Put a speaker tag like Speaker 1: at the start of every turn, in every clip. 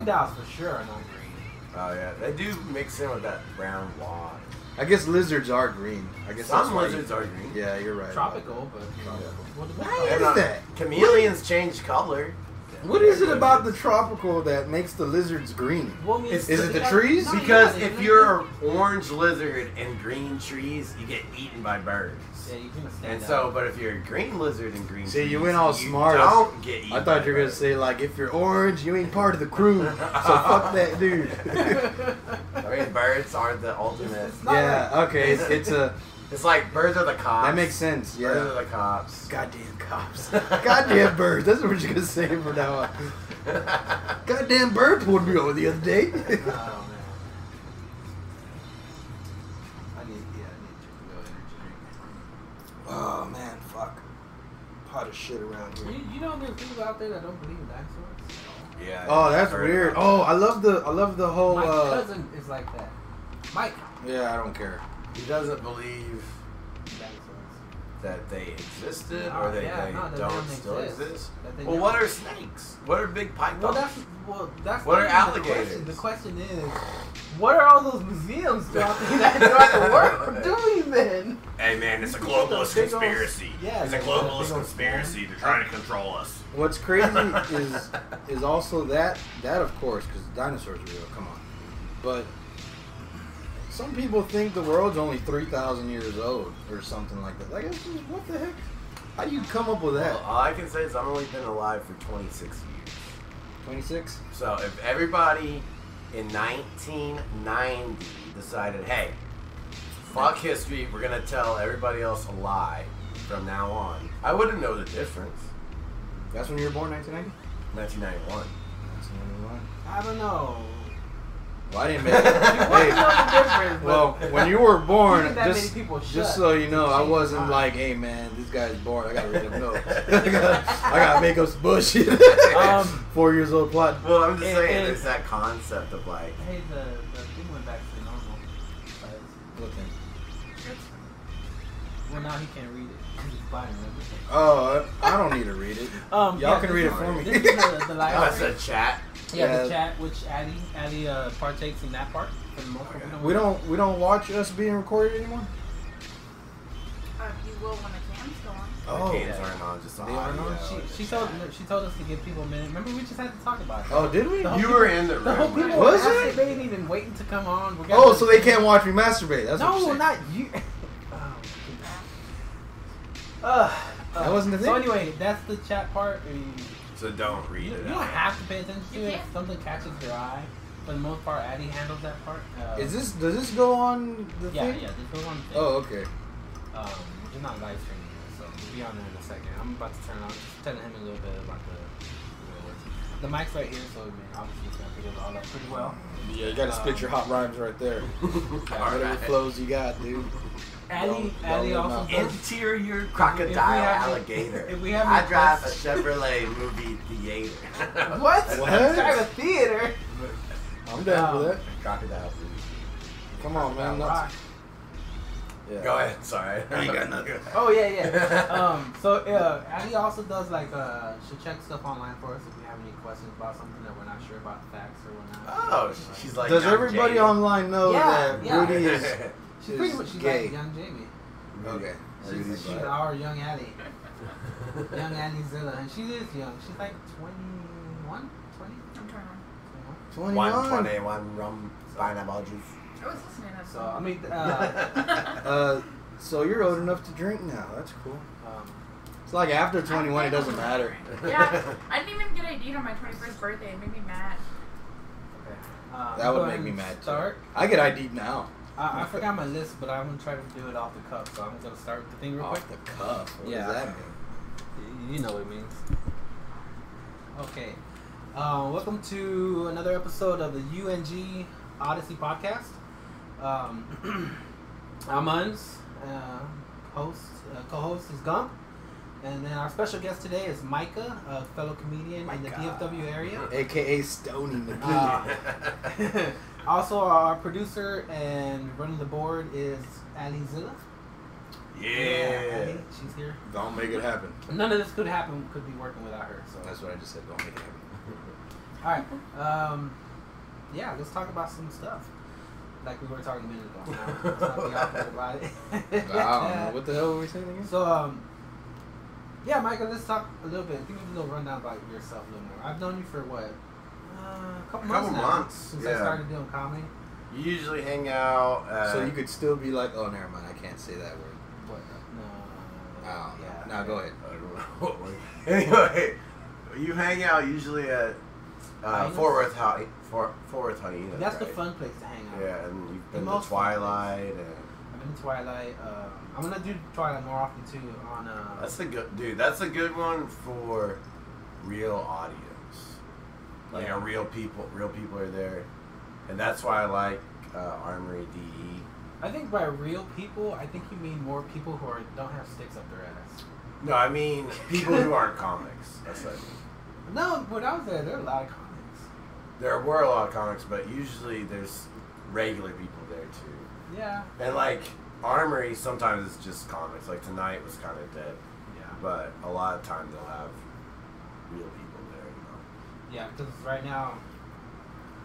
Speaker 1: That's for sure not green.
Speaker 2: Oh yeah, they do mix in with that brown wad.
Speaker 3: I guess lizards are green. I guess that's
Speaker 2: Some
Speaker 3: why
Speaker 2: lizards
Speaker 3: you,
Speaker 2: are green.
Speaker 3: Yeah, you're right.
Speaker 1: Tropical, but what about
Speaker 3: Why
Speaker 2: They're
Speaker 3: is
Speaker 2: not-
Speaker 3: that?
Speaker 2: Chameleons change color.
Speaker 3: What is it about the tropical that makes the lizards green?
Speaker 1: Well, I mean,
Speaker 2: Is-
Speaker 3: is it the
Speaker 1: like-
Speaker 3: trees?
Speaker 1: No, yeah,
Speaker 2: Because
Speaker 1: they-
Speaker 2: if
Speaker 1: they-
Speaker 2: you're an orange lizard and green trees, you get eaten by birds.
Speaker 1: yeah, you can stand
Speaker 2: And
Speaker 1: out.
Speaker 2: so, but if you're a green lizard and green
Speaker 3: See, you
Speaker 2: trees,
Speaker 3: went all smart.
Speaker 2: Don't get eaten.
Speaker 3: I thought you were
Speaker 2: by
Speaker 3: gonna
Speaker 2: birds.
Speaker 3: say like, if you're orange, you ain't part of the crew. So fuck that dude.
Speaker 1: Oh,
Speaker 2: I mean, birds are the ultimate.
Speaker 1: It's not
Speaker 3: yeah.
Speaker 1: like-
Speaker 3: Okay. It's, it's a.
Speaker 2: It's like birds are the cops.
Speaker 3: That makes sense.
Speaker 2: Birds
Speaker 3: Yeah.
Speaker 2: are the cops.
Speaker 3: Goddamn cops. Goddamn birds. That's what you're gonna say from now on. Goddamn bird pulled me over the other day.
Speaker 1: Oh, man. I need, yeah, I need to go energy
Speaker 3: oh man, fuck. Pot of shit around here.
Speaker 1: drink. You, you know there's people out there that don't believe in dinosaurs?
Speaker 2: Yeah.
Speaker 3: Oh, that's
Speaker 2: bird
Speaker 3: weird.
Speaker 2: cops.
Speaker 3: Oh, I love the I love the
Speaker 2: Oh,
Speaker 3: whole.
Speaker 1: My
Speaker 3: Uh,
Speaker 1: cousin is like that. Mike.
Speaker 3: yeah, Oh, I don't care.
Speaker 2: He doesn't believe
Speaker 1: Dinosaurs.
Speaker 2: that they existed
Speaker 1: Oh,
Speaker 2: or they,
Speaker 1: yeah,
Speaker 2: they
Speaker 1: no, they
Speaker 2: don't
Speaker 1: don't
Speaker 2: still
Speaker 1: exist.
Speaker 2: exist.
Speaker 1: That they
Speaker 2: Well,
Speaker 1: don't-
Speaker 2: what are snakes? What are big pythons?
Speaker 1: Well, that's well, that's
Speaker 2: What
Speaker 1: not
Speaker 2: are
Speaker 1: even the question.
Speaker 2: alligators?
Speaker 1: The question is, what are all those museums throughout the, throughout the world doing then?
Speaker 2: Hey man, it's a
Speaker 1: globalist Big ol' conspiracy. yeah, It's a big ol' globalist conspiracy.
Speaker 2: They're trying to control us.
Speaker 3: What's crazy is is also that that of course because dinosaurs are real. Come on, but some people think the world's only three thousand years old or something like that. Like, it's just, what the heck? How do you come up with
Speaker 2: Well,
Speaker 3: that?
Speaker 2: all I can say is I've only been alive for 26 years.
Speaker 3: Twenty six.
Speaker 2: So if everybody in 1990 decided, hey, fuck history, we're gonna tell everybody else a lie from now on, I wouldn't know the difference.
Speaker 3: That's when you were born, nineteen ninety.
Speaker 2: 1991.
Speaker 1: I don't know.
Speaker 3: Well, I didn't make
Speaker 1: You wouldn't know
Speaker 3: it.
Speaker 1: the difference.
Speaker 3: Hey,
Speaker 1: but-
Speaker 3: well, when you were born,
Speaker 1: Even that
Speaker 3: just,
Speaker 1: many people shut.
Speaker 3: just so you know, I
Speaker 1: Shit.
Speaker 3: wasn't like, hey man, this guy's born. I gotta read him notes. I gotta, I gotta make up some bullshit.
Speaker 1: Um,
Speaker 3: Four years old plot.
Speaker 2: Well, I'm just
Speaker 1: It-
Speaker 2: saying,
Speaker 1: it-
Speaker 2: there's that concept of like,
Speaker 1: hey, the the thing went back to normal. But
Speaker 3: Looking.
Speaker 4: uh,
Speaker 1: well, now he can't read it. He's just blind. remember?
Speaker 3: Oh, I I don't need to read it.
Speaker 1: Um,
Speaker 3: Y'all
Speaker 1: yeah,
Speaker 3: can
Speaker 1: this
Speaker 3: read it
Speaker 1: is-
Speaker 3: for me.
Speaker 1: This is the, the
Speaker 2: oh, it's
Speaker 1: library.
Speaker 2: a chat.
Speaker 1: Yeah,
Speaker 3: Yeah.
Speaker 1: the chat, which Addy Addy uh, partakes in that part for the most part.
Speaker 3: we don't we don't watch us being recorded anymore.
Speaker 4: Uh, you will when the cam's going.
Speaker 3: Oh.
Speaker 2: the cans aren't on, just the
Speaker 3: They aren't
Speaker 2: audio.
Speaker 3: on?
Speaker 1: She, she told she told us to give people a minute. Remember, we just had to talk about it.
Speaker 3: Oh, did we?
Speaker 1: No.
Speaker 2: You were in the room.
Speaker 1: The whole
Speaker 2: when
Speaker 1: people
Speaker 2: I-
Speaker 3: Was
Speaker 1: were
Speaker 3: it?
Speaker 1: asking- They ain't even waiting to come on. We're
Speaker 3: Oh,
Speaker 1: gonna-
Speaker 3: so they can't watch me masturbate. That's what
Speaker 1: No,
Speaker 3: you're saying.
Speaker 1: not you. oh, uh,
Speaker 3: That wasn't the
Speaker 1: So
Speaker 3: thing?
Speaker 1: anyway, that's the chat part. I mean,
Speaker 2: So don't read
Speaker 1: you,
Speaker 2: it.
Speaker 1: you don't have to pay attention to
Speaker 4: You
Speaker 1: it.
Speaker 4: can't.
Speaker 1: Something catches your eye. For the most part, Addy handles that part. Uh,
Speaker 3: Is this does this go on the
Speaker 1: Yeah,
Speaker 3: thing?
Speaker 1: yeah. This was one thing.
Speaker 3: Oh, okay.
Speaker 1: Um, we're not live streaming yet, so we'll be on there in a second. I'm about to turn on. Just telling him a little bit about the the mic's right here, so I mean, obviously it's gonna pick up all that pretty well.
Speaker 3: Yeah, you gotta spit your hot rhymes right there. Whatever
Speaker 2: Alright.
Speaker 3: flows you got, dude.
Speaker 1: Addy,
Speaker 3: Don't-
Speaker 1: Addy
Speaker 3: don't
Speaker 1: also
Speaker 3: leave my-
Speaker 1: does.
Speaker 2: Interior
Speaker 1: If we
Speaker 2: crocodile
Speaker 1: have a-
Speaker 2: alligator.
Speaker 1: if we have
Speaker 2: I
Speaker 1: a-
Speaker 2: drive a Chevrolet movie theater.
Speaker 1: What?
Speaker 3: What?
Speaker 1: Drive a theater?
Speaker 3: I'm down with
Speaker 1: Um,
Speaker 3: that.
Speaker 2: crocodile movie.
Speaker 3: Come on, man.
Speaker 1: Rock.
Speaker 3: That's, yeah.
Speaker 2: Go ahead. Sorry.
Speaker 3: I ain't got nothing.
Speaker 1: Oh yeah, yeah. um, so uh, Addy also does like uh, she'll check stuff online for us if we have any questions about something that we're not sure about the facts or whatnot.
Speaker 2: Oh, she's like.
Speaker 3: Does
Speaker 2: I'm
Speaker 3: everybody
Speaker 2: gay.
Speaker 3: online know
Speaker 1: Yeah,
Speaker 3: that
Speaker 1: yeah.
Speaker 3: Rudy is?
Speaker 1: she's pretty
Speaker 3: is
Speaker 1: much she's
Speaker 3: gay.
Speaker 1: like young Jamie.
Speaker 3: Okay.
Speaker 1: She's, she's our young Addy. Young Annie Zilla, and she is young. She's like 21, 20,
Speaker 4: I'm turning. around.
Speaker 1: 21.
Speaker 2: One
Speaker 3: 21.
Speaker 2: twenty-one rum pineapple juice.
Speaker 4: I was listening to that
Speaker 1: So I
Speaker 4: song.
Speaker 1: mean, uh,
Speaker 3: Uh, so you're old enough to drink now. That's cool.
Speaker 1: um,
Speaker 3: It's like after 21, it doesn't matter.
Speaker 4: yeah, I didn't even get ID'd on my 21st birthday. It made me mad.
Speaker 1: okay. Uh,
Speaker 3: That would
Speaker 1: go
Speaker 3: make
Speaker 1: ahead
Speaker 3: me
Speaker 1: and
Speaker 3: mad, too.
Speaker 1: Start.
Speaker 3: I get ID'd now.
Speaker 1: I, I forgot my list, but I'm gonna try to do it off the cuff. So I'm gonna start with the thing real quick.
Speaker 3: Off the cuff. What
Speaker 1: Yeah.
Speaker 3: does that mean?
Speaker 1: You know what it means. Okay. Um, welcome to another episode of the UNG Odyssey podcast. Um, I'm Uns, uh, host, uh, co-host is Gump, and then our special guest today is Micah, a fellow comedian in the
Speaker 2: Micah.
Speaker 1: DFW area.
Speaker 3: AKA Stony McGee.
Speaker 1: Uh, also, our producer and running the board is Ali Zilla.
Speaker 2: yeah.
Speaker 1: Ali, she's here.
Speaker 3: don't make it happen.
Speaker 1: None of this could happen could be working without her. So
Speaker 3: That's what I just said. Don't make it happen.
Speaker 1: All right. Um, yeah, let's talk about some stuff. Like we were talking a minute ago. Let's not be awkward about it.
Speaker 3: I don't know. What the hell were we saying again?
Speaker 1: So, um, yeah, Michael, let's talk a little bit. Give me a little rundown about yourself a little more. I've known you for what? Uh, a couple months.
Speaker 2: Couple
Speaker 1: now,
Speaker 2: months,
Speaker 1: Since I
Speaker 2: yeah.
Speaker 1: started doing comedy.
Speaker 2: You usually hang out. At,
Speaker 3: so you could still be like, oh, never mind. I can't say that word.
Speaker 1: What? uh, No.
Speaker 3: Oh,
Speaker 1: yeah.
Speaker 3: Now go ahead.
Speaker 2: I don't know what we- anyway, you hang out usually at uh,
Speaker 1: Hyenas?
Speaker 2: Fort Worth High. Fort, Fort Worth Hyenas.
Speaker 1: That's the
Speaker 2: right?
Speaker 1: fun place to hang out.
Speaker 2: Yeah, and you've been to
Speaker 1: most fun
Speaker 2: Twilight, and
Speaker 1: I've been to Twilight. Uh, I'm gonna do Twilight more often too. On uh,
Speaker 2: that's a good dude. That's a good one for real audience. Like
Speaker 1: Yeah.
Speaker 2: a real people, real people are there, and that's why I like uh, Armory E. DE.
Speaker 1: I think by real people, I think you mean more people who are don't have sticks up their ass.
Speaker 2: No, I mean people who aren't comics. That's what I mean.
Speaker 1: No, when I was there, there were a lot of comics.
Speaker 2: There were a lot of comics, but usually there's regular people there too.
Speaker 1: Yeah.
Speaker 2: And like Armory, sometimes it's just comics. Like tonight was kind of dead,
Speaker 1: Yeah.
Speaker 2: but a lot of times they'll have real people there. You
Speaker 1: Yeah, because right now,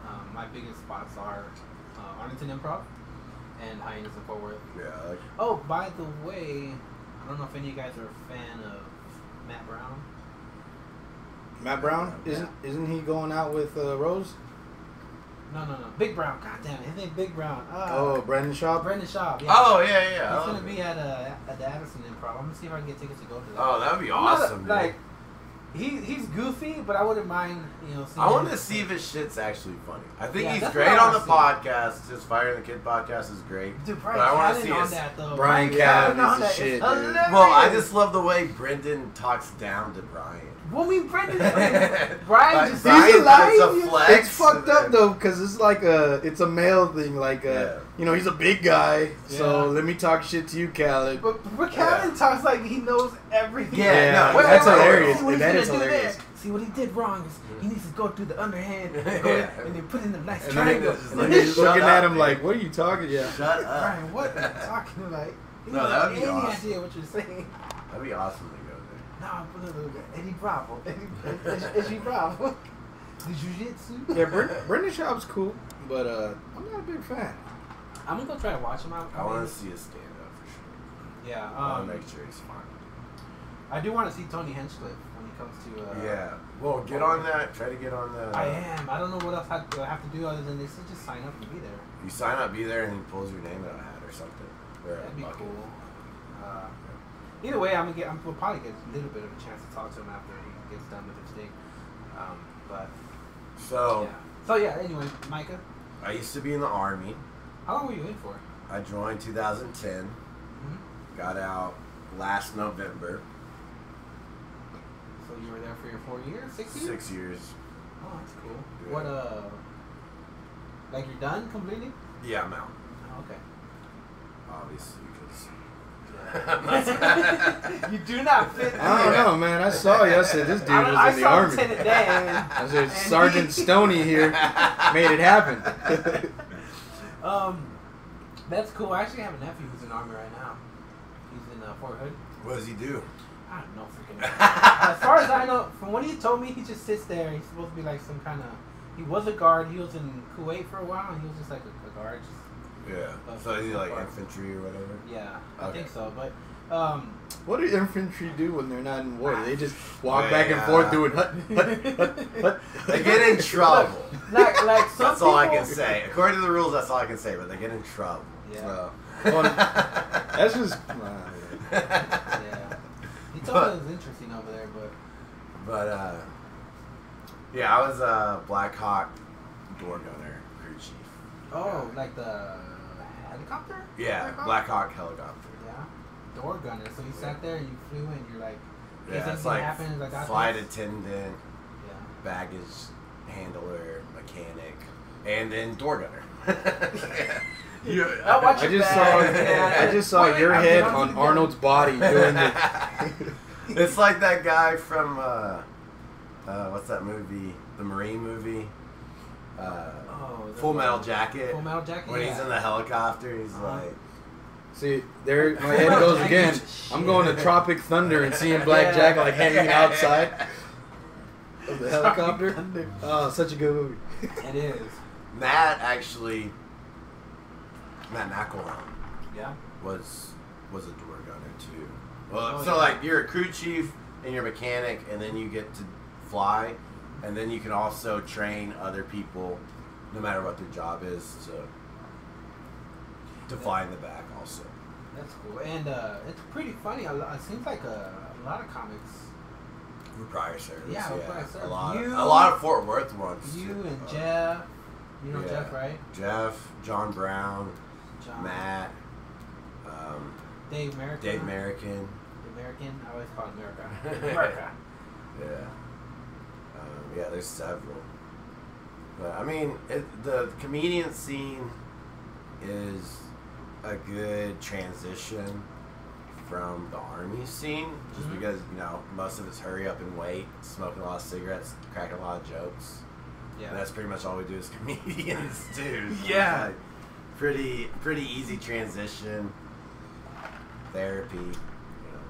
Speaker 1: um, my biggest spots are uh, Arlington Improv and Hyenas and Fort Worth.
Speaker 2: know. Yeah. Like,
Speaker 1: Oh, by the way, I don't know if any of you guys are a fan of Matt Brown.
Speaker 3: Matt Brown
Speaker 1: Yeah.
Speaker 3: isn't isn't he going out with uh, Rose?
Speaker 1: No, no, no. Big Brown. God damn it. His name Big Brown. Uh,
Speaker 3: Oh, Brandon Shaw.
Speaker 1: Brendan Shaw. Yeah.
Speaker 2: Oh yeah, yeah. I
Speaker 1: He's
Speaker 2: love
Speaker 1: gonna be
Speaker 2: it.
Speaker 1: at uh, at the Addison Improv. I'm gonna see if I can get tickets to go to that.
Speaker 2: oh, that would be
Speaker 1: I'm not a-
Speaker 2: awesome.
Speaker 1: like
Speaker 2: dude.
Speaker 1: he he's goofy, but I wouldn't mind you know. Seeing
Speaker 2: I want
Speaker 1: him.
Speaker 2: to see if his shit's actually funny. I think
Speaker 1: Yeah,
Speaker 2: he's
Speaker 1: that's
Speaker 2: great
Speaker 1: what I
Speaker 2: on the
Speaker 1: wanna
Speaker 2: podcast. His Fire the Kid podcast is great.
Speaker 1: Dude,
Speaker 2: but I
Speaker 1: Brian
Speaker 2: wanna
Speaker 1: Callen
Speaker 2: see
Speaker 1: on
Speaker 2: his-
Speaker 1: that though.
Speaker 3: Brian
Speaker 1: Callen
Speaker 3: Callen
Speaker 1: on
Speaker 3: is the
Speaker 1: that
Speaker 3: shit, dude.
Speaker 1: hilarious.
Speaker 2: Well, I just love the way Brendan talks down to Brian.
Speaker 1: Well, we Brendan. Brian
Speaker 2: Brian
Speaker 1: just
Speaker 3: Brian-
Speaker 1: he's alive.
Speaker 2: puts a flex
Speaker 3: It's fucked up
Speaker 2: and-
Speaker 3: though, cause it's like a it's a male thing. Like uh
Speaker 2: Yeah.
Speaker 3: you know, he's a big guy, so
Speaker 1: Yeah.
Speaker 3: let me talk shit to you, Khaled.
Speaker 1: But, but Callen talks like he knows everything.
Speaker 2: Yeah, no,
Speaker 1: Wait,
Speaker 2: that's
Speaker 1: wait, wait,
Speaker 2: hilarious.
Speaker 1: see what he's
Speaker 3: That
Speaker 1: gonna
Speaker 3: is
Speaker 1: do there.
Speaker 3: hilarious.
Speaker 1: See what he did wrong is he needs to go through the underhand, go
Speaker 2: Yeah.
Speaker 1: and then put in a nice
Speaker 3: And then
Speaker 1: triangle.
Speaker 2: it's just
Speaker 3: And
Speaker 2: like-
Speaker 3: then he's
Speaker 2: Shut
Speaker 3: looking
Speaker 2: up,
Speaker 3: at him
Speaker 2: dude.
Speaker 3: like, what are you talking? Yeah.
Speaker 2: Shut up,
Speaker 1: Brian, what are you talking about? He
Speaker 2: No,
Speaker 1: doesn't
Speaker 2: that'd
Speaker 1: have
Speaker 2: be
Speaker 1: any
Speaker 2: awesome.
Speaker 1: idea what you're saying.
Speaker 2: That'd be awesome to go there.
Speaker 1: No, look, look, look, Eddie Bravo. Eddie, Eddie, Eddie Bravo. The jujitsu.
Speaker 3: Yeah, Bren- Brendan Schaub's cool, but uh, I'm not a big fan.
Speaker 1: I'm gonna go try to watch him out.
Speaker 2: I want to see his stand up for sure.
Speaker 1: Yeah.
Speaker 2: I
Speaker 1: Um,
Speaker 2: want to make sure he's fine.
Speaker 1: I do want to see Tony Hinchcliffe when it comes to. Uh,
Speaker 2: yeah. uh, Well, get on that. Try to get on the.
Speaker 1: I am. I don't know what else I I have to do other than this. Just sign up and be there.
Speaker 2: You sign up, be there, and he pulls your name out of a hat or something. Or a
Speaker 1: That'd be
Speaker 2: bucket.
Speaker 1: cool. Uh, either way, I'm gonna get. I'm we'll probably get a little bit of a chance to talk to him after he gets done with his thing. Um, but
Speaker 2: So
Speaker 1: yeah. So yeah. Anyway, Micah,
Speaker 2: I used to be in the army.
Speaker 1: how long were you in for?
Speaker 2: I joined 2010.
Speaker 1: Mm-hmm.
Speaker 2: Got out last November.
Speaker 1: So you were there for your four years, six years.
Speaker 2: Six years.
Speaker 1: Oh, that's cool.
Speaker 2: Yeah.
Speaker 1: What uh? Like you're done completely?
Speaker 2: Yeah, I'm out.
Speaker 1: Oh, okay.
Speaker 2: Obviously, because.
Speaker 1: you do not fit.
Speaker 3: I don't know, man. I saw you. I said this dude
Speaker 1: I, I
Speaker 3: was in the
Speaker 1: saw
Speaker 3: army.
Speaker 1: Lieutenant Dan.
Speaker 3: I said
Speaker 1: and
Speaker 3: Sergeant
Speaker 1: he-
Speaker 3: Stoney here made it happen.
Speaker 1: Um, that's cool. I actually have a nephew who's in the army right now. He's in uh, Fort Hood.
Speaker 2: what does he do?
Speaker 1: I don't know freaking. as far as I know, from what he told me, he just sits there. He's supposed to be like some kind of. He was a guard. He was in Kuwait for a while. And he was just like a, a guard. Just
Speaker 2: Yeah. So is he like infantry or whatever?
Speaker 1: yeah, I
Speaker 2: Okay.
Speaker 1: think so. But um,
Speaker 3: what do infantry do when they're not in war? They just walk
Speaker 2: Yeah.
Speaker 3: back and forth doing hut, hut, hut, hut.
Speaker 2: They get in trouble.
Speaker 1: like like some
Speaker 2: That's all I
Speaker 1: people-
Speaker 2: can say. According to the rules, that's all I can say. But they get in trouble.
Speaker 1: Yeah.
Speaker 2: So.
Speaker 3: Well, That's just. nah, yeah.
Speaker 1: Yeah. He told me
Speaker 2: But-
Speaker 1: it was interesting over there, but
Speaker 2: But uh, yeah, I was a Black Hawk door gunner, crew chief.
Speaker 1: oh, like the helicopter.
Speaker 2: Yeah,
Speaker 1: Helicopter?
Speaker 2: Black Hawk helicopter.
Speaker 1: Yeah, door gunner. So you sat there and you flew, and you're like,
Speaker 2: Yeah,
Speaker 1: If
Speaker 2: it's
Speaker 1: anything
Speaker 2: like
Speaker 1: happens, I got
Speaker 2: flight
Speaker 1: this.
Speaker 2: attendant,
Speaker 1: yeah.
Speaker 2: baggage handler, mechanic, and then door gunner. you,
Speaker 1: I'll watch
Speaker 3: I
Speaker 1: it.
Speaker 2: Yeah.
Speaker 3: just saw. I just saw
Speaker 1: Wait,
Speaker 3: your
Speaker 1: I'm
Speaker 3: head
Speaker 1: not
Speaker 3: on
Speaker 1: even-
Speaker 3: Arnold's body doing the.
Speaker 2: it's like that guy from uh, uh, what's that movie? The Marine movie. Uh,
Speaker 1: Oh, the-
Speaker 2: Full Metal Jacket.
Speaker 1: Full Metal Jacket,
Speaker 2: When he's
Speaker 1: yeah.
Speaker 2: in the helicopter, he's
Speaker 1: Uh-huh.
Speaker 2: like,
Speaker 3: See, there my head goes again. I'm going to Tropic Thunder and seeing Black
Speaker 1: Yeah.
Speaker 3: Jack like hanging outside. of the helicopter. oh, such a good movie.
Speaker 1: It is.
Speaker 2: Matt actually, Matt McElroy
Speaker 1: Yeah.
Speaker 2: was was a door gunner too. Well,
Speaker 1: Oh,
Speaker 2: so
Speaker 1: yeah.
Speaker 2: like you're a crew chief and you're a mechanic, and then you get to fly, and then you can also train other people, no matter what their job is, to to fly in the back also.
Speaker 1: That's cool. And uh, it's pretty funny. A lo- It seems like a, a lot of comics.
Speaker 2: Reprior service,
Speaker 1: Yeah,
Speaker 2: yeah,
Speaker 1: reprior service.
Speaker 2: a lot,
Speaker 1: You-
Speaker 2: of, a lot of Fort Worth ones.
Speaker 1: You
Speaker 2: too.
Speaker 1: and
Speaker 2: Uh,
Speaker 1: Jeff. You know
Speaker 2: yeah.
Speaker 1: Jeff, right?
Speaker 2: Jeff, John Brown,
Speaker 1: John.
Speaker 2: Matt, um,
Speaker 1: Dave Merrick.
Speaker 2: Dave American.
Speaker 1: American. I always call it America. America.
Speaker 2: Yeah. Um, yeah, there's several. But I mean, it, the comedian scene is a good transition from the army scene, just
Speaker 1: Mhm.
Speaker 2: because you know most of it's hurry up and wait, smoking a lot of cigarettes, cracking a lot of jokes. And
Speaker 1: Yeah.
Speaker 2: that's pretty much all we do as comedians too. So
Speaker 1: Yeah.
Speaker 2: it's like pretty pretty easy transition. Therapy. You know.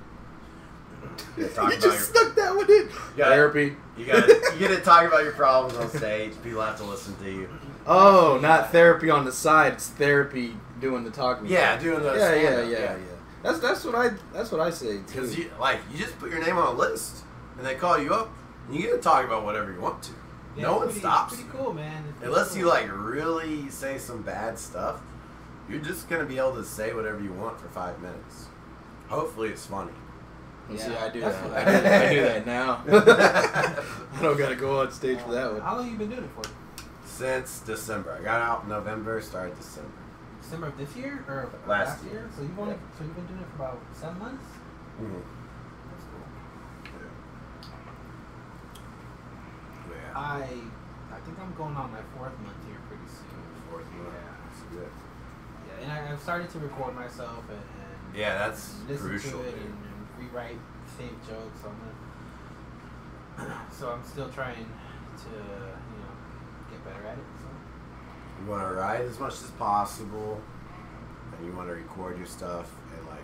Speaker 2: You gotta talk
Speaker 3: you
Speaker 2: about
Speaker 3: just
Speaker 2: your-
Speaker 3: stuck that one in.
Speaker 2: Yeah.
Speaker 3: Therapy.
Speaker 2: you got you get to talk about your problems on stage. People have to listen to you.
Speaker 3: Oh, not therapy on the side. It's therapy doing the talking.
Speaker 2: Yeah, doing the
Speaker 3: yeah, yeah, yeah,
Speaker 2: stand-up,
Speaker 3: yeah,
Speaker 2: yeah.
Speaker 3: That's that's what I that's what I say too.
Speaker 2: Because you like you just put your name on a list, and they call you up, and you get to talk about whatever you want to.
Speaker 1: Yeah,
Speaker 2: no
Speaker 1: it's
Speaker 2: one
Speaker 1: pretty,
Speaker 2: stops
Speaker 1: It's
Speaker 2: you.
Speaker 1: pretty cool, man. It's pretty
Speaker 2: Unless
Speaker 1: cool.
Speaker 2: you like really say some bad stuff, you're just gonna be able to say whatever you want for five minutes. Hopefully, it's funny.
Speaker 3: You
Speaker 1: Yeah,
Speaker 3: See, I do
Speaker 1: that's
Speaker 3: that.
Speaker 1: what
Speaker 3: I
Speaker 1: I do.
Speaker 3: do, I do that now. I don't gotta go on stage for that
Speaker 1: Uh,
Speaker 3: one.
Speaker 1: How long you been doing it for?
Speaker 2: Since December, I got out in November, started December.
Speaker 1: December of this year or of
Speaker 2: Last
Speaker 1: year?
Speaker 2: year.
Speaker 1: So you've only so you've been doing it for about seven months.
Speaker 3: Mm-hmm.
Speaker 1: That's cool.
Speaker 2: Yeah.
Speaker 1: I I think I'm going on my fourth month here pretty soon.
Speaker 2: Fourth month. That's good.
Speaker 1: Yeah, and I, I've started to record myself and, and
Speaker 2: Yeah, that's
Speaker 1: and listen
Speaker 2: crucial.
Speaker 1: to it
Speaker 2: dude.
Speaker 1: and, and rewrite same jokes. So I'm gonna, so I'm still trying to you know get better at it. So
Speaker 2: You want to write as much as possible, and you want to record your stuff. And like,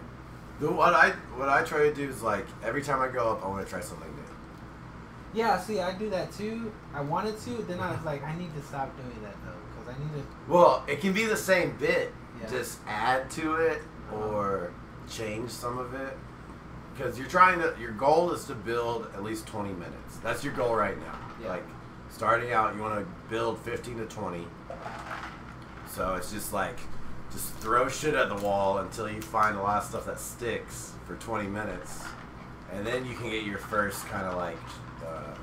Speaker 2: the, what I what I try to do is like every time I go up, I want to try something new.
Speaker 1: yeah, see, I do that too. I wanted to, then I was like, I need to stop doing that though, because I need to.
Speaker 2: Well, it can be the same bit,
Speaker 1: Yeah.
Speaker 2: just add to it or change some of it. Because you're trying to, your goal is to build at least 20 minutes. That's your goal right now.
Speaker 1: Yeah.
Speaker 2: Like, starting out, you want to build 15 to 20. So it's just like, just throw shit at the wall until you find a lot of stuff that sticks for 20 minutes. And then you can get your first kind of like uh,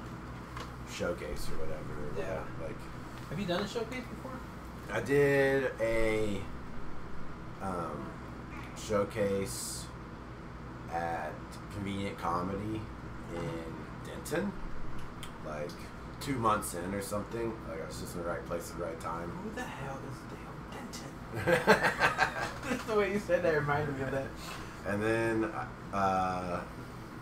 Speaker 2: showcase or whatever.
Speaker 1: Yeah.
Speaker 2: Like,
Speaker 1: Have you done a showcase before?
Speaker 2: I did a um, showcase at Convenient Comedy in Denton, like two months in or something. Like I was just in the right place at the right time.
Speaker 1: Who the hell is Dale Denton? Just the way you said that reminded me of that.
Speaker 2: and then uh,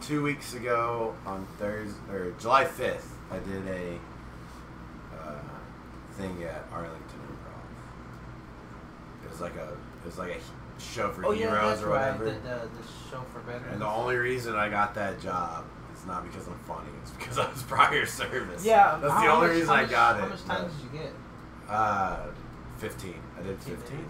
Speaker 2: two weeks ago on Thursday or July fifth, I did a uh, thing at Arlington Improv. It was like a it was like a show for
Speaker 1: oh yeah,
Speaker 2: heroes
Speaker 1: that's
Speaker 2: or
Speaker 1: right.
Speaker 2: whatever.
Speaker 1: The, the, the show for veterans.
Speaker 2: And the only reason I got that job is not because I'm funny. It's because I was prior service.
Speaker 1: yeah,
Speaker 2: that's the
Speaker 1: how
Speaker 2: only
Speaker 1: much-
Speaker 2: reason
Speaker 1: how
Speaker 2: I
Speaker 1: much-
Speaker 2: got
Speaker 1: How
Speaker 2: it.
Speaker 1: much time did
Speaker 2: but-
Speaker 1: you get?
Speaker 2: Uh, fifteen. I did fifteen.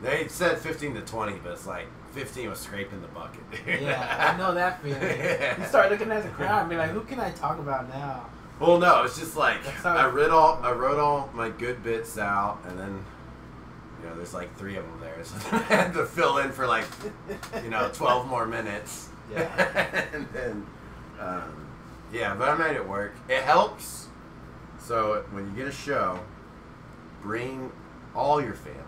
Speaker 2: They said 15 to 20, but it's like 15 was scraping the bucket. dude.
Speaker 1: Yeah, I know that feeling. You start looking at the crowd and be like, who can I talk about now?
Speaker 2: Well, no, it's just like
Speaker 1: That's how-
Speaker 2: I read all I wrote all my good bits out, and then you know there's like three of them there, so I had to fill in for like you know 12 more minutes.
Speaker 1: Yeah.
Speaker 2: and then um, yeah, but I made it work. It helps. So when you get a show, bring all your family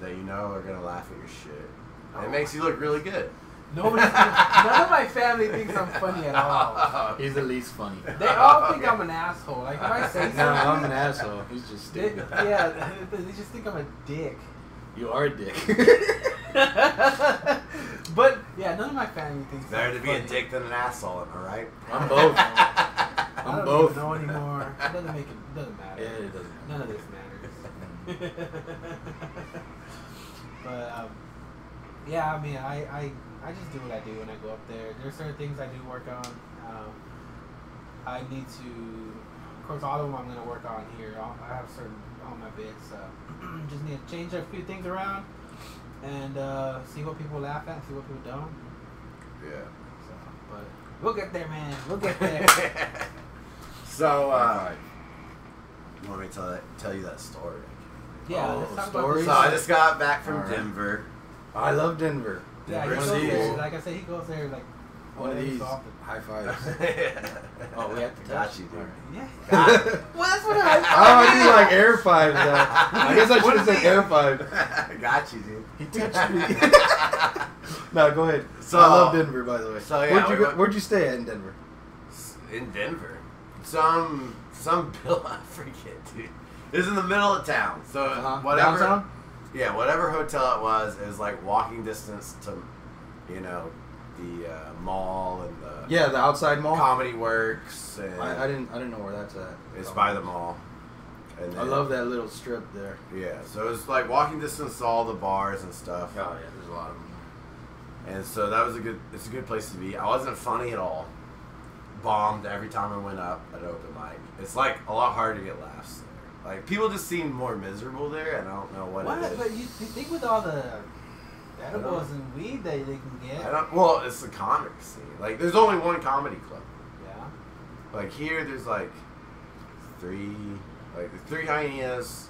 Speaker 2: that you know are gonna laugh at your shit. And
Speaker 1: Mm-hmm. Oh.
Speaker 2: It makes you look really good.
Speaker 1: Nobody, none of my family thinks I'm funny at all.
Speaker 3: He's the least funny.
Speaker 1: They all think I'm an asshole. Like if I say something,
Speaker 3: no, I'm an asshole. He's just
Speaker 1: they,
Speaker 3: stupid.
Speaker 1: yeah, they just think I'm a dick.
Speaker 3: You are a dick.
Speaker 1: but yeah, none of my family thinks
Speaker 2: Better
Speaker 1: I'm
Speaker 2: to be a
Speaker 1: funny.
Speaker 2: dick than an asshole, am I right?
Speaker 3: I'm both.
Speaker 1: I
Speaker 3: I'm
Speaker 1: don't
Speaker 3: both.
Speaker 1: even know anymore. It doesn't make it, it doesn't matter.
Speaker 3: Yeah, it doesn't
Speaker 1: None of this matters. but um, yeah, I mean, I, I I just do what I do when I go up there. There's certain things I do work on. Um, I need to. Of course, all of them I'm going to work on here. I'll- I have certain on my bid, so just need to change a few things around and uh, see what people laugh at, see what people don't.
Speaker 2: Yeah.
Speaker 1: So, but we'll get there, man. We'll get there.
Speaker 2: so, uh, you want me to tell, tell you that story?
Speaker 1: yeah,
Speaker 3: Oh,
Speaker 1: let's talk
Speaker 3: stories?
Speaker 2: So
Speaker 1: about
Speaker 2: I just got back from
Speaker 3: All right.
Speaker 2: Denver.
Speaker 3: I love Denver.
Speaker 1: the, yeah, he
Speaker 2: Denver
Speaker 1: goes
Speaker 3: One of
Speaker 1: there.
Speaker 3: these.
Speaker 1: Like I said, he goes there like
Speaker 3: One of
Speaker 1: every
Speaker 3: these
Speaker 1: so often.
Speaker 3: high fives.
Speaker 2: oh,
Speaker 3: we have to
Speaker 2: got
Speaker 3: touch?
Speaker 2: you, dude.
Speaker 1: Yeah.
Speaker 2: God.
Speaker 1: Well, that's what I.
Speaker 3: Oh, I do like air fives. Though. I guess I should have said air five.
Speaker 2: got you, dude.
Speaker 3: He touched me. no, go ahead.
Speaker 2: So-
Speaker 3: I love Denver, by the way.
Speaker 2: so, yeah,
Speaker 3: where'd
Speaker 2: we
Speaker 3: you go,
Speaker 2: went-
Speaker 3: where'd you stay at in Denver?
Speaker 2: in Denver. Some some bill I forget, dude. It was in the middle of town, so
Speaker 3: Uh-huh.
Speaker 2: Uh, whatever.
Speaker 3: Downtown?
Speaker 2: Yeah, whatever hotel it was, it was like walking distance to, you know, the uh, mall and the
Speaker 3: Yeah, the outside mall.
Speaker 2: Comedy Works and
Speaker 3: I, I didn't. I didn't know where that's at.
Speaker 2: it's by the mall. And
Speaker 3: I love that little strip there.
Speaker 2: Yeah, so it was like walking distance to all the bars and stuff.
Speaker 3: there's a lot of them.
Speaker 2: And so that was a good. It's a good place to be. I wasn't funny at all. Bombed every time I went up at open mic. It's like a lot harder to get laughs there. Like people just seem more miserable there, and I don't know what,
Speaker 1: What?
Speaker 2: it is.
Speaker 1: But you, you think with all the
Speaker 2: don't know.
Speaker 1: edibles and weed that they can get?
Speaker 2: I don't. Well, it's the comic scene. Like there's only one comedy club.
Speaker 1: Yeah.
Speaker 2: Like here, there's like three, like the three hyenas,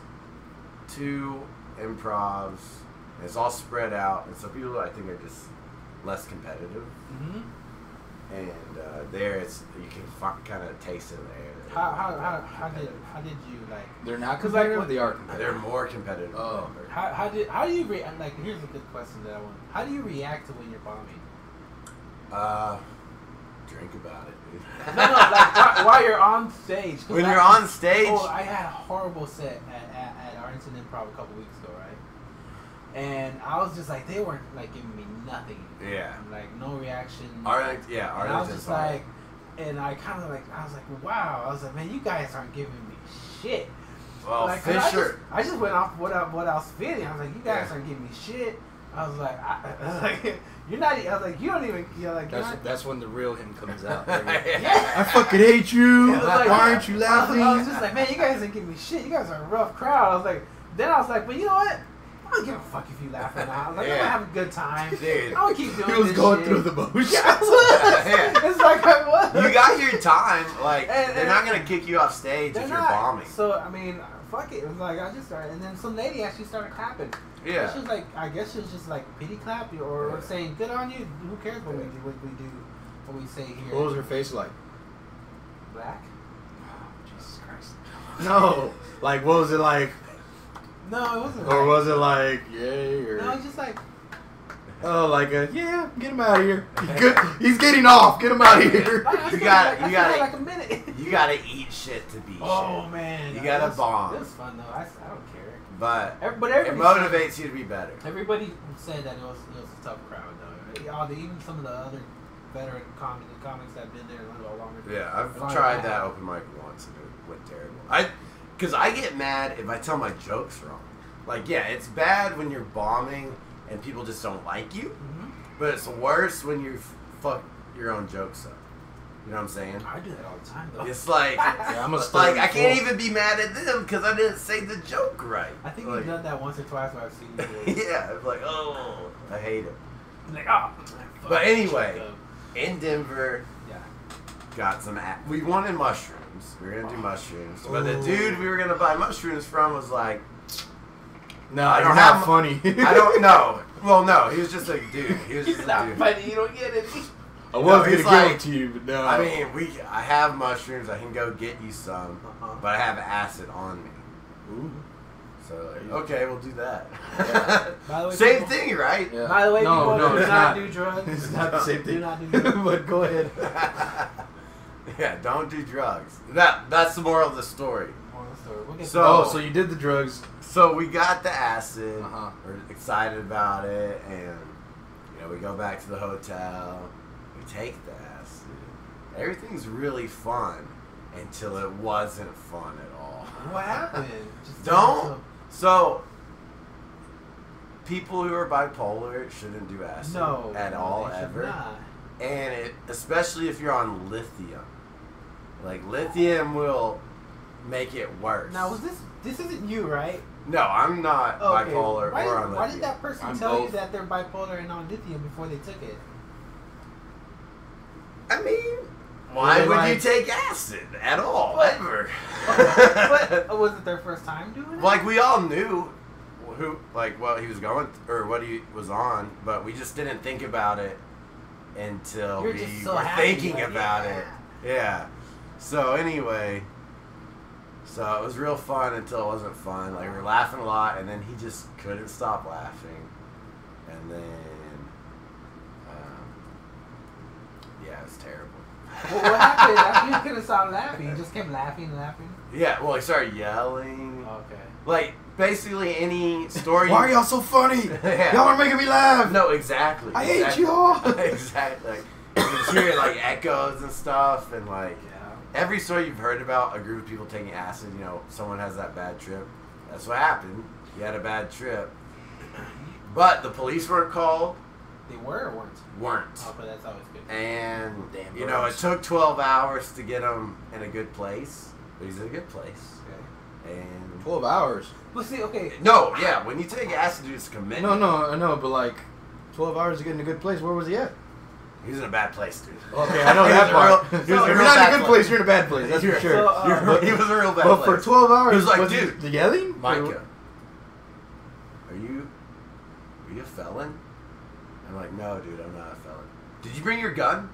Speaker 2: two improvs. And it's all spread out, and so people I think are just less competitive.
Speaker 1: Mm-hmm.
Speaker 2: and uh, there it's you can f- kind of taste it in the air.
Speaker 1: How, how, how, how did how did you like?
Speaker 3: They're not
Speaker 1: 'Cause, like,
Speaker 3: competitive.
Speaker 1: what-
Speaker 3: they are
Speaker 2: They're
Speaker 3: competitive.
Speaker 2: more competitive.
Speaker 3: Oh.
Speaker 2: than Denver.
Speaker 1: How, how did how do you re- like? Here's a good question that I want. How do you react to when you're bombing?
Speaker 2: Uh, drink about it. Dude.
Speaker 1: No, no, like while, while you're on stage. 'Cause
Speaker 2: when
Speaker 1: I-
Speaker 2: you're on stage,
Speaker 1: Oh, I had a horrible set at, at, at Arlington Improv a couple weeks ago, right? And I was just like, they weren't like giving me nothing.
Speaker 2: yeah,
Speaker 1: Like no reaction.
Speaker 2: Arlington, yeah,
Speaker 1: And I was
Speaker 2: Arlington's
Speaker 1: just
Speaker 2: hard.
Speaker 1: like, and I kind of like, I was like, wow. I was like, man, you guys aren't giving me shit.
Speaker 3: Oh,
Speaker 2: well,
Speaker 1: like, 'cause I just-
Speaker 2: Fisher.
Speaker 1: I just, went off what I, what I was feeling. I was like, you guys
Speaker 2: Yeah.
Speaker 1: aren't giving me shit. I was like, I, I was like, you're not. e, I was like, you don't even. You're like, you're
Speaker 3: That's
Speaker 1: not,
Speaker 3: that's when the real him comes out.
Speaker 1: yeah.
Speaker 3: I fucking hate you.
Speaker 1: It was like-
Speaker 3: Why aren't you
Speaker 1: I was, I was
Speaker 3: laughing?
Speaker 1: just like, man, you guys ain't giving me shit. You guys are a rough crowd. I was like, then I was like, but you know what? I don't give a fuck if you laugh or not. I was like, I'm
Speaker 2: Yeah.
Speaker 1: gonna have a good time. I'm
Speaker 2: Dude.
Speaker 1: gonna keep doing
Speaker 3: He was
Speaker 1: this
Speaker 3: going
Speaker 1: shit.
Speaker 3: through the motions.
Speaker 1: Yeah, I was.
Speaker 2: Yeah.
Speaker 1: it's like I was.
Speaker 2: You got your time. Like
Speaker 1: And-
Speaker 2: they're
Speaker 1: and-
Speaker 2: not gonna kick you off stage
Speaker 1: They're
Speaker 2: if you're
Speaker 1: not.
Speaker 2: bombing.
Speaker 1: So I mean, fuck it. It was like I just started, and then some lady actually started clapping. And She
Speaker 2: yeah,
Speaker 1: was like, I guess she was just like pity clap you or
Speaker 2: Yeah.
Speaker 1: saying good on you. Who cares what we
Speaker 2: Yeah.
Speaker 1: do? What we do? What we say here?
Speaker 3: What was her face like?
Speaker 1: Black?
Speaker 3: Jesus Christ. No. Like, what was it like?
Speaker 1: No, it wasn't.
Speaker 3: Or
Speaker 1: like-
Speaker 3: was it like, yay?
Speaker 1: No, it was
Speaker 3: Or,
Speaker 1: just like
Speaker 3: oh, like a, yeah, get him out of here. He good, he's getting off. Get him out of here.
Speaker 1: I- I
Speaker 2: You
Speaker 1: still
Speaker 2: got-
Speaker 1: had- I still
Speaker 2: you got
Speaker 1: had
Speaker 2: it.
Speaker 1: like a minute.
Speaker 2: you gotta eat shit to be
Speaker 1: Oh
Speaker 2: shit.
Speaker 1: man,
Speaker 2: You got a
Speaker 1: that's-
Speaker 2: bomb.
Speaker 1: That's fun though. I, I don't care.
Speaker 2: But
Speaker 1: Every, but
Speaker 2: it
Speaker 1: everybody,
Speaker 2: motivates you to be better.
Speaker 1: everybody said that it was, it was a tough crowd though. All the, even some of the other veteran comics, comics that have been there a little longer.
Speaker 2: Yeah, I've
Speaker 1: Fine.
Speaker 2: tried that open mic once and it went terrible. I, because I get mad if I tell my jokes wrong. Like, yeah, it's bad when you're bombing and people just don't like you,
Speaker 1: Mhm.
Speaker 2: but it's worse when you f- fuck your own jokes up. You know what I'm saying?
Speaker 1: I do that all the time though.
Speaker 2: It's like,
Speaker 3: Yeah, I'm a
Speaker 2: like
Speaker 3: stubborn
Speaker 2: I can't
Speaker 3: fool.
Speaker 2: even be mad at them because I didn't say the joke right.
Speaker 1: I think
Speaker 2: like,
Speaker 1: you've done that once or twice where I've seen you. do it.
Speaker 2: Yeah, it's like, oh, I hate it.
Speaker 1: like, oh. fuck,
Speaker 2: But anyway.
Speaker 1: shut up.
Speaker 2: In Denver,
Speaker 1: yeah.
Speaker 2: got some. A- we wanted mushrooms. We were gonna do mushrooms, but the
Speaker 3: Ooh.
Speaker 2: dude we were gonna buy mushrooms from was like,
Speaker 3: No,
Speaker 2: I
Speaker 3: I
Speaker 2: don't
Speaker 3: don't
Speaker 2: have-
Speaker 3: not funny.
Speaker 2: I don't know. Well, no, he was just a dude. He was
Speaker 1: He's
Speaker 2: just a
Speaker 1: not
Speaker 2: dude.
Speaker 1: funny. You don't get it.
Speaker 3: I
Speaker 2: No,
Speaker 3: was
Speaker 2: he's
Speaker 3: going to give
Speaker 2: like-
Speaker 3: it to you, but no.
Speaker 2: I mean, we. I have mushrooms. I can go get you some,
Speaker 1: Uh-huh.
Speaker 2: but I have acid on me.
Speaker 3: Ooh.
Speaker 2: So like, okay, we'll do that.
Speaker 3: Yeah.
Speaker 1: By the way,
Speaker 2: Same
Speaker 1: people-
Speaker 2: thing, right?
Speaker 3: Yeah.
Speaker 1: By the way,
Speaker 3: no,
Speaker 1: people
Speaker 3: no,
Speaker 1: do
Speaker 3: it's
Speaker 1: not,
Speaker 3: not.
Speaker 1: do drugs.
Speaker 3: It's not the same
Speaker 1: Do
Speaker 3: thing.
Speaker 1: not do drugs.
Speaker 3: but go ahead.
Speaker 2: yeah. Don't do drugs. That that's the moral of the story.
Speaker 1: Moral of the story. We'll get
Speaker 2: So-
Speaker 1: to
Speaker 3: Oh, so you did the drugs.
Speaker 2: So we got the acid.
Speaker 3: Uh-huh.
Speaker 2: We're excited about it, and you know we go back to the hotel. We take the acid. Everything's really fun until it wasn't fun at all.
Speaker 1: that. what happened. Just
Speaker 2: Don't. So people who are bipolar shouldn't do acid
Speaker 1: No.
Speaker 2: at
Speaker 1: no,
Speaker 2: all
Speaker 1: they should
Speaker 2: ever,
Speaker 1: Not.
Speaker 2: and it, especially if you're on lithium. Like lithium will make it worse.
Speaker 1: Now, was this this isn't you, right?
Speaker 2: no, I'm not
Speaker 1: Okay,
Speaker 2: bipolar
Speaker 1: why,
Speaker 2: or on lithium.
Speaker 1: why did that person
Speaker 3: I'm
Speaker 1: tell you
Speaker 3: both.
Speaker 1: that they're bipolar and on lithium before they took it?
Speaker 2: I mean, why
Speaker 1: They
Speaker 2: would
Speaker 1: like-
Speaker 2: you take acid at all?
Speaker 1: But-
Speaker 2: ever?
Speaker 1: but was it their first time doing it?
Speaker 2: like we all knew who like what he was going th- or what he was on, but we just didn't think about it until
Speaker 1: You're
Speaker 2: we
Speaker 1: just so
Speaker 2: were
Speaker 1: happy,
Speaker 2: thinking
Speaker 1: like,
Speaker 2: about
Speaker 1: yeah.
Speaker 2: it. Yeah. So anyway, so it was real fun until it wasn't fun. Like we were laughing a lot, and then he just couldn't stop laughing, and then um, yeah, it was terrible.
Speaker 1: Well, what happened? After you couldn't stop laughing. You just kept laughing and laughing.
Speaker 2: Yeah, well, he started yelling.
Speaker 1: Okay.
Speaker 2: Like basically any story.
Speaker 3: Why are y'all so funny?
Speaker 2: Yeah.
Speaker 3: Y'all are making me laugh.
Speaker 2: No, exactly.
Speaker 3: I hate
Speaker 2: exactly.
Speaker 3: you all.
Speaker 2: exactly. Like, you can hear like echoes and stuff, and like
Speaker 1: Yeah.
Speaker 2: every story you've heard about a group of people taking acid. You know, someone has that bad trip. That's what happened. You had a bad trip, but the police weren't called.
Speaker 1: They were or weren't.
Speaker 2: Weren't.
Speaker 1: Okay, Oh, that's always good.
Speaker 2: And
Speaker 3: Oh. Damn
Speaker 2: you know, it
Speaker 3: birds.
Speaker 2: took twelve hours to get him in a good place. But he's in a good place. And
Speaker 3: Twelve hours.
Speaker 1: Well, see, okay.
Speaker 2: no, yeah, when you take acid, it's a
Speaker 3: No,
Speaker 2: commitment.
Speaker 3: no, I know, but like, twelve hours to get in a good place. Where was he at?
Speaker 2: he's in a bad place, dude.
Speaker 3: Okay, I know
Speaker 2: He was
Speaker 3: that
Speaker 2: a
Speaker 3: part.
Speaker 2: real- he
Speaker 3: You're
Speaker 2: was real
Speaker 3: not in
Speaker 2: bad
Speaker 3: a good place. You're in a bad place. That's for
Speaker 2: You're-
Speaker 3: sure.
Speaker 1: so, uh,
Speaker 2: You're-
Speaker 1: But-
Speaker 2: he was a real bad
Speaker 3: but
Speaker 2: player.
Speaker 3: for 12 hours,
Speaker 2: He was like,
Speaker 3: he
Speaker 2: "Dude,
Speaker 3: the yelling?
Speaker 2: Micah, are you are you a felon? I'm like, no, dude, I'm not a felon. Did you bring your gun?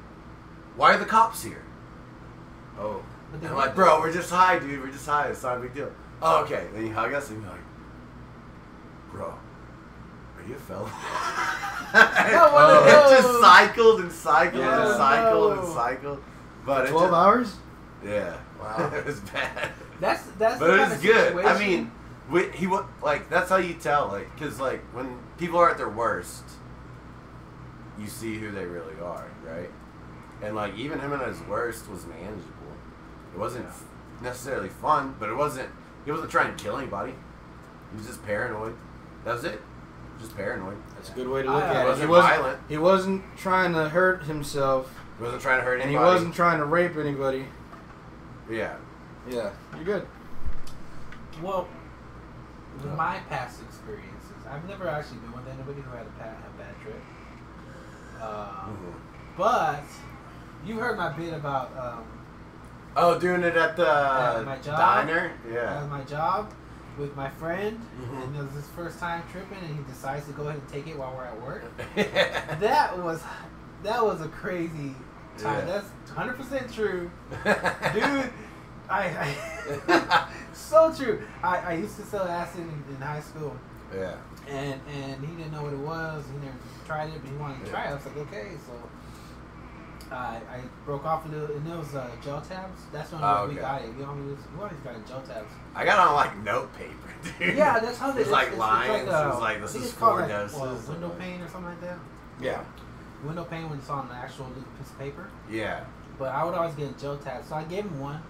Speaker 2: Why are the cops here? Oh,
Speaker 1: But they
Speaker 2: I'm
Speaker 1: weren't
Speaker 2: like, bro, we're just high, dude. We're just high. It's not a big deal. Oh, okay. Then you hug us and you're like, bro, are you a felon?
Speaker 1: No, one of
Speaker 2: it just
Speaker 1: those.
Speaker 2: cycled and cycled
Speaker 1: Yeah.
Speaker 2: and cycled and
Speaker 1: No.
Speaker 2: cycled. But it
Speaker 3: Twelve
Speaker 2: just-
Speaker 3: hours?
Speaker 2: Yeah.
Speaker 3: Wow.
Speaker 2: it was bad.
Speaker 1: That's that's.
Speaker 2: But
Speaker 1: the
Speaker 2: it
Speaker 1: kind
Speaker 2: was
Speaker 1: of
Speaker 2: good. I
Speaker 1: situation-
Speaker 2: mean, we, he wa- like that's how you tell, like, because like when people are at their worst, you see who they really are, right? And like even him at his worst was manageable. It wasn't f necessarily fun, but it wasn't. He wasn't trying to kill anybody. He was just paranoid. That was it. Just paranoid.
Speaker 3: That's a good way to look
Speaker 1: Uh,
Speaker 3: at it.
Speaker 2: wasn't
Speaker 3: he wasn't
Speaker 2: violent.
Speaker 3: He wasn't trying to hurt himself,
Speaker 2: He wasn't trying to hurt
Speaker 3: and
Speaker 2: anybody.
Speaker 3: he wasn't trying to rape anybody.
Speaker 2: Yeah.
Speaker 3: Yeah, you're good.
Speaker 1: well, with
Speaker 2: Yeah.
Speaker 1: my past experiences, I've never actually been with anybody who had a bad, a bad trip. Um,
Speaker 2: Mhm.
Speaker 1: But you heard my bit about um,
Speaker 2: Oh, doing it at the
Speaker 1: At my job?
Speaker 2: diner.
Speaker 1: at
Speaker 2: Yeah.
Speaker 1: my job with my friend,
Speaker 2: Mhm.
Speaker 1: and it was his first time tripping, and he decides to go ahead and take it while we're at work. That was that was a crazy time.
Speaker 2: Yeah.
Speaker 1: That's hundred percent true, dude. I, I so true. I, I used to sell acid in, in high school,
Speaker 2: yeah.
Speaker 1: and and he didn't know what it was. He never tried it, but he wanted to
Speaker 2: Yeah.
Speaker 1: try it. I was like, okay, so. I, I broke off a little, and it was uh, gel tabs. That's when
Speaker 2: Oh,
Speaker 1: we
Speaker 2: okay.
Speaker 1: got it. We always, we always got it gel tabs.
Speaker 2: I got on like note paper, dude.
Speaker 1: Yeah, that's how they.
Speaker 2: It's like lines. It was like, this
Speaker 1: uh, I think
Speaker 2: is
Speaker 1: it's called,
Speaker 2: four
Speaker 1: like,
Speaker 2: doses.
Speaker 1: uh, window pane or something like that.
Speaker 3: Yeah.
Speaker 1: Window pane when it's on an actual little piece of paper.
Speaker 2: Yeah.
Speaker 1: But I would always get a gel tab, so I gave him one,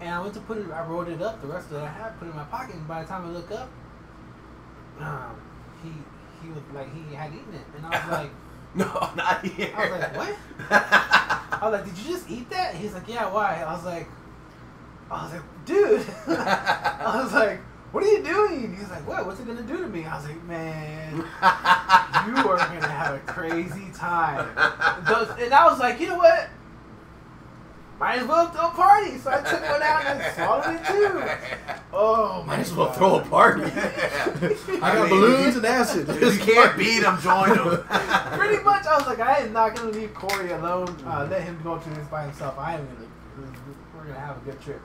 Speaker 1: and I went to put it. I rolled it up. The rest of it I had put it in my pocket, and by the time I look up, um, he he was like he had eaten it, and I was like,
Speaker 2: No, not here.
Speaker 1: I was like, what?
Speaker 2: what?
Speaker 1: I was like, did you just eat that? He's like, yeah. Why? I was like, I was like, dude. I was like, what are you doing? He's like, what? What's it gonna do to me? I was like, man. you are gonna have a crazy time. Those, and I was like, you know what? Might as well throw a party. So I took one out and I swallowed it too. Oh, my
Speaker 3: Might as well
Speaker 1: God.
Speaker 3: throw a party. I got
Speaker 2: mean,
Speaker 3: balloons and acid.
Speaker 2: If you can't beat them, join them.
Speaker 1: Pretty much, I was like, I am not gonna leave Corey alone. Uh, let him go through this by himself. I am gonna. We're gonna have a good trip.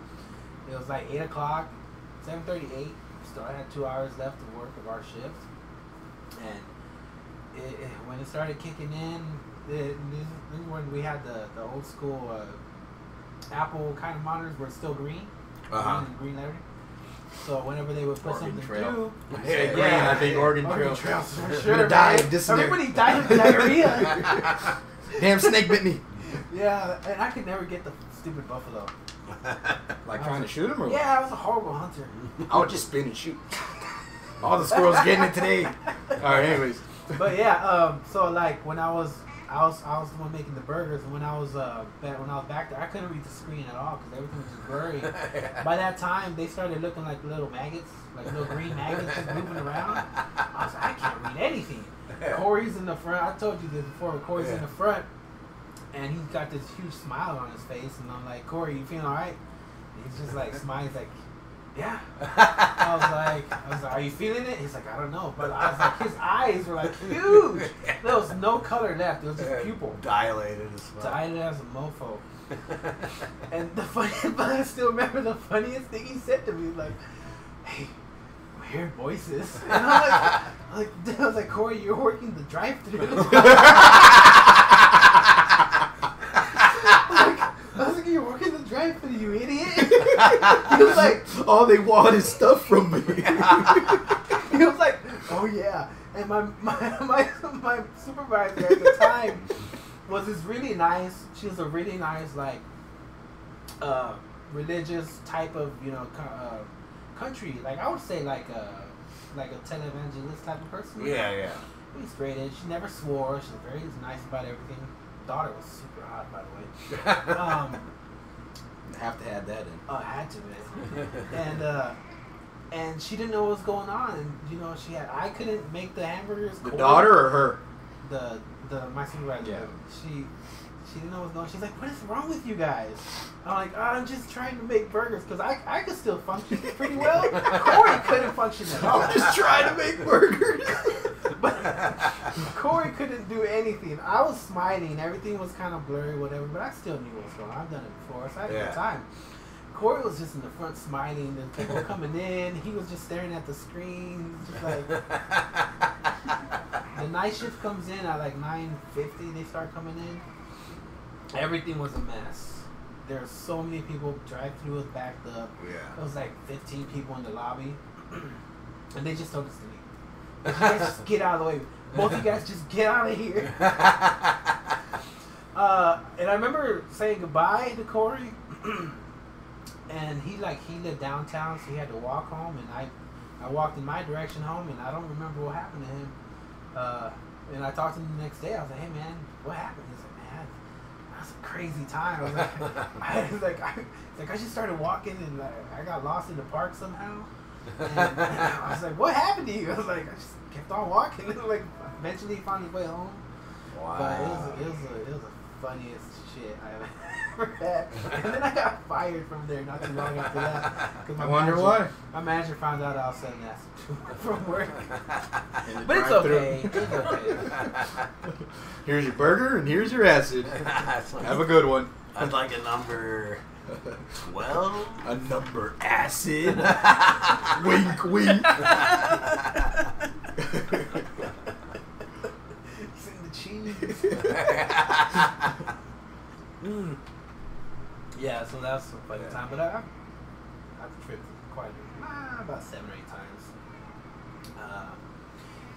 Speaker 1: It was like eight o'clock, seven thirty-eight. So I had two hours left to work of our shift, and it, it- when it started kicking in, it, this this is when we had the the old school uh, Apple kind of monitors were still green,
Speaker 2: Uh-huh.
Speaker 1: green, green lettering. So whenever they would put
Speaker 3: Oregon
Speaker 1: something
Speaker 3: Trail.
Speaker 1: through,
Speaker 3: Yeah,
Speaker 1: yeah.
Speaker 3: I think Oregon
Speaker 1: Oregon
Speaker 3: Trail.
Speaker 1: Trails, for
Speaker 3: I'm
Speaker 1: sure,
Speaker 3: gonna die
Speaker 1: man.
Speaker 3: of dysentery.
Speaker 1: everybody died of diarrhea.
Speaker 3: Damn snake bit me.
Speaker 1: Yeah, and I could never get the stupid buffalo.
Speaker 3: Like trying to shoot him or what?
Speaker 1: Yeah, I was a horrible hunter.
Speaker 3: I would just spin and shoot. All the squirrels getting it today. All right, anyways.
Speaker 1: But yeah, um, so like when I was, I was I was the one making the burgers, and when I was uh back, when I was back there, I couldn't read the screen at all because everything was just blurry. By that time, they started looking like little maggots, like little green maggots just moving around. I was like, I can't read anything. Corey's in the front. I told you this before. Corey's in
Speaker 2: Yeah.
Speaker 1: the front, and he's got this huge smile on his face, and I'm like, Corey, you feeling all right? And he's just like smiles, like, yeah. I was like, I was like, are you feeling it? He's like, I don't know, but I was like, his eyes were like huge. There was no color left. It was just pupil.
Speaker 2: Dilated as fuck.
Speaker 1: Died as a mofo. And the funny, but I still remember the funniest thing he said to me, like, "Hey, I hear voices." And I was like, I was like, I was like Corey, you're working the drive-through. I was like, you're working the drive-through, you idiot. he was like,
Speaker 3: all they want is stuff from me.
Speaker 1: he was like, oh yeah. And my my my, my supervisor at the time was this really nice. She was a really nice like uh, religious type of you know co- uh, country. Like I would say like a like a televangelist type of person.
Speaker 2: yeah, yeah.
Speaker 1: Pretty straight edge. She never swore. She was very nice about everything. Daughter was super hot by the way. Um,
Speaker 3: Have to add that in.
Speaker 1: Oh, I had to, man. and uh, and she didn't know what was going on, and you know she had I couldn't make the hamburgers.
Speaker 3: The
Speaker 1: cold.
Speaker 3: daughter or her?
Speaker 1: the the my supervisor.
Speaker 3: Yeah.
Speaker 1: She she didn't know what was going. on. She's like, "What is wrong with you guys?" I'm like, oh, "I'm just trying to make burgers because I I could still function pretty well. Corey couldn't function at all."
Speaker 3: I'm just trying to make burgers.
Speaker 1: Corey couldn't do anything. I was smiling. Everything was kind of blurry, whatever, but I still knew what was going on. I've done it before, so I had
Speaker 2: Yeah.
Speaker 1: the time. Corey was just in the front smiling, and people were coming in. He was just staring at the screen. Just like the night shift comes in at like nine fifty, they start coming in. Everything was a mess. There were so many people. Drive through was backed up.
Speaker 2: yeah.
Speaker 1: It was like 15 people in the lobby, and they just told us to leave. You guys just get out of the way. Both of you guys just get out of here. Uh, and I remember saying goodbye to Corey, and he like he lived downtown, so he had to walk home, and I, I walked in my direction home, and I don't remember what happened to him. Uh, and I talked to him the next day. I was like, hey man, what happened? He's like, man, that was a crazy time. I was like, I was like, I, like I just started walking and like, I got lost in the park somehow. And I was like, what happened to you? I was like, I just kept on walking. and like eventually found his way home. But it was, it was, a, it was the funniest shit I've ever had. And then I got fired from there not too long after that. 'cause my
Speaker 3: I wonder
Speaker 1: manager-
Speaker 3: why.
Speaker 1: My manager found out I was selling ass from work.
Speaker 3: In the
Speaker 1: But it's
Speaker 3: drive-thru.
Speaker 1: okay. It's okay.
Speaker 3: Here's your burger and here's your acid.
Speaker 2: It's like,
Speaker 3: Have a good one.
Speaker 2: I'd like a number twelve.
Speaker 3: A number acid. wink, wink.
Speaker 1: It's in the cheese. Mm. Yeah, so that was some funny
Speaker 2: Yeah.
Speaker 1: time. But I, I've tripped quite a ah, about seven or eight times. Uh,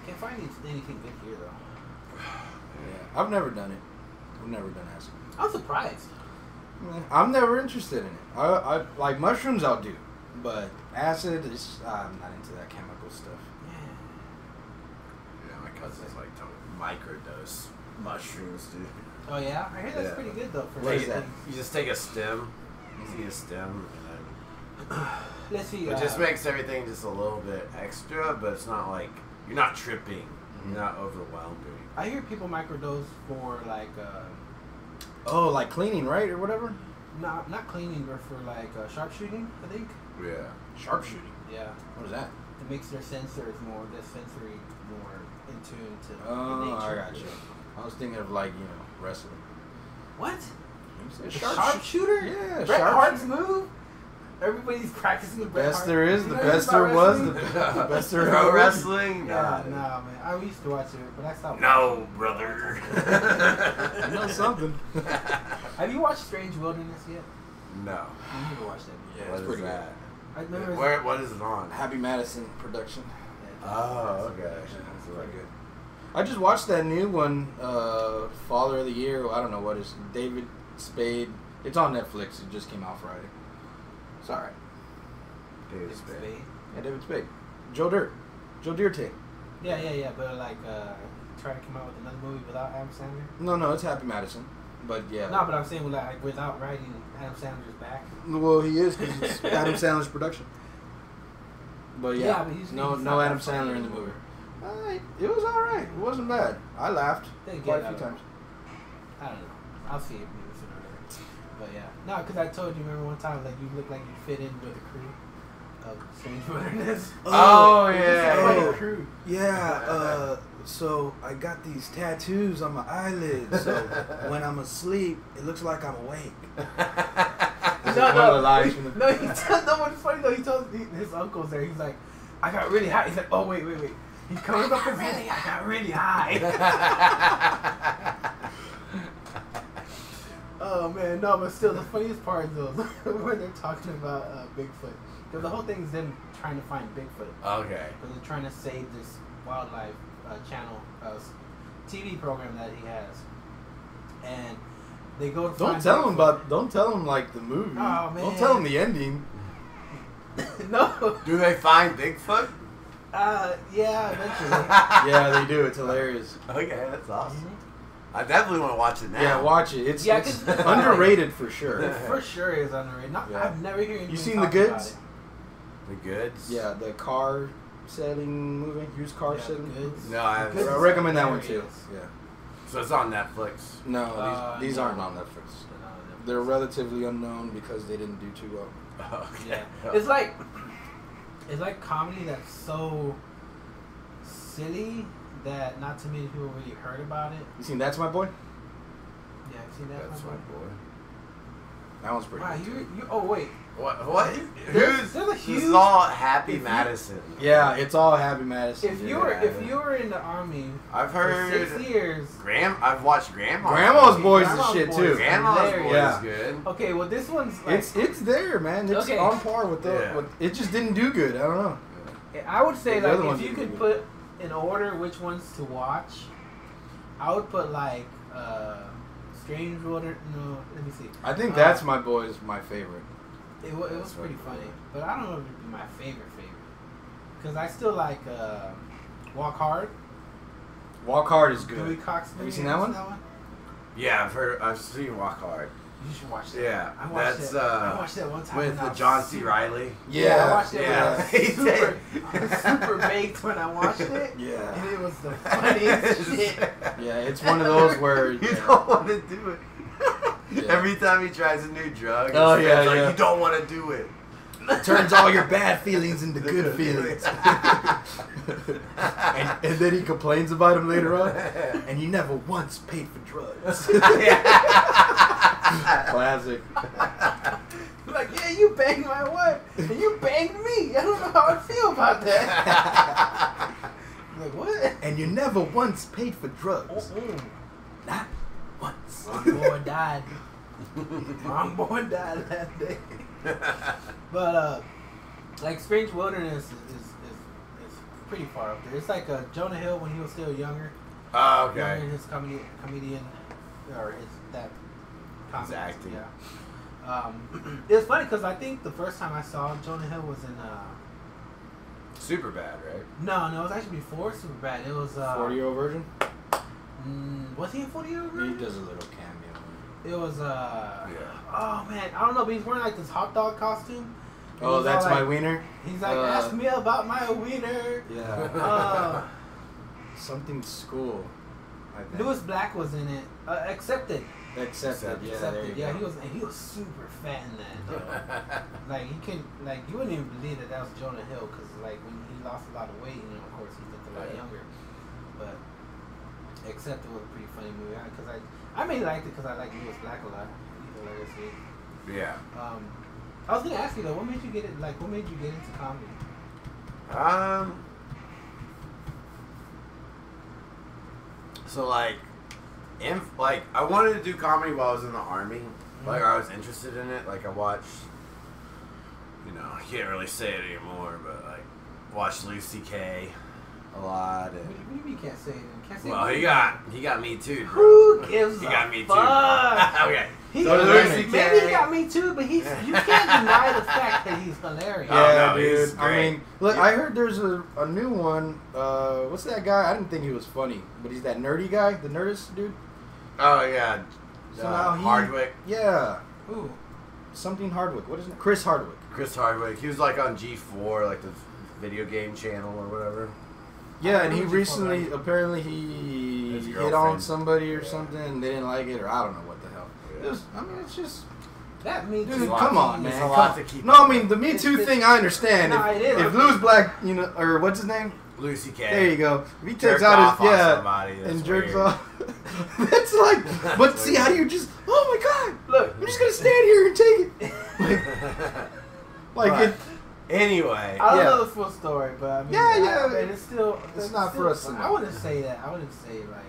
Speaker 1: can't find any- anything good here though.
Speaker 3: Yeah, I've never done it. I've never done acid.
Speaker 1: I'm surprised.
Speaker 3: I'm never interested in it. I, I like mushrooms. I'll do, but acid is. I'm not into that chemical stuff.
Speaker 1: Yeah.
Speaker 2: Yeah, my cousin's like to microdose mushrooms, dude.
Speaker 1: Oh yeah, I hear that's
Speaker 2: Yeah.
Speaker 1: pretty good though. For
Speaker 3: What is
Speaker 1: me.
Speaker 3: that?
Speaker 2: You just take a stem, you see a stem, and
Speaker 1: Let's see.
Speaker 2: then it
Speaker 1: uh,
Speaker 2: just makes everything just a little bit extra, but it's not like you're not tripping, you're not overwhelmed or anything.
Speaker 1: I hear people microdose for like, uh,
Speaker 3: Oh, like cleaning, right, or whatever.
Speaker 1: not not cleaning, but for like uh, sharpshooting. I think.
Speaker 2: Yeah.
Speaker 3: Sharpshooting.
Speaker 1: Yeah,
Speaker 3: What is that?
Speaker 1: it makes their sensors more, their sensory more in tune to
Speaker 3: Oh, I
Speaker 1: nature.
Speaker 3: got you. I was thinking of like you know wrestling.
Speaker 1: What?
Speaker 3: You said
Speaker 1: Sharpshooter?
Speaker 3: Yeah,
Speaker 1: Bret
Speaker 3: sharpshooter.
Speaker 1: Hart's move. Everybody's practicing the Bret
Speaker 3: Best
Speaker 1: Hart.
Speaker 3: there is, the
Speaker 1: You know,
Speaker 3: best
Speaker 1: it's
Speaker 3: there
Speaker 1: not
Speaker 3: was, the,
Speaker 1: wrestling.
Speaker 3: the best there
Speaker 2: Pro
Speaker 3: ever was.
Speaker 2: wrestling?
Speaker 1: Yeah,
Speaker 2: dude.
Speaker 1: no, man. I used to watch it, but I stopped.
Speaker 2: No, brother.
Speaker 3: You know something.
Speaker 1: Have you watched Strange Wilderness yet?
Speaker 2: no.
Speaker 1: You need to watch that.
Speaker 3: Yeah,
Speaker 2: What
Speaker 3: it's
Speaker 2: is
Speaker 3: pretty good.
Speaker 2: that?
Speaker 1: I remember. it's-
Speaker 2: Where, what is it on?
Speaker 3: Happy Madison production. Uh,
Speaker 2: Oh, okay.
Speaker 3: Yeah, it's pretty good. I just watched that new one, uh, Father of the Year. I don't know what is David Spade. It's on Netflix. It just came out Friday. It's all right.
Speaker 2: David
Speaker 1: It's
Speaker 2: Spade.
Speaker 1: Spade.
Speaker 3: Yeah, David Spade, Joe Dirt, Joe Dirt.
Speaker 1: Yeah, yeah, yeah. But like, uh, try to come out with another movie without Adam Sandler?
Speaker 3: No, no, it's Happy Madison. But yeah.
Speaker 1: No, but I'm saying like without writing Adam Sandler's back.
Speaker 3: Well, he is because it's Adam Sandler's production. But yeah,
Speaker 1: Yeah, but he's-
Speaker 3: no,
Speaker 1: he's
Speaker 3: no
Speaker 1: not
Speaker 3: Adam
Speaker 1: that funny
Speaker 3: Sandler in the
Speaker 1: anymore.
Speaker 3: movie. Uh, it was all right. It wasn't bad. I laughed
Speaker 1: They get
Speaker 3: quite a
Speaker 1: out
Speaker 3: few
Speaker 1: of
Speaker 3: times.
Speaker 1: I don't know. I'll see it maybe sooner or later. But yeah, no, because I told you remember one time like you look like you fit in with the crew of Strange Wilderness.
Speaker 2: Oh,
Speaker 1: It's like
Speaker 2: yeah.
Speaker 1: a crew.
Speaker 3: Yeah, uh, so I got these tattoos on my eyelids. So when I'm asleep, it looks like I'm awake.
Speaker 2: yeah.
Speaker 3: is one of the lines
Speaker 1: he-
Speaker 3: from the-
Speaker 1: no, he tells no one's funny though. He tells he- his uncles there. He's like, I got really high. He's like, oh wait, wait, wait. He covers up his really. I got really high. oh man, no, but still, the funniest part is though when they're talking about uh, Bigfoot. Because the whole thing is them trying to find Bigfoot.
Speaker 2: okay.
Speaker 1: Because they're trying to save this wildlife uh, channel uh, TV program that he has. And they go. to
Speaker 3: Don't
Speaker 1: find
Speaker 3: tell him
Speaker 1: Bigfoot.
Speaker 3: about. Don't tell him like the movie.
Speaker 1: Aw, man.
Speaker 3: Don't tell him the ending.
Speaker 1: no.
Speaker 2: Do they find Bigfoot?
Speaker 1: Uh, yeah, eventually.
Speaker 2: yeah,
Speaker 3: Yeah, they do. It's hilarious.
Speaker 2: Okay, that's awesome. I definitely want to watch it now.
Speaker 3: Yeah, watch it. It's,
Speaker 1: Yeah,
Speaker 3: it's
Speaker 1: 'cause-
Speaker 3: underrated for sure.
Speaker 1: It for sure is underrated. Not,
Speaker 3: Yeah.
Speaker 1: I've never heard. anyone
Speaker 3: seen
Speaker 1: talk
Speaker 3: The
Speaker 1: about
Speaker 3: Goods?
Speaker 1: it.
Speaker 2: The goods.
Speaker 3: Yeah, the car selling movie, used car
Speaker 1: Yeah, The
Speaker 3: selling.
Speaker 1: Goods.
Speaker 2: No, I haven't.
Speaker 1: Goods
Speaker 3: I
Speaker 1: is
Speaker 3: recommend that one too.
Speaker 1: hilarious.
Speaker 3: Yeah.
Speaker 2: So it's on Netflix.
Speaker 3: No, these,
Speaker 1: Uh,
Speaker 3: these
Speaker 1: no.
Speaker 3: aren't on Netflix. They're relatively unknown because they didn't do too well.
Speaker 2: Okay.
Speaker 1: Yeah, it's like it's like comedy that's so silly that not too many people really heard about it.
Speaker 3: You seen That's My Boy?
Speaker 1: Yeah, I've seen that.
Speaker 2: that's my
Speaker 1: one.
Speaker 2: boy.
Speaker 3: That one's pretty.
Speaker 1: Wow,
Speaker 3: good,
Speaker 1: you
Speaker 3: too.
Speaker 1: you oh wait,
Speaker 2: What? What?
Speaker 1: There's-
Speaker 2: Who's?
Speaker 1: there's a
Speaker 2: This
Speaker 1: huge-
Speaker 2: is all Happy
Speaker 1: if you-
Speaker 2: Madison.
Speaker 3: Yeah, it's all Happy Madison.
Speaker 1: if
Speaker 3: dude.
Speaker 1: you were if
Speaker 2: yeah.
Speaker 1: you were in the army
Speaker 2: I've
Speaker 1: for
Speaker 2: heard.
Speaker 1: six years,
Speaker 2: Graham. I've watched Grandma.
Speaker 3: Grandma's Boys is
Speaker 1: Grandma's
Speaker 3: shit
Speaker 1: Boys.
Speaker 3: too.
Speaker 2: Grandma's
Speaker 1: Hilarious.
Speaker 2: boy
Speaker 3: Yeah.
Speaker 2: is good.
Speaker 1: okay, well this one's like
Speaker 3: It's it's there, man. It's
Speaker 1: Okay.
Speaker 3: on par with the.
Speaker 2: Yeah.
Speaker 3: With, it just didn't do good. I don't know.
Speaker 1: I would say
Speaker 3: The
Speaker 1: like
Speaker 3: other
Speaker 1: if
Speaker 3: ones
Speaker 1: you
Speaker 3: are
Speaker 1: could
Speaker 3: good.
Speaker 1: put in order which ones to watch, I would put like uh, Strange Water. No, let me see.
Speaker 3: I think
Speaker 1: Uh,
Speaker 3: that's my boy's my favorite.
Speaker 1: It, wa- it was
Speaker 2: That's
Speaker 1: pretty
Speaker 2: right.
Speaker 1: funny, but I don't know if it'd be my favorite favorite because I still like uh, Walk Hard.
Speaker 3: Walk Hard is
Speaker 1: Dewey
Speaker 3: good.
Speaker 1: Cox.
Speaker 3: Have you
Speaker 1: movie.
Speaker 3: seen that one?
Speaker 2: Yeah, I've heard. I've seen Walk Hard
Speaker 1: You should watch that.
Speaker 2: Yeah,
Speaker 1: I watched
Speaker 2: that's,
Speaker 1: that. I
Speaker 2: uh,
Speaker 1: watched that one time
Speaker 2: with
Speaker 1: and I
Speaker 2: the
Speaker 1: was
Speaker 2: John C.
Speaker 1: super-
Speaker 2: Riley.
Speaker 1: Yeah, I watched
Speaker 3: Yeah.
Speaker 1: it.
Speaker 2: Yeah.
Speaker 1: when I was super, I was super baked when I watched it.
Speaker 3: Yeah.
Speaker 1: and it was the funniest shit.
Speaker 3: Yeah, it's one of those where.
Speaker 2: you
Speaker 3: yeah.
Speaker 2: don't want to do it.
Speaker 3: Yeah.
Speaker 2: Every time he tries a new drug, his
Speaker 3: Oh, yeah,
Speaker 2: friend's like
Speaker 3: yeah.
Speaker 2: you don't want to do it.
Speaker 3: turns all your bad feelings into good feelings. and, and then he complains about him later on. And you never once paid for drugs. Classic.
Speaker 1: Like, yeah, you banged my wife, and you banged me. I don't know how I feel about that. I'm like, what?
Speaker 3: And you never once paid for drugs.
Speaker 1: Mm-mm.
Speaker 3: Not once.
Speaker 1: Wrong boy died. Wrong boy died that day. But uh, like Strange Wilderness is, is, is, is pretty far up there. It's like uh, Jonah Hill when he was still younger.
Speaker 2: oh,
Speaker 1: Younger
Speaker 2: okay.
Speaker 1: in his comedy comedian or his that comedy,
Speaker 2: acting.
Speaker 1: Yeah. Um, it's funny because I think the first time I saw Jonah Hill was in uh,
Speaker 2: Super bad, right?
Speaker 1: no no it was actually before Superbad. It was uh,
Speaker 3: year old virgin?
Speaker 1: mm, was he in Forty Year Old?
Speaker 3: He
Speaker 1: Virgin?
Speaker 3: does a little cameo.
Speaker 1: It was uh.
Speaker 2: Yeah.
Speaker 1: Oh man, I don't know, but he's wearing like this hot dog costume. And
Speaker 3: Oh,
Speaker 1: he's
Speaker 3: that's
Speaker 1: all like,
Speaker 3: my wiener?
Speaker 1: He's like,
Speaker 3: Uh,
Speaker 1: ask me about my wiener.
Speaker 3: Yeah.
Speaker 1: Uh,
Speaker 3: Something school. I think.
Speaker 1: Lewis Black was in it. Uh, accepted.
Speaker 3: Accepted.
Speaker 2: Accepted.
Speaker 3: Yeah, there you
Speaker 1: accepted. Yeah,
Speaker 3: go.
Speaker 1: he was. And he was super fat in that. Though. like he can. Like you wouldn't even believe that that was Jonah Hill, because like when he lost a lot of weight, you know, of course he looked a lot
Speaker 2: Yeah.
Speaker 1: younger. But accepted was a pretty funny movie because I, I mainly liked it because I like Lewis Black a lot. He's hilarious. dude.
Speaker 2: yeah.
Speaker 1: Um, I was gonna ask you though, what made you get it? Like, what made you get into comedy?
Speaker 2: Um. So like, in like I wanted to do comedy while I was in the army.
Speaker 1: Mm-hmm.
Speaker 2: Like I was interested in it. Like I watched. You know, I can't really say it anymore, but like, watched Lucy K. A lot.
Speaker 1: What
Speaker 2: And,
Speaker 1: do you- what do you mean you can't say it? You Can't say
Speaker 2: well,
Speaker 1: it?
Speaker 2: he got he got me too. Bro.
Speaker 1: Who gives
Speaker 2: He
Speaker 1: a
Speaker 2: got me
Speaker 1: fuck?
Speaker 2: too. okay.
Speaker 1: He,
Speaker 2: So
Speaker 3: Louis
Speaker 1: maybe
Speaker 2: CK.
Speaker 1: he got me too, but he's you can't deny the fact that he's hilarious.
Speaker 2: Oh,
Speaker 3: Yeah,
Speaker 2: no, he's
Speaker 3: dude. I
Speaker 2: great.
Speaker 3: mean, look,
Speaker 2: Yeah.
Speaker 3: I heard there's a, a new one. Uh, what's that guy? I didn't think he was funny, but he's that nerdy guy, the nerdist dude.
Speaker 2: Oh yeah,
Speaker 3: So
Speaker 2: uh,
Speaker 3: now he-
Speaker 2: Hardwick,
Speaker 3: Yeah,
Speaker 1: Ooh,
Speaker 3: something Hardwick. What is it? Chris Hardwick.
Speaker 2: Chris Hardwick. He was like on G four, like the video game channel or whatever.
Speaker 3: Yeah, and
Speaker 1: I don't know
Speaker 3: he
Speaker 1: what you call
Speaker 3: recently
Speaker 1: that.
Speaker 3: apparently he
Speaker 2: His
Speaker 3: hit on
Speaker 2: girlfriend.
Speaker 3: somebody or
Speaker 2: Yeah.
Speaker 3: something. And they didn't like it, or I don't know what the hell.
Speaker 2: Yeah.
Speaker 3: It was, I mean, it's just
Speaker 1: that means
Speaker 3: Dude, come on, man.
Speaker 2: There's a
Speaker 3: Come-
Speaker 2: lot to keep.
Speaker 3: no. I mean, the Me
Speaker 1: It's-
Speaker 3: Too
Speaker 1: it's-
Speaker 3: thing, I understand.
Speaker 1: No,
Speaker 3: if
Speaker 1: it is.
Speaker 3: if Louis Black, you know, or what's his name?
Speaker 2: Lucy K.
Speaker 3: There you go. If he takes
Speaker 2: Jerked
Speaker 3: out
Speaker 2: off
Speaker 3: his
Speaker 2: on
Speaker 3: yeah,
Speaker 2: somebody, that's
Speaker 3: and jerks
Speaker 2: weird.
Speaker 3: off. that's like, but see how do you just? Oh my god!
Speaker 1: Look.
Speaker 3: I'm just gonna stand here and take it. Like
Speaker 2: Right.
Speaker 3: it,
Speaker 2: anyway,
Speaker 1: I don't
Speaker 3: Yeah.
Speaker 1: know the full story, but I mean,
Speaker 3: Yeah,
Speaker 1: I-
Speaker 3: yeah,
Speaker 1: but it's still
Speaker 3: it's not
Speaker 1: still-
Speaker 3: for us to know.
Speaker 1: I wouldn't say that. I wouldn't say like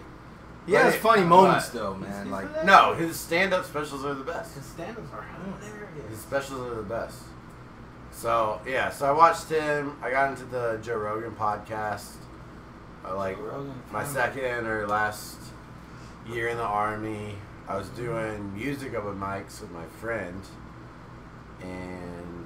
Speaker 3: he has
Speaker 2: Right.
Speaker 3: funny moments
Speaker 2: Right.
Speaker 3: though, man.
Speaker 1: He's
Speaker 3: Like
Speaker 1: hilarious.
Speaker 2: no, his stand-up specials are the best.
Speaker 1: his stand-ups are
Speaker 2: His
Speaker 1: hilarious.
Speaker 2: specials are the best. So yeah, so I watched him. I got into the Joe Rogan podcast. I like
Speaker 1: Joe Rogan.
Speaker 2: my second or last year in the army. I was doing music open mics with my friend, and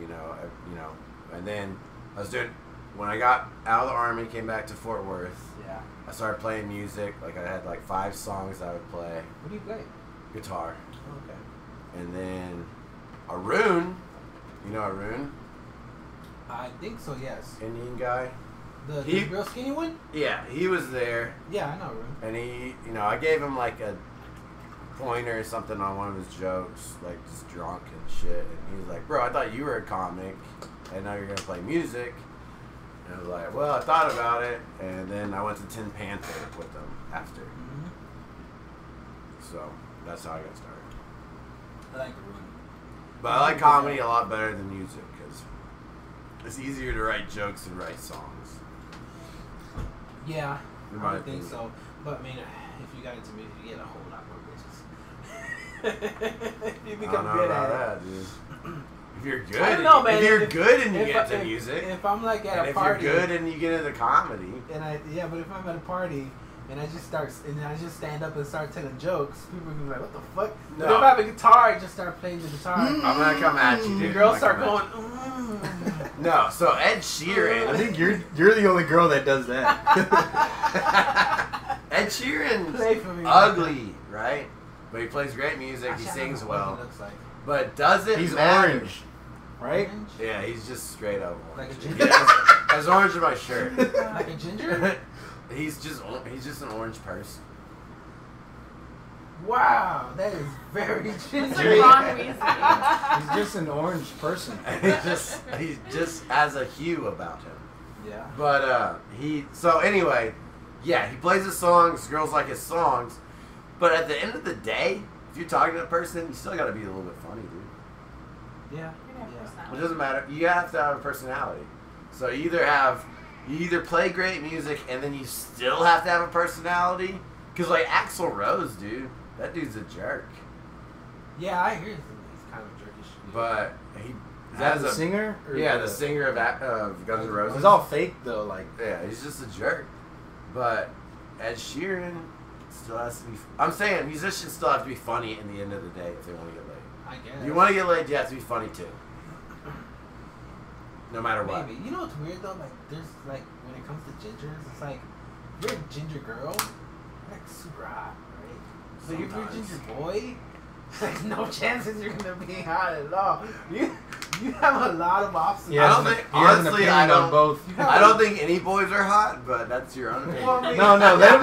Speaker 2: you know, I, you know, and then I was doing when I got out of the army, came back to Fort Worth.
Speaker 1: Yeah.
Speaker 2: I started playing music. Like I had like five songs I would play
Speaker 1: What do you play?
Speaker 2: guitar.
Speaker 1: Okay.
Speaker 2: And then Arun, you know Arun,
Speaker 1: I think so. Yes.
Speaker 2: Indian guy.
Speaker 1: The, the
Speaker 2: He-
Speaker 1: real skinny one.
Speaker 2: Yeah, he was there,
Speaker 1: Yeah, I know. Ruben.
Speaker 2: and he, you know, I gave him like a pointer or something on one of his jokes, like just drunk and shit. And he was like, "Bro, I thought you were a comic, and now you're gonna play music." And I was like, "Well, I thought about it," and then I went to Tin Panther with them after.
Speaker 1: Mhm.
Speaker 2: So that's how I got started.
Speaker 1: I like Ruben.
Speaker 2: But I like comedy a lot better than music because it's easier to write jokes than write songs.
Speaker 1: Yeah,
Speaker 2: In
Speaker 1: I
Speaker 2: my
Speaker 1: would think
Speaker 2: opinion.
Speaker 1: so. But I mean, if you got into music, you get a whole lot more bitches. you
Speaker 2: I don't
Speaker 1: become
Speaker 2: know
Speaker 1: good
Speaker 2: about
Speaker 1: at it.
Speaker 2: that, dude. If you're good,
Speaker 1: I don't know, man.
Speaker 2: if you're
Speaker 1: If-
Speaker 2: good and you
Speaker 1: if
Speaker 2: get
Speaker 1: I-
Speaker 2: into
Speaker 1: if-
Speaker 2: music,
Speaker 1: If I'm like at
Speaker 2: and
Speaker 1: a
Speaker 2: if
Speaker 1: party,
Speaker 2: you're good and you get into comedy,
Speaker 1: and I yeah, but if I'm at a party and I just start and I just stand up and start telling jokes, people will be like, "What the fuck?" But
Speaker 2: No.
Speaker 1: if I have a guitar, I just start playing the guitar.
Speaker 3: Mm.
Speaker 2: I'm gonna come at you, dude.
Speaker 1: The girls
Speaker 2: I'm
Speaker 1: start
Speaker 2: gonna come
Speaker 1: going.
Speaker 2: at
Speaker 1: Mm.
Speaker 2: you. No, so Ed
Speaker 3: I
Speaker 2: Sheeran,
Speaker 3: think you're you're the only girl that does that.
Speaker 2: Ed Sheeran's
Speaker 1: Play for me.
Speaker 2: ugly, right? But he plays great music.
Speaker 1: Actually,
Speaker 2: He
Speaker 1: I don't
Speaker 2: sings
Speaker 1: know what he
Speaker 2: well,
Speaker 1: looks like.
Speaker 2: but does it
Speaker 3: He's
Speaker 2: matter?
Speaker 3: orange, right?
Speaker 1: Orange?
Speaker 2: Yeah, he's just straight up
Speaker 1: Like a
Speaker 2: orange.
Speaker 1: ginger?
Speaker 2: Yeah, as, as orange as my shirt.
Speaker 1: Like a ginger?
Speaker 2: he's just or- he's just an orange person.
Speaker 1: wow, that is very
Speaker 4: It's
Speaker 1: ginger.
Speaker 4: like Ron Weasley.
Speaker 3: He's just an orange person.
Speaker 2: he just he just has a hue about him.
Speaker 1: yeah.
Speaker 2: But uh, he so anyway, yeah, he plays his songs. Girls like his songs. But at the end of the day, if you're talking to a person, you still got to be a little bit funny, dude.
Speaker 1: Yeah.
Speaker 2: It doesn't matter. You have to have a personality. So you either have you either play great music and then you still have to have a personality. Cause like Axl Rose, dude, that dude's a jerk.
Speaker 1: Yeah, I hear he's he's kind of jerkish.
Speaker 2: But he
Speaker 3: Is that
Speaker 2: has
Speaker 3: the
Speaker 2: a
Speaker 3: singer? or
Speaker 2: yeah, the singer of, A- of Guns N' Roses.
Speaker 3: It's all fake though. Like
Speaker 2: Yeah, he's just a jerk. But Ed Sheeran still has to be. I'm saying musicians still have to be funny in the end of the day if they want to get laid.
Speaker 1: I guess.
Speaker 2: You want to get laid, you have to be funny too. No matter what.
Speaker 1: Maybe. You know what's weird though? Like, there's like when it comes to gingers, it's like you're a ginger girl, you're like super hot, right? So if you're a
Speaker 2: Sometimes.
Speaker 1: ginger boy, there's no chances you're gonna be hot at all. You you have a lot of options.
Speaker 3: he has
Speaker 2: I don't
Speaker 3: an-
Speaker 2: think-
Speaker 3: he has an
Speaker 2: honestly,
Speaker 3: opinion
Speaker 2: I
Speaker 3: on
Speaker 2: don't-
Speaker 3: both.
Speaker 1: You have
Speaker 2: I don't think any boys are hot, but that's your own opinion.
Speaker 1: Well, I mean-
Speaker 3: No, no, let him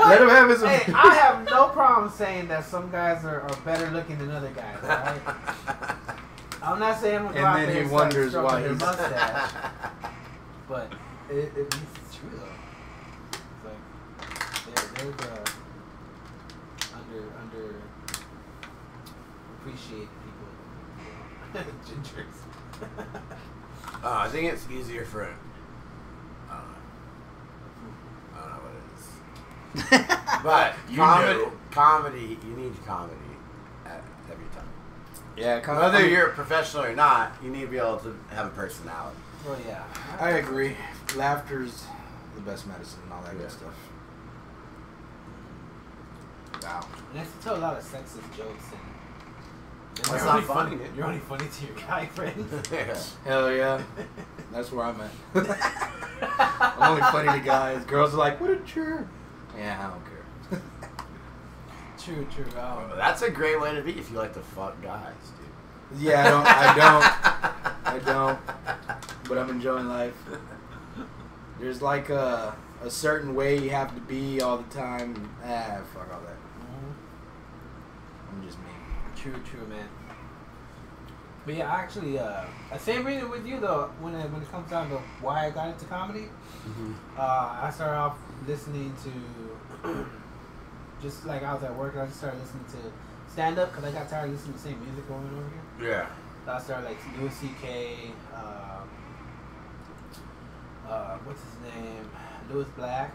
Speaker 3: let him have his.
Speaker 1: Hey, I have no problem saying that some guys are, are better looking than other guys. All right? I'm not saying I'm gonna go
Speaker 3: And
Speaker 1: out
Speaker 3: then
Speaker 1: there
Speaker 3: he
Speaker 1: and start
Speaker 3: wonders
Speaker 1: stroking
Speaker 3: why
Speaker 1: their
Speaker 3: he's-
Speaker 1: mustache, but it, it, it's true though. It's like there, there's a under under appreciated people, gingers.
Speaker 2: Uh, I think it's easier for him. I don't know. I don't know what it is. But
Speaker 3: You
Speaker 2: comedy,
Speaker 3: know.
Speaker 2: comedy, you need comedy at every time.
Speaker 3: yeah, kind
Speaker 2: Whether you're a professional or not, you need to be able to have a personality.
Speaker 1: well, yeah.
Speaker 3: I agree. Laughter's the best medicine and all that
Speaker 2: Yeah.
Speaker 3: good stuff. Wow.
Speaker 1: And I still tell a lot of sexist jokes and
Speaker 2: That's
Speaker 1: You're
Speaker 2: not
Speaker 1: only
Speaker 2: funny,
Speaker 1: fun-
Speaker 2: dude.
Speaker 1: You're only funny to your guy friends.
Speaker 3: Hell yeah. That's where I'm at. I'm only funny to guys. Girls are like, what a jerk. Yeah, I don't care.
Speaker 1: True, true. Um,
Speaker 2: That's a great way to be if you like to fuck guys, dude.
Speaker 3: yeah, I don't. I
Speaker 2: I
Speaker 3: don't. don't. But I'm enjoying life. There's like a, a certain way you have to be all the time. Ah, fuck all that.
Speaker 1: mhm.
Speaker 3: I'm just me.
Speaker 1: True, true, man. But yeah, I actually, uh, I same reason with you though. When it, when it comes down to why I got into comedy,
Speaker 3: Mm-hmm.
Speaker 1: uh, I started off listening to just like I was at work. I just started listening to stand up because I got tired of listening to the same music over and over again.
Speaker 2: Yeah.
Speaker 1: So I started like Louis C.K. Um, uh, what's his name? Louis Black.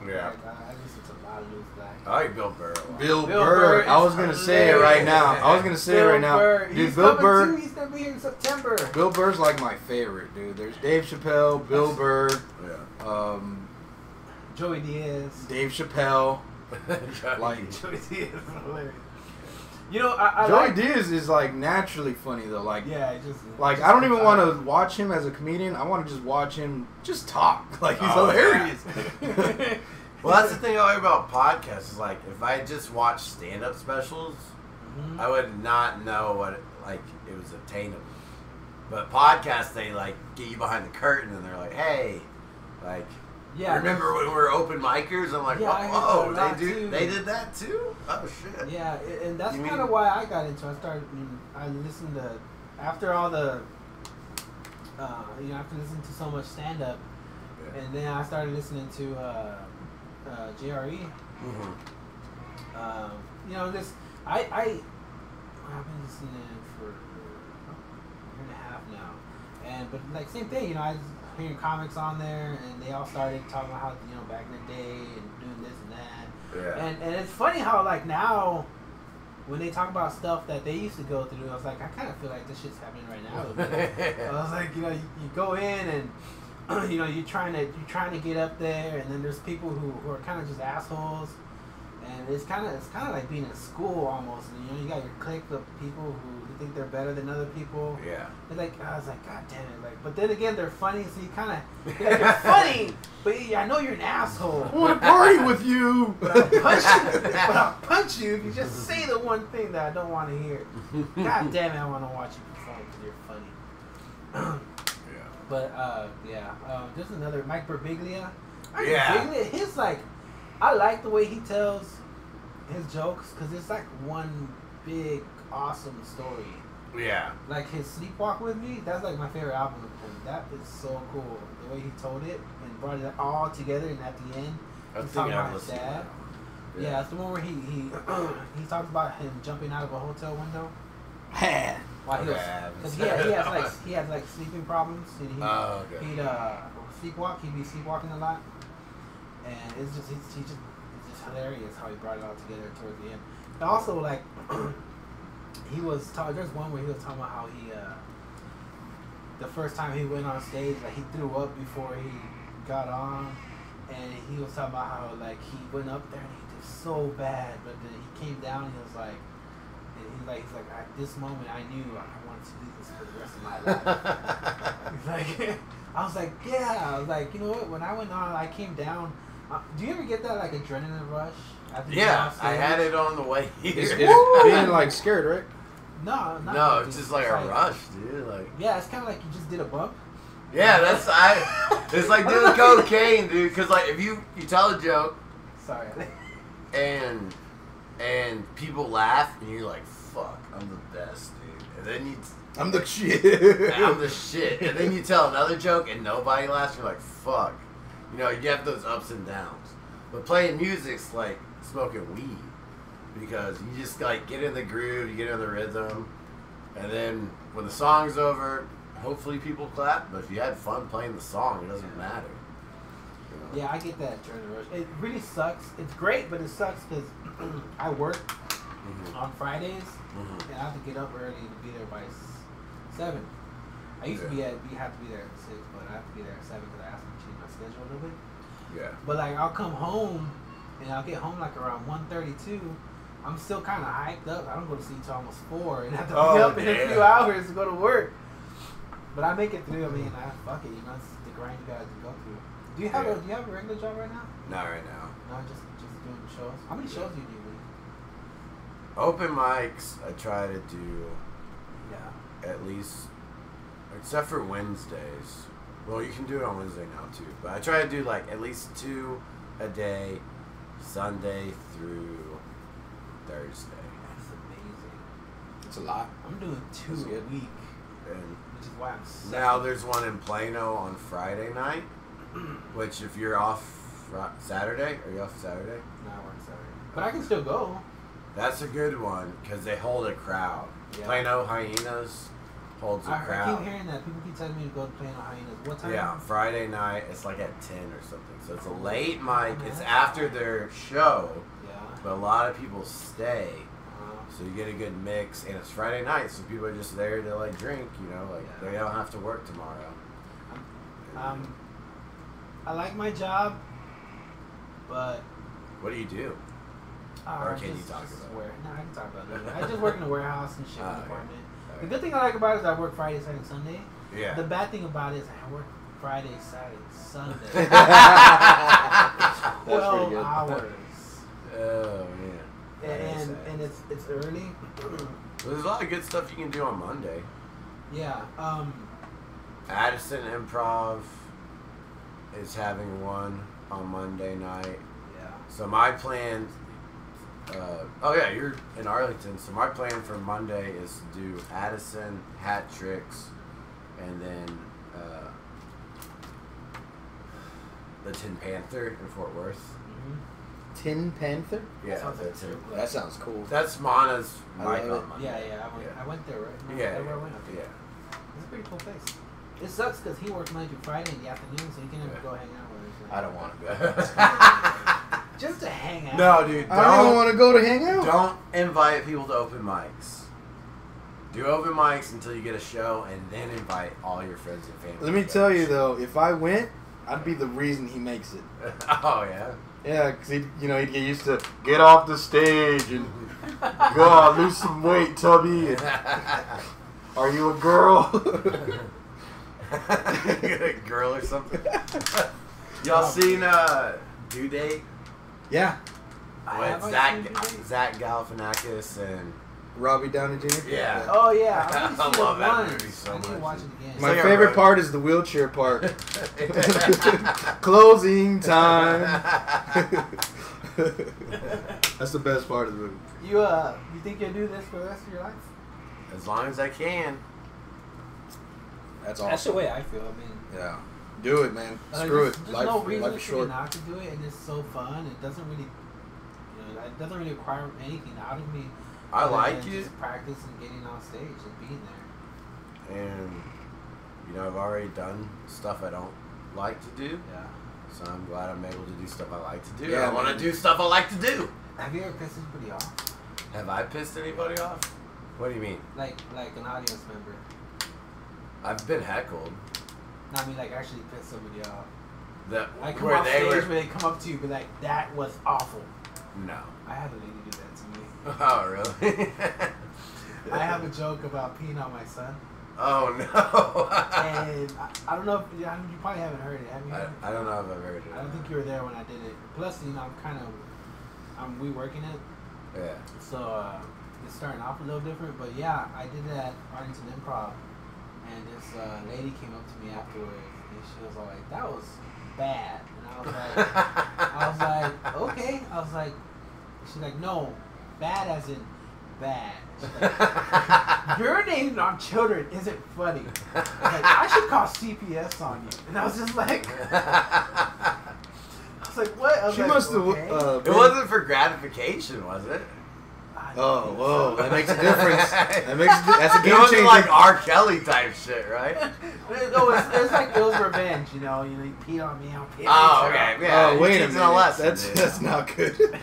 Speaker 1: Louis
Speaker 2: Yeah.
Speaker 1: Black, I, I listened to a lot of Louis Black.
Speaker 2: I like Bill Burr. a lot.
Speaker 3: Bill,
Speaker 1: Bill
Speaker 3: Burr.
Speaker 1: Burr
Speaker 3: I was
Speaker 1: is
Speaker 3: gonna say it right now. I was gonna say it right now,
Speaker 1: Burr,
Speaker 3: dude.
Speaker 1: he's
Speaker 3: Bill
Speaker 1: coming
Speaker 3: Burr.
Speaker 1: too. He's gonna be here in September.
Speaker 3: Bill Burr's like my favorite, dude. There's Dave Chappelle, Bill Burr,
Speaker 2: Yeah.
Speaker 3: um,
Speaker 1: Joey Diaz.
Speaker 3: Dave Chappelle. Like-
Speaker 1: Joey Diaz is hilarious. You know, I, I
Speaker 3: Joey
Speaker 1: like,
Speaker 3: Diaz is like naturally funny though. Like,
Speaker 1: Yeah, it just
Speaker 3: like I don't even want to watch him as a comedian. I want to just watch him just talk. Like he's
Speaker 2: Oh,
Speaker 3: hilarious.
Speaker 1: to.
Speaker 2: Well, that's the thing I like about podcasts is like if I just watched stand-up specials,
Speaker 1: Mm-hmm.
Speaker 2: I would not know what it, like it was obtainable. But podcasts, they like get you behind the curtain and they're like, hey, like
Speaker 1: yeah,
Speaker 2: remember when we were open micers? I'm like,
Speaker 1: Yeah, I heard
Speaker 2: whoa,
Speaker 1: that a lot,
Speaker 2: they do,
Speaker 1: too."
Speaker 2: they did that too. Oh shit.
Speaker 1: Yeah, a- and that's
Speaker 2: You mean-
Speaker 1: kind of why I got into. it. I started. I mean, I listened to after all the. Uh, you know, after listening to so much stand up,
Speaker 2: Yeah.
Speaker 1: and then I started listening to uh, uh, JRE.
Speaker 2: Mhm.
Speaker 1: Um, you know, this I I I've been listening for a year and a half now, and but like same thing, you know, I was hearing comics on there, and they all started talking about how you know back in the day and doing this and that,
Speaker 2: Yeah.
Speaker 1: and and it's funny how like now. When they talk about stuff that they used to go through, I was like, I kind of feel like this shit's happening right now. a little bit. I was like, you know, you, you go in and you know you're trying to you're trying to get up there, and then there's people who, who are kind of just assholes, and it's kind of it's kind of like being in school almost. And, you know, you got your clique of people who think they're better than other people.
Speaker 2: yeah.
Speaker 1: It's like I was like, God damn it! Like, but then again, they're funny, so you kind of you're, like, you're funny, but you, I know you're an
Speaker 3: I
Speaker 1: asshole.
Speaker 3: want to party with you.
Speaker 1: But I'll punch you. But I'll punch you if you just say the one thing that I don't want to hear. God damn it! I want to watch you perform because you're funny.
Speaker 2: Yeah.
Speaker 1: But uh, yeah, um, there's another Mike Birbiglia. Mike
Speaker 2: Yeah.
Speaker 1: Birbiglia, his like, I like the way he tells his jokes because it's like one big awesome story.
Speaker 2: Yeah.
Speaker 1: Like his Sleepwalk with Me, that's like my favorite album. of him. That is so cool. The way he told it and brought it all together, and at the end,
Speaker 2: I
Speaker 1: He's
Speaker 2: think
Speaker 1: talking
Speaker 2: I've
Speaker 1: about
Speaker 2: listened to
Speaker 1: dad.
Speaker 2: that one.
Speaker 1: yeah, it's the one where he he he talks about him jumping out of a hotel window while he was
Speaker 2: Okay,
Speaker 1: because he,
Speaker 2: I
Speaker 1: had-
Speaker 2: haven't
Speaker 1: he has
Speaker 2: seen that
Speaker 1: like he has like sleeping problems and he
Speaker 2: Oh, okay.
Speaker 1: He'd uh, sleepwalk. He'd be sleepwalking a lot, and it's just it's, he just it's just hilarious how he brought it all together towards the end. And also, like he was talking. There's one where he was talking about how he uh, the first time he went on stage, like he threw up before he got on, and he was talking about how like he went up there and he did so bad, but then he came down and he was like. And he's like, he's like, at this moment, I knew I wanted to do this for the rest of my life. He's like, I was like, yeah. I was like, you know what? When I went on, I came down. Uh, do you ever get that like adrenaline rush? After you get
Speaker 2: yeah,
Speaker 1: off
Speaker 2: I
Speaker 1: stage?
Speaker 2: had it on the way here.
Speaker 3: It's,
Speaker 1: Woo!
Speaker 3: it's being like scared, right?
Speaker 1: No, not
Speaker 2: no,
Speaker 1: like
Speaker 2: it's
Speaker 1: this.
Speaker 2: just like a rush, dude. Like,
Speaker 1: Yeah, it's kind of like you just did a bump.
Speaker 2: yeah, that's I. It's like doing cocaine, dude. Because like, if you you tell a joke
Speaker 1: Sorry.
Speaker 2: and and people laugh, and you're like, "Fuck, I'm the best, dude." And then you
Speaker 3: I'm the shit.
Speaker 2: I'm the shit. And then you tell another joke and nobody laughs. You're like, fuck. You know, you have those ups and downs. But playing music's like smoking weed because you just like get in the groove, you get in the rhythm, and then when the song's over, hopefully people clap. But if you had fun playing the song, it doesn't matter. You know?
Speaker 1: yeah, I get that adrenaline rush. It really sucks. It's great, but it sucks because I work
Speaker 2: Mhm,
Speaker 1: on Fridays
Speaker 2: mhm.
Speaker 1: and I have to get up early to be there by s- seven. I used to be at be have to be there at six, but I have to be there at seven because I asked them to change my schedule a little bit.
Speaker 2: Yeah.
Speaker 1: But like I'll come home and I'll get home like around 1.32 I'm still kind of hyped up. I don't go to sleep till almost four, and I have to
Speaker 2: Oh,
Speaker 1: be up in a
Speaker 2: damn.
Speaker 1: few hours to go to work. But I make it through. I mean, I, fuck it. You know, it's the grind you guys go through. Do you have
Speaker 2: Yeah.
Speaker 1: a Do you have a regular job right now?
Speaker 2: Not right now.
Speaker 1: No, just just doing shows. How many shows do you do? a week?
Speaker 2: Open mics, I try to do
Speaker 1: Yeah.
Speaker 2: at least, except for Wednesdays. Well, you can do it on Wednesday now too, but I try to do like at least two a day, Sunday through Thursday.
Speaker 1: That's amazing.
Speaker 3: It's a lot.
Speaker 1: I'm doing two
Speaker 3: That's
Speaker 1: a
Speaker 3: good.
Speaker 1: week,
Speaker 2: And
Speaker 1: which is why I'm. So
Speaker 2: now there's one in Plano on Friday night, which if you're off Fri- Saturday, are you off Saturday?
Speaker 1: Not working Saturday. But I can still go.
Speaker 2: That's a good one because they hold a crowd.
Speaker 1: Yeah.
Speaker 2: Plano Hyenas holds a
Speaker 1: I, I
Speaker 2: crowd.
Speaker 1: keep hearing that people keep telling me to go to Plano Hyenas. What time?
Speaker 2: Yeah, Friday night. It's like at ten or something. So it's a late mic. It's after their show,
Speaker 1: Yeah.
Speaker 2: but a lot of people stay,
Speaker 1: Uh,
Speaker 2: so you get a good mix. And it's Friday night, so people are just there to like drink. You know, like they don't have to work tomorrow.
Speaker 1: Um, I like my job, but
Speaker 2: what do you do?
Speaker 1: uh,
Speaker 2: Or can you
Speaker 1: just,
Speaker 2: talk
Speaker 1: just
Speaker 2: about it?
Speaker 1: where- No, I can talk about it. later. I just work in a warehouse and shipping
Speaker 2: Ah, okay.
Speaker 1: department. The good thing I like about it is I work Friday, Saturday, Sunday.
Speaker 2: Yeah.
Speaker 1: The bad thing about it is I work Friday, Saturday, Sunday.
Speaker 2: oh
Speaker 3: That's pretty
Speaker 1: Twelve
Speaker 3: good.
Speaker 1: hours.
Speaker 2: man. That is
Speaker 1: And
Speaker 2: sad.
Speaker 1: and it's it's early.
Speaker 2: Well, there's a lot of good stuff you can do on Monday.
Speaker 1: yeah. Um.
Speaker 2: Addison Improv is having one on Monday night.
Speaker 1: Yeah.
Speaker 2: So my plan. Uh, oh yeah, you're in Arlington. So my plan for Monday is to do Addison hat tricks, and then uh, the Tin Panther in Fort Worth.
Speaker 1: hmm
Speaker 3: Tin Panther.
Speaker 2: Yeah,
Speaker 1: Sounds like
Speaker 2: that's it.
Speaker 1: terrible.
Speaker 3: That sounds cool.
Speaker 2: That's Mana's
Speaker 3: I
Speaker 2: mic
Speaker 3: love
Speaker 2: on
Speaker 3: it.
Speaker 2: Monday.
Speaker 1: Yeah, yeah. I went,
Speaker 2: Yeah.
Speaker 1: I went there, right? No,
Speaker 2: Yeah,
Speaker 1: I
Speaker 2: yeah,
Speaker 1: went up there.
Speaker 2: yeah.
Speaker 1: It's a pretty cool place. It sucks because he works Monday through Friday in the afternoon, so you can never
Speaker 2: Yeah.
Speaker 1: go hang out with him.
Speaker 3: I don't want to go.
Speaker 1: Just to hang out.
Speaker 2: no, dude. Don't,
Speaker 3: I don't even want to go to hang out.
Speaker 2: Don't invite people to open mics. Do open mics until you get a show, and then invite all your friends and family.
Speaker 3: Let me tell you though, if I went, I'd be the reason he makes it.
Speaker 2: oh yeah.
Speaker 3: Yeah, cause he, you know, he'd get used to get off the stage and go "Oh, lose some weight, Tubby. Are you a girl?
Speaker 2: Girl or something. Y'all
Speaker 3: Oh,
Speaker 2: seen uh, Due Date?
Speaker 3: yeah,
Speaker 1: I
Speaker 2: With
Speaker 1: haven't
Speaker 2: Zach,
Speaker 1: seen Due Date.
Speaker 2: Zach Galifianakis and
Speaker 3: Robbie Downey Jr.
Speaker 2: Yeah.
Speaker 1: Oh yeah, I, only
Speaker 2: I
Speaker 1: seen it
Speaker 2: love that
Speaker 1: once.
Speaker 2: movie so
Speaker 1: I need to
Speaker 2: much.
Speaker 1: watch it again.
Speaker 2: It's
Speaker 3: My
Speaker 2: like a
Speaker 3: favorite
Speaker 2: road-
Speaker 3: part is the wheelchair part. Closing time. That's the best part of the movie.
Speaker 1: you uh, you think you'll do this for the rest of your life?
Speaker 2: as long as I can.
Speaker 3: That's
Speaker 1: That's the
Speaker 3: awesome.
Speaker 1: way I feel. I mean,
Speaker 3: Yeah, do it, man.
Speaker 1: uh,
Speaker 3: Screw
Speaker 1: there's,
Speaker 3: it.
Speaker 1: There's
Speaker 3: Life,
Speaker 1: no reason
Speaker 3: life is
Speaker 1: for me
Speaker 3: short.
Speaker 1: not to do it, and it's so fun. It doesn't really, you know, it doesn't really require anything out of me.
Speaker 2: I
Speaker 1: other
Speaker 2: like
Speaker 1: than
Speaker 2: it.
Speaker 1: Just practice and getting on stage and being there.
Speaker 2: and you know I've already done stuff I don't like to do,
Speaker 1: Yeah.
Speaker 2: so I'm glad I'm able to do stuff I like to do.
Speaker 3: Yeah,
Speaker 2: I want to
Speaker 3: man.
Speaker 2: do stuff I like to do.
Speaker 1: Have you ever pissed anybody off?
Speaker 2: Have I pissed anybody off? What do you mean?
Speaker 1: Like, like an audience member.
Speaker 2: I've been heckled.
Speaker 1: Not me, like actually piss somebody off.
Speaker 2: That
Speaker 1: Like come
Speaker 2: where
Speaker 1: off
Speaker 2: they
Speaker 1: stage
Speaker 2: were
Speaker 1: where they come up to you, and be like, "That was awful."
Speaker 2: no.
Speaker 1: I had a lady do that to me.
Speaker 2: Oh really?
Speaker 1: I have a joke about peeing on my son,
Speaker 2: Oh no.
Speaker 1: and I, I don't know. If, yeah, you probably haven't heard it, have you?
Speaker 2: I, I don't know if I've heard it.
Speaker 1: I don't think you were there when I did it. Plus, you know, I'm kind of, I'm reworking it,
Speaker 2: Yeah.
Speaker 1: so uh, it's starting off a little different. But yeah, I did it at Arlington Improv, and this uh, lady came up to me afterwards, and she was all like, "That was bad," and I was like. I was like, oh. okay. I was like, she's like, no, bad as in bad. She's like, urinating on children isn't funny. Like, I should call CPS on you. And I was just like, "Ah, I was like, what? I was
Speaker 3: She
Speaker 1: like,
Speaker 3: must have.
Speaker 1: okay.
Speaker 3: Uh,
Speaker 2: it
Speaker 3: been-
Speaker 2: wasn't for gratification, was it?
Speaker 1: I don't
Speaker 3: Oh,
Speaker 1: think
Speaker 3: whoa!
Speaker 1: so.
Speaker 3: That makes a difference. That makes a, di- that's a
Speaker 2: It
Speaker 3: game
Speaker 2: wasn't
Speaker 3: changer.
Speaker 2: like R. Kelly type shit, right?
Speaker 1: no, it's, it's like it was revenge, you know. You know, you peed on me, I'll pee
Speaker 2: Oh,
Speaker 1: on you.
Speaker 2: okay. Yeah,
Speaker 3: oh wait
Speaker 2: you're
Speaker 3: a minute,
Speaker 2: teaching a lesson.
Speaker 3: that's
Speaker 2: dude.
Speaker 3: that's not good.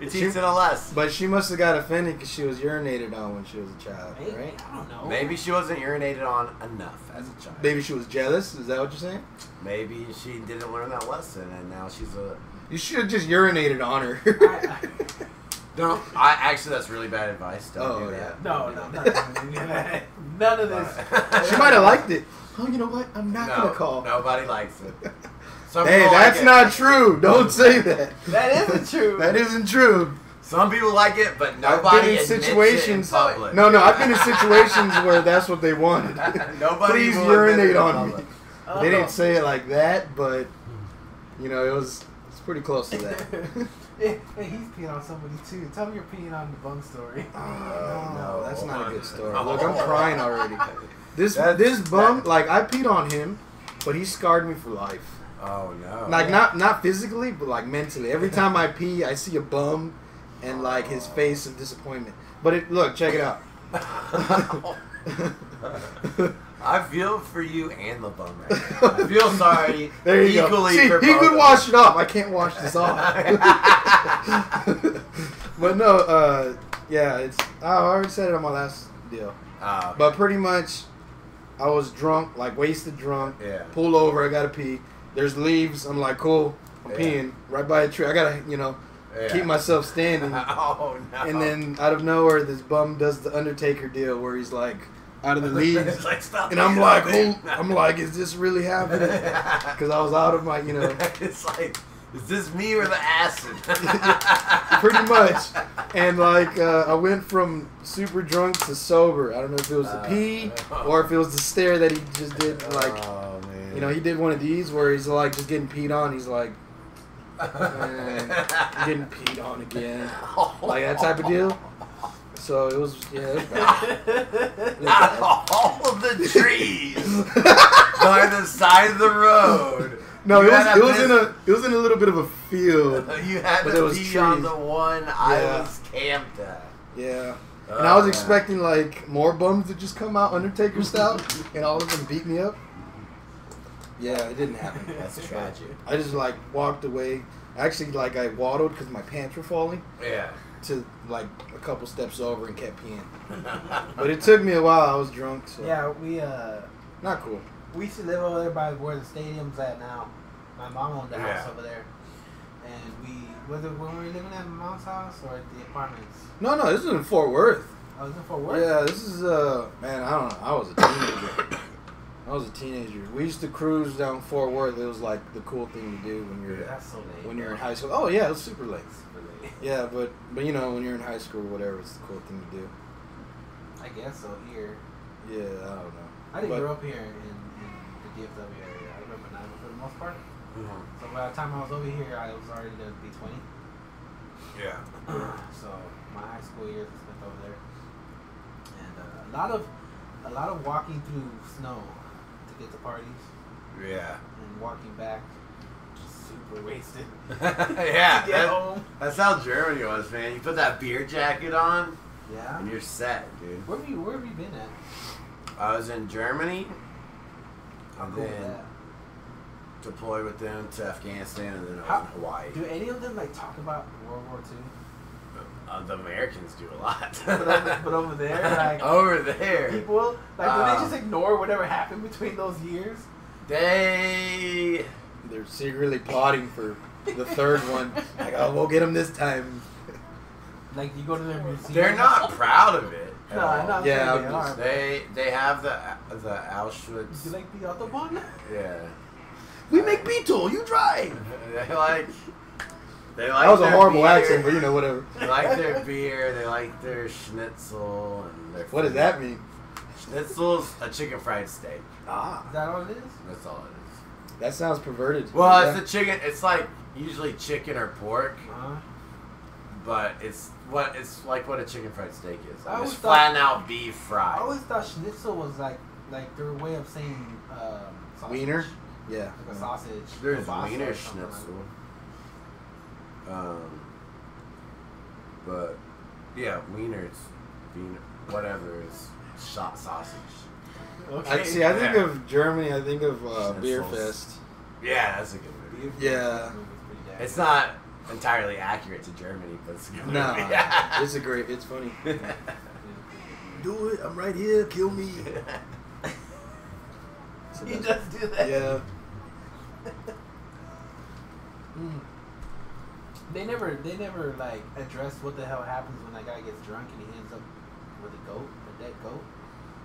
Speaker 2: You're teaching a lesson.
Speaker 3: but she must have got offended because she was urinated on when she was a child,
Speaker 1: Maybe,
Speaker 3: Oh, right?
Speaker 1: I don't know.
Speaker 2: Maybe she wasn't urinated on enough as a child.
Speaker 3: Maybe she was jealous. Is that what you're saying?
Speaker 2: Maybe she didn't learn that lesson, and now she's a.
Speaker 3: You should have just urinated on her.
Speaker 1: I-
Speaker 2: Don't. I actually, that's really bad advice. Don't
Speaker 3: Oh,
Speaker 2: do
Speaker 3: yeah.
Speaker 2: that.
Speaker 1: No, no, no, no, no. none of this.
Speaker 3: She might have liked it. Oh, you know what? I'm not
Speaker 2: No,
Speaker 3: gonna call.
Speaker 2: nobody likes it. Some
Speaker 3: Hey,
Speaker 2: people like
Speaker 3: that's
Speaker 2: it.
Speaker 3: not true. Don't say that.
Speaker 1: That isn't true.
Speaker 3: That isn't true.
Speaker 2: Some people like it, but nobody
Speaker 3: in
Speaker 2: admits
Speaker 3: situations-
Speaker 2: it in public.
Speaker 3: No, no, I've been in situations where that's what they wanted.
Speaker 2: Nobody
Speaker 3: Please
Speaker 2: will admit it
Speaker 3: urinate
Speaker 2: in
Speaker 3: on me.
Speaker 2: public.
Speaker 1: Oh.
Speaker 3: They didn't say it like that, but you know, it was it's pretty close to that.
Speaker 1: Yeah, hey, he's peeing on somebody too. Tell me you're peeing on the bum story.
Speaker 3: Oh, no, that's not a good story.
Speaker 2: No.
Speaker 3: Look, I'm crying already. This
Speaker 2: That's-
Speaker 3: this bum, like I peed on him, but he scarred me for life.
Speaker 2: Oh no.
Speaker 3: Like not not physically, but like mentally. Every time I pee, I see a bum, and like his face of disappointment. But it, look, check it out.
Speaker 2: I feel for you and the bum right now. I feel sorry.
Speaker 3: There you
Speaker 2: equally
Speaker 3: go. See,
Speaker 2: for
Speaker 3: he
Speaker 2: both
Speaker 3: could
Speaker 2: of
Speaker 3: wash
Speaker 2: us.
Speaker 3: it off. I can't wash this off. but no, uh, yeah, it's. I already said it on my last deal.
Speaker 2: Uh,
Speaker 3: But pretty much, I was drunk, like wasted drunk.
Speaker 2: Yeah.
Speaker 3: Pull over. I gotta pee. There's leaves. I'm like, cool. I'm
Speaker 2: Yeah.
Speaker 3: peeing right by a tree. I gotta, you know,
Speaker 2: Yeah.
Speaker 3: keep myself standing.
Speaker 2: oh no.
Speaker 3: And then out of nowhere, this bum does the Undertaker deal where he's like out of the leaves.
Speaker 2: It's like, stop
Speaker 3: And I'm
Speaker 2: doing
Speaker 3: like,
Speaker 2: that,
Speaker 3: oh, I'm like, is this really happening?
Speaker 2: man.
Speaker 3: Because I was out of my, you know,
Speaker 2: it's like, is this me or the acid?
Speaker 3: pretty much. And like, uh, I went from super drunk to sober. I don't know if it was the
Speaker 2: Uh,
Speaker 3: pee
Speaker 2: uh,
Speaker 3: or if it was the stare that he just did. Like,
Speaker 2: oh, man.
Speaker 3: you know, he did one of these where he's like just getting peed on. He's like, "Man, getting peed on again, like that type of deal. So it was, yeah. It was bad.
Speaker 2: Out of all of the trees by the side of the road.
Speaker 3: No,
Speaker 2: you
Speaker 3: it was,
Speaker 2: had
Speaker 3: it was in
Speaker 2: miss-
Speaker 3: a it was in a little bit of a field.
Speaker 2: You had
Speaker 3: but
Speaker 2: to
Speaker 3: there was
Speaker 2: pee on
Speaker 3: trees.
Speaker 2: the one I
Speaker 3: Yeah.
Speaker 2: was camped at.
Speaker 3: Yeah. And I was
Speaker 2: Oh,
Speaker 3: expecting like more bums to just come out Undertaker style and all of them beat me up. Yeah, it didn't happen.
Speaker 2: man. That's tragic.
Speaker 3: I just like walked away. Actually, like I waddled because my pants were falling
Speaker 2: Yeah.
Speaker 3: to like a couple steps over and kept peeing. But it took me a while. I was drunk, so
Speaker 1: Yeah, we uh,
Speaker 3: not cool.
Speaker 1: we used to live over there by where the stadium's at now. My mom owned the house
Speaker 2: Yeah.
Speaker 1: over there, and we was it when we were living at my mom's house or at the apartments.
Speaker 3: No, no, this is in Fort Worth.
Speaker 1: I was in Fort Worth.
Speaker 3: Yeah, this is uh man, I don't know. I was a teenager. I was a teenager. We used to cruise down Fort Worth. It was like the cool thing to do when you're
Speaker 1: That's so late.
Speaker 3: when you're in high school. Oh yeah, it was super late.
Speaker 1: Super late.
Speaker 3: Yeah, but but you know when you're in high school or whatever, it's the cool thing to do.
Speaker 1: I guess so. Here,
Speaker 3: Yeah, I don't know.
Speaker 1: I didn't
Speaker 3: But-
Speaker 1: grow up here in, in the DFW area. I grew up in Iowa for the most part. So by the time I was over here, I was already to be twenty.
Speaker 2: Yeah.
Speaker 1: so my high school years were spent over there, and uh, a lot of a lot of walking through snow to get to parties
Speaker 2: Yeah.
Speaker 1: and walking back, super wasted.
Speaker 2: yeah.
Speaker 1: Get
Speaker 2: that-
Speaker 1: home.
Speaker 2: that's how Germany was, man. You put that beer jacket on
Speaker 1: Yeah.
Speaker 2: and you're set, dude.
Speaker 1: Where have you Where have you been at?
Speaker 2: I was in Germany.
Speaker 1: I'm
Speaker 2: And
Speaker 1: cool with
Speaker 2: then deployed with them to Afghanistan and then I
Speaker 1: How-
Speaker 2: was in Hawaii.
Speaker 1: that. Do any of them like talk about World War Two?
Speaker 2: Uh, the Americans do a lot.
Speaker 1: But over, but over there, like
Speaker 2: Over there.
Speaker 1: people, like do
Speaker 2: Uh,
Speaker 1: they just ignore whatever happened between those years?
Speaker 2: They.
Speaker 3: They're secretly plotting for the third one. Like, oh, we'll get them this time.
Speaker 1: Like you go to their museum.
Speaker 2: They're not proud of it. at
Speaker 1: No,
Speaker 2: all.
Speaker 1: I'm not
Speaker 3: Yeah,
Speaker 1: saying
Speaker 3: I'm
Speaker 1: they are.
Speaker 3: just-
Speaker 1: but
Speaker 2: They they have the the
Speaker 1: Do you
Speaker 2: Auschwitz.
Speaker 1: like the other one?
Speaker 2: Yeah.
Speaker 3: We make beetle. You drive.
Speaker 2: They like. They like.
Speaker 3: That was a
Speaker 2: their
Speaker 3: horrible
Speaker 2: beer.
Speaker 3: accent, but you know whatever.
Speaker 2: They like their beer. They like their schnitzel and their.
Speaker 3: What does
Speaker 2: food.
Speaker 3: that mean?
Speaker 2: Schnitzel's a chicken fried steak.
Speaker 3: Ah,
Speaker 1: Is that all it is?
Speaker 2: That's all it is.
Speaker 3: that sounds perverted.
Speaker 2: Well,
Speaker 3: Yeah.
Speaker 2: it's a chicken. It's like usually chicken or pork,
Speaker 1: Uh,
Speaker 2: but it's what it's like what a chicken fried steak is.
Speaker 1: I
Speaker 2: Like it's
Speaker 1: always
Speaker 2: flat out beef
Speaker 1: I
Speaker 2: fried.
Speaker 1: always thought schnitzel was like like their way of saying um, sausage.
Speaker 3: wiener. Yeah.
Speaker 1: Like a sausage.
Speaker 2: There's
Speaker 1: kielbasa or
Speaker 2: wiener
Speaker 1: something like
Speaker 2: schnitzel. Um, but yeah, wiener's wiener, whatever is shot sausage.
Speaker 1: that.
Speaker 3: I see. I think
Speaker 2: Yeah.
Speaker 3: of Germany. I think of uh, Beer
Speaker 2: Schnitzels.
Speaker 3: Fest.
Speaker 2: Yeah, that's a good movie.
Speaker 3: Yeah.
Speaker 2: It's not entirely accurate to Germany, but it's a good
Speaker 3: Nah,
Speaker 2: movie.
Speaker 3: it's a great. It's funny.
Speaker 1: not.
Speaker 3: Do it. I'm right here. Kill me. It's the
Speaker 1: You
Speaker 3: best.
Speaker 1: just do that.
Speaker 3: yeah.
Speaker 1: Mm. They never, they never like address what the hell happens when that guy gets drunk and he ends up with a goat, a dead goat.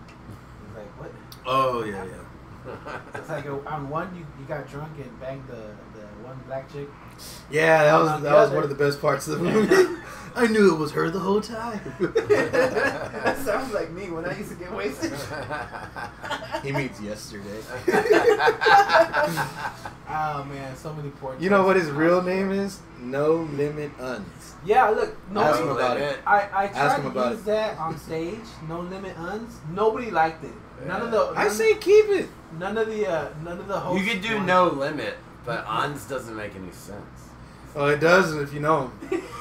Speaker 1: It's like what?
Speaker 3: Oh yeah, yeah.
Speaker 1: It's like uh, on one you, you got drunk and banged the, the one black chick.
Speaker 3: Yeah, that
Speaker 1: On
Speaker 3: was
Speaker 1: the
Speaker 3: that was
Speaker 1: other-
Speaker 3: one of the best parts of the movie. I knew it was her the whole time.
Speaker 1: that sounds like me when I used to get wasted.
Speaker 3: he means yesterday.
Speaker 1: Oh man, so many poor.
Speaker 3: you know what
Speaker 1: choices.
Speaker 3: his real name is? No Limit Uns.
Speaker 1: Yeah, look, no,
Speaker 3: Ask
Speaker 1: we-
Speaker 3: him about it.
Speaker 1: I, I tried
Speaker 3: him
Speaker 1: to
Speaker 3: about
Speaker 1: use
Speaker 3: it.
Speaker 1: that on stage. No limit uns. Nobody liked it. None of the. None,
Speaker 3: I say keep it.
Speaker 1: none of the. Uh, none of the
Speaker 2: You
Speaker 1: hosts.
Speaker 2: could do
Speaker 1: wanted-
Speaker 2: no limit, but ons doesn't make any sense.
Speaker 3: Oh, it does if you know him.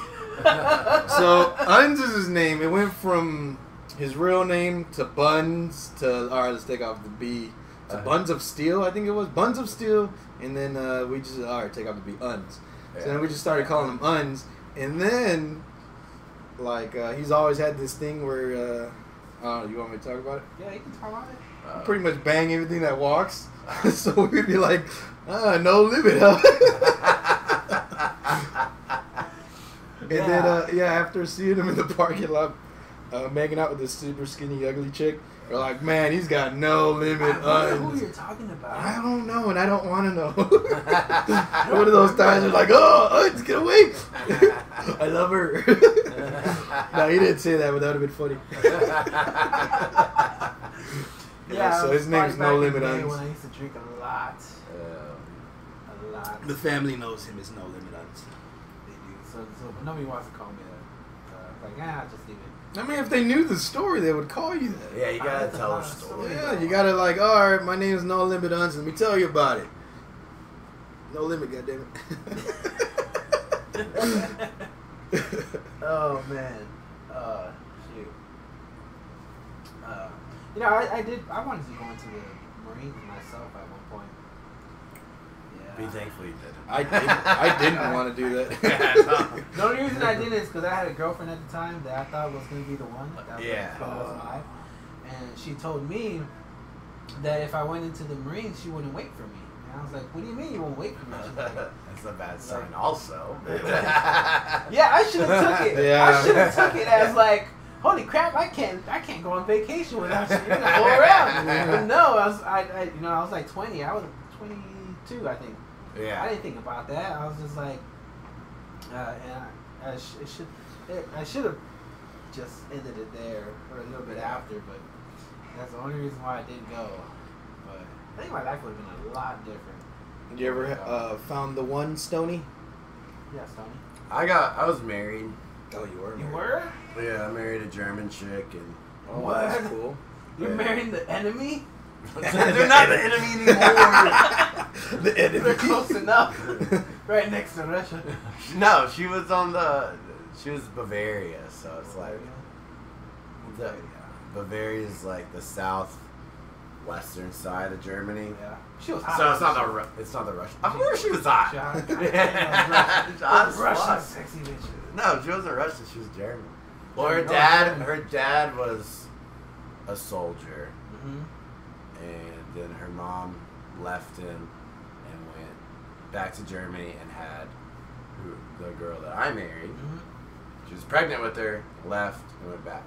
Speaker 3: So Uns is his name. It went from his real name to Buns to all right. Let's take off the B. To
Speaker 2: Uh-huh.
Speaker 3: Buns of Steel, I think it was Buns of Steel, and then uh, we just all right. Take off the B. Uns. So then we just started calling him Uns, and then like uh, he's always had this thing where uh, oh, you want me to talk about it?
Speaker 1: Yeah, you can talk about it.
Speaker 2: Uh,
Speaker 3: Pretty much bang everything that walks. so we'd be like, ah, no limit, huh? and then uh, yeah, after seeing him in the parking lot, uh, making out with this super skinny, ugly chick, we're like, man, he's got no limit.
Speaker 1: I don't know who
Speaker 3: Uns.
Speaker 1: you're talking about.
Speaker 3: I don't know, and I don't want to know. One of those times you're like, oh, Uns, get away. I love her. no, he didn't say that, but that would have been funny.
Speaker 1: Yeah.
Speaker 3: Yeah, so
Speaker 1: it was
Speaker 3: his name's
Speaker 1: probably
Speaker 3: No
Speaker 1: back in the
Speaker 3: Limit
Speaker 1: day
Speaker 3: Uns.
Speaker 1: When I used to drink a lot, a lot.
Speaker 5: The family knows him as No Limit Uns.
Speaker 1: They do. So, so nobody wants to call me that. Uh, it's like ah, just leave it.
Speaker 3: I mean, if they knew the story, they would call you that.
Speaker 2: yeah, you gotta tell a story.
Speaker 3: Yeah, you gotta like, all right, my name's No Limit Uns. Let me tell you about it. No limit, goddammit.
Speaker 1: Oh man, uh, shoot. Uh, you know, I, I did. I wanted to go into the Marines myself at one point.
Speaker 2: Be
Speaker 1: Yeah.
Speaker 2: thankful you didn't.
Speaker 3: I didn't, I didn't want to do
Speaker 2: Yeah,
Speaker 3: that.
Speaker 2: no.
Speaker 1: The only reason I did is because I had a girlfriend at the time that I thought was going to be the one. That was
Speaker 2: Yeah.
Speaker 1: That was my life. And she told me that if I went into the Marines, she wouldn't wait for me. And I was like, what do you mean you won't wait for me? She's like,
Speaker 2: That's a bad sign, also.
Speaker 1: yeah, I should have took it.
Speaker 3: Yeah.
Speaker 1: I should have took it as like, holy crap, I can't, I can't go on vacation without you. You're gonna go around. But no, I was, I, I, you know, I was like 20. I was 22, I think. I
Speaker 2: yeah.
Speaker 1: didn't think about that. I was just like, uh, and I, I, sh- it should, it, I should have just ended it there or a little bit after, but that's the only reason why I didn't go. But I think my life would have been a lot different.
Speaker 3: you ever uh, found the one, Stony?
Speaker 1: Yeah, Tony.
Speaker 2: I got. I was married.
Speaker 3: Oh, you were.
Speaker 1: You were?
Speaker 2: Yeah, I married a German chick, and
Speaker 3: Oh, that's cool.
Speaker 1: You're
Speaker 2: Yeah.
Speaker 1: marrying the enemy?
Speaker 2: they're not the enemy anymore.
Speaker 3: the enemy.
Speaker 1: They're close enough. right next to Russia.
Speaker 2: no, she was on the. She was Bavaria, so it's like the, Bavaria is like the south western side of Germany.
Speaker 1: yeah. She was hot.
Speaker 2: So it's not the Ru- it's not the Russian. Of course, she was hot.
Speaker 1: She was hot.
Speaker 2: Yeah. Hot as
Speaker 1: Russian
Speaker 2: fuck.
Speaker 1: sexy bitches.
Speaker 2: No, she wasn't Russian. She was German. Well, her
Speaker 1: German.
Speaker 2: dad, her dad was a soldier,
Speaker 1: Mm-hmm.
Speaker 2: and then her mom left him and went back to Germany and had who, the girl that I married.
Speaker 1: Mm-hmm.
Speaker 2: She was pregnant with her, left, and went back,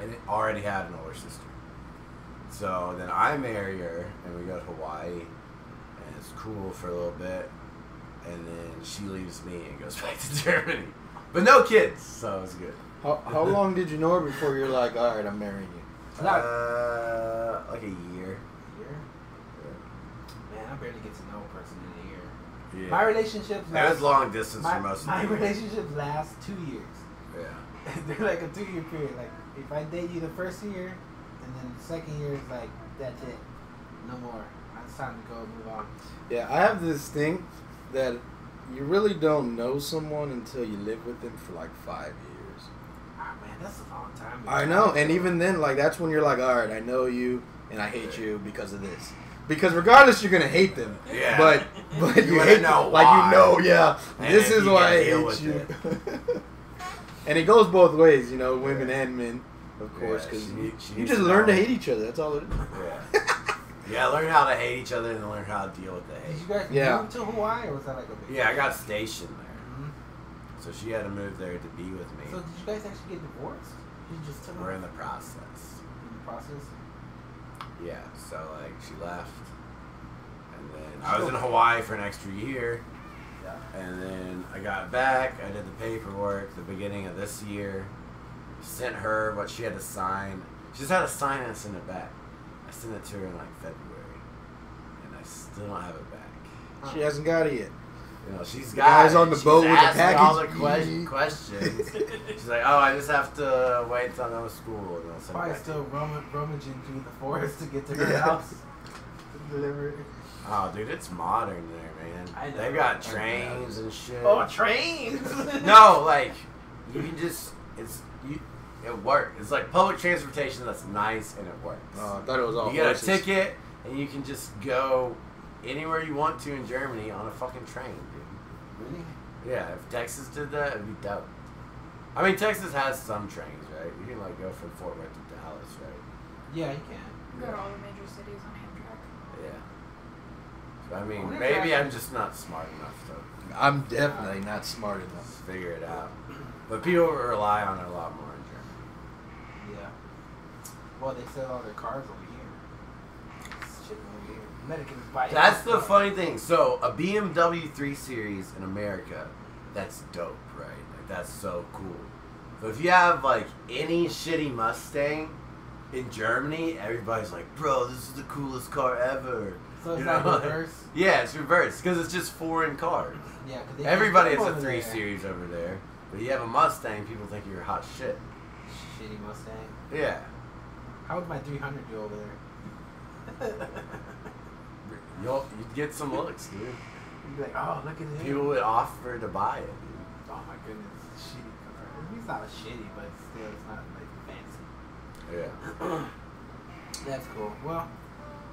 Speaker 2: and it already had an older sister. So then I marry her, and we go to Hawaii, and it's cool for a little bit, and then she leaves me and goes back to Germany, but no kids, so it was good.
Speaker 3: How, how long did you know her before you're like, all right, I'm marrying you?
Speaker 1: Not
Speaker 2: Uh, like a year.
Speaker 1: year. Man, I barely get to know a person in a year.
Speaker 2: Yeah.
Speaker 1: My relationships
Speaker 2: That was long distance
Speaker 1: my,
Speaker 2: for most
Speaker 1: my
Speaker 2: of them.
Speaker 1: relationships last two years.
Speaker 2: Yeah.
Speaker 1: They're like a two year period. Like if I date you the first year, and then the second year is like that's it, no more. It's time to go move on.
Speaker 3: Yeah, I have this thing that you really don't know someone until you live with them for like five years.
Speaker 1: Ah man, that's a long time.
Speaker 3: I know, and even then, like that's when you're like, all right, I know you, and I hate you because of this. Because regardless, you're gonna hate them.
Speaker 2: Yeah.
Speaker 3: But but
Speaker 2: You
Speaker 3: you,
Speaker 2: wanna
Speaker 3: hate
Speaker 2: know
Speaker 3: know like
Speaker 2: why.
Speaker 3: you know, yeah.
Speaker 2: And
Speaker 3: this
Speaker 2: then
Speaker 3: is
Speaker 2: you
Speaker 3: why
Speaker 2: gotta
Speaker 3: I
Speaker 2: deal
Speaker 3: hate
Speaker 2: with
Speaker 3: you. and it goes both ways, you know, women and men, of course,
Speaker 2: Yeah,
Speaker 3: because
Speaker 2: she
Speaker 3: you,
Speaker 2: need- she
Speaker 3: you
Speaker 2: needs
Speaker 3: just
Speaker 2: to
Speaker 3: learn to
Speaker 2: know.
Speaker 3: hate each other. That's all it is.
Speaker 2: Yeah. yeah. Learn how to hate each other and learn how to deal with the
Speaker 1: Did you
Speaker 2: hate.
Speaker 1: guys
Speaker 3: Yeah.
Speaker 1: move to Hawaii or was that like a big
Speaker 2: Yeah, I got stationed there.
Speaker 1: Mhm.
Speaker 2: So she had to move there to be with me.
Speaker 1: So did you guys actually get divorced? You just took
Speaker 2: We're
Speaker 1: off
Speaker 2: in the process.
Speaker 1: in the process.
Speaker 2: Yeah, so like she left. And then I was in Hawaii for an extra year.
Speaker 5: Yeah.
Speaker 2: And then I got back. I did the paperwork the beginning of this year. Sent her what she had to sign. She just had to sign it and send it back. I sent it to her in like February. And I still don't have it back.
Speaker 1: Huh.
Speaker 3: She hasn't got it yet.
Speaker 2: You know, she's
Speaker 3: The
Speaker 2: got
Speaker 3: guy's
Speaker 2: it.
Speaker 3: on the
Speaker 2: She's
Speaker 3: boat with the
Speaker 2: asking all the
Speaker 3: package.
Speaker 2: que- questions. she's like, oh, I just have to wait until I'm out of school. And I'll send it
Speaker 1: Probably
Speaker 2: back to
Speaker 1: still rum- rummaging through the forest to get to her
Speaker 3: Yeah.
Speaker 1: house. Deliver.
Speaker 2: Oh, dude, it's modern there, man.
Speaker 1: I know.
Speaker 2: They've got
Speaker 1: I
Speaker 2: trains and shit.
Speaker 1: Oh, trains!
Speaker 2: no, like you can just it's you it works. It's like public transportation that's nice and it works.
Speaker 3: Oh, I thought it was all
Speaker 2: you get
Speaker 3: horses.
Speaker 2: a ticket and you can just go anywhere you want to in Germany on a fucking train, dude.
Speaker 1: Really?
Speaker 2: Yeah, if Texas did that, it'd be dope. I mean, Texas has some trains, right? You can like go from Fort Worth to Dallas, right?
Speaker 1: Yeah, you can.
Speaker 4: Go to all the major cities on Amtrak.
Speaker 2: Yeah. So, I mean,
Speaker 1: Wonder if
Speaker 2: maybe
Speaker 1: I-
Speaker 2: I'm just not smart enough to
Speaker 3: I'm definitely not smart enough.
Speaker 2: figure it out. But people rely on it a lot more in Germany.
Speaker 1: Yeah. Well, they sell all their cars over here. Shit over here. Americans buy it.
Speaker 2: That's the funny thing. So a BMW 3 Series in America, that's dope, right? Like that's so cool. But if you have like any shitty Mustang in Germany, everybody's like, "Bro, this is the coolest car ever."
Speaker 1: So it's
Speaker 2: You
Speaker 1: like
Speaker 2: know, like-
Speaker 1: reverse.
Speaker 2: Yeah, it's reversed because it's just foreign cars.
Speaker 1: Yeah, 'cause they can't
Speaker 2: Everybody
Speaker 1: come
Speaker 2: has a
Speaker 1: over
Speaker 2: 3
Speaker 1: there.
Speaker 2: Series over there, but you have a Mustang, people think you're hot shit.
Speaker 1: Shitty Mustang.
Speaker 2: Yeah,
Speaker 1: How would my 300 do over there?
Speaker 2: you'll you'd get some looks, dude.
Speaker 1: You'd be like, oh, look at him.
Speaker 2: People would offer to buy it. Dude.
Speaker 1: Oh my goodness, it's a shitty car. I mean, It's not a shitty, but still, it's not like fancy.
Speaker 2: Yeah.
Speaker 1: That's cool. Well,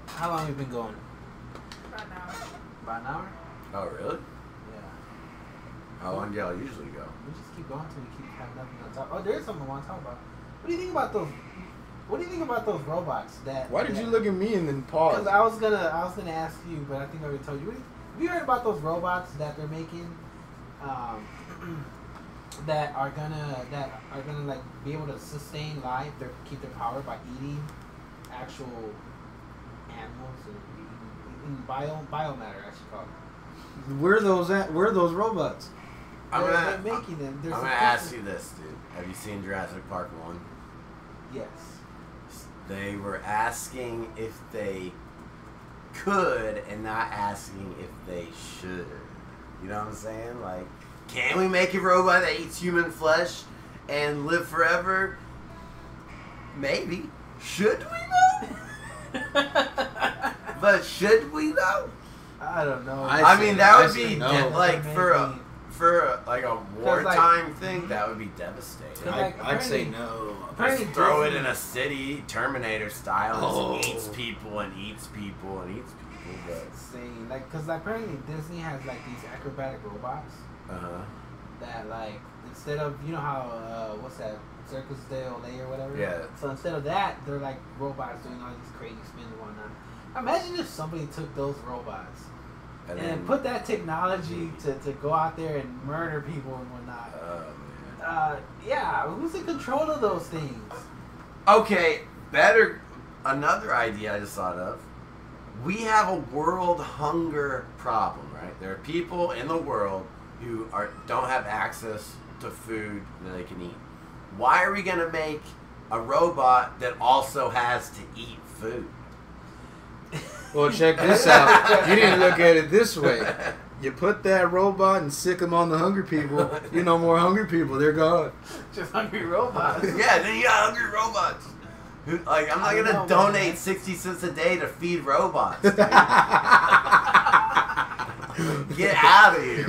Speaker 1: how long have we been going?
Speaker 4: About now.
Speaker 1: About an hour?
Speaker 2: Oh, really?
Speaker 1: Yeah.
Speaker 2: How long do y'all usually go?
Speaker 1: We just keep going till we keep having nothing to talk. Oh, there is something I want to talk about. What do you think about those? What do you think about those robots? That
Speaker 3: Why did
Speaker 1: that-
Speaker 3: you look at me and then pause?
Speaker 1: Because I was gonna, I was gonna ask you, but I think I already told you. What do you- Have you heard about those robots that they're making? Um, that are gonna, that are gonna like be able to sustain life, their keep their power by eating actual animals and eating, eating bio biomatter. I should call it.
Speaker 3: Where are those at? Where are those robots?
Speaker 2: I'm
Speaker 1: they're,
Speaker 2: gonna,
Speaker 1: they're making them.
Speaker 2: I'm
Speaker 1: They're
Speaker 2: gonna
Speaker 1: supposed
Speaker 2: ask
Speaker 1: to-
Speaker 2: you this, dude. Have you seen Jurassic Park 1?
Speaker 1: Yes.
Speaker 2: They were asking if they could and not asking if they should. You know what I'm saying? Like, can we make a robot that eats human flesh and live forever? Maybe. Should we though? But should we though?
Speaker 1: I don't know.
Speaker 3: I
Speaker 2: I,
Speaker 3: say-
Speaker 2: mean, that
Speaker 3: I
Speaker 2: would
Speaker 3: say
Speaker 2: be
Speaker 3: no.
Speaker 2: de-
Speaker 1: That's
Speaker 2: like for a
Speaker 1: amazing.
Speaker 2: for a, like a
Speaker 1: like-
Speaker 2: wartime thing. That would be devastating.
Speaker 1: They're
Speaker 3: I,
Speaker 1: like,
Speaker 3: I'd say
Speaker 1: apparently-
Speaker 3: no.
Speaker 2: Just
Speaker 1: apparently
Speaker 2: throw it
Speaker 1: Disney-
Speaker 2: in a city, Terminator style, and just
Speaker 3: Oh.
Speaker 2: eats people and eats people and eats people.
Speaker 1: Insane. Like, cause like, apparently Disney has like these acrobatic robots
Speaker 2: But uh huh.
Speaker 1: that like instead of you know how uh, what's that Circus de Olay or whatever.
Speaker 2: Yeah.
Speaker 1: So instead of that, they're like robots doing all these crazy spins and whatnot. Imagine if somebody took those robots
Speaker 2: And
Speaker 1: and,
Speaker 2: then,
Speaker 1: put that technology to, to go out there and murder people and whatnot.
Speaker 2: uh,
Speaker 1: Uh, yeah, who's in control of those things?
Speaker 2: okay, better. Another idea I just thought of. We have a world hunger problem, right? There are people in the world who are don't have access to food that they can eat. Why are we gonna make a robot that also has to eat food?
Speaker 3: Well, check this out. You didn't look at it this way. You put that robot and sick them on the hungry people. You know more hungry people. They're gone.
Speaker 1: Just hungry robots.
Speaker 2: Yeah, then you got hungry robots. Who, like, I'm not
Speaker 1: I
Speaker 2: gonna
Speaker 1: know,
Speaker 2: donate
Speaker 1: man.
Speaker 2: 60 cents a day to feed robots. dude. Get out of here.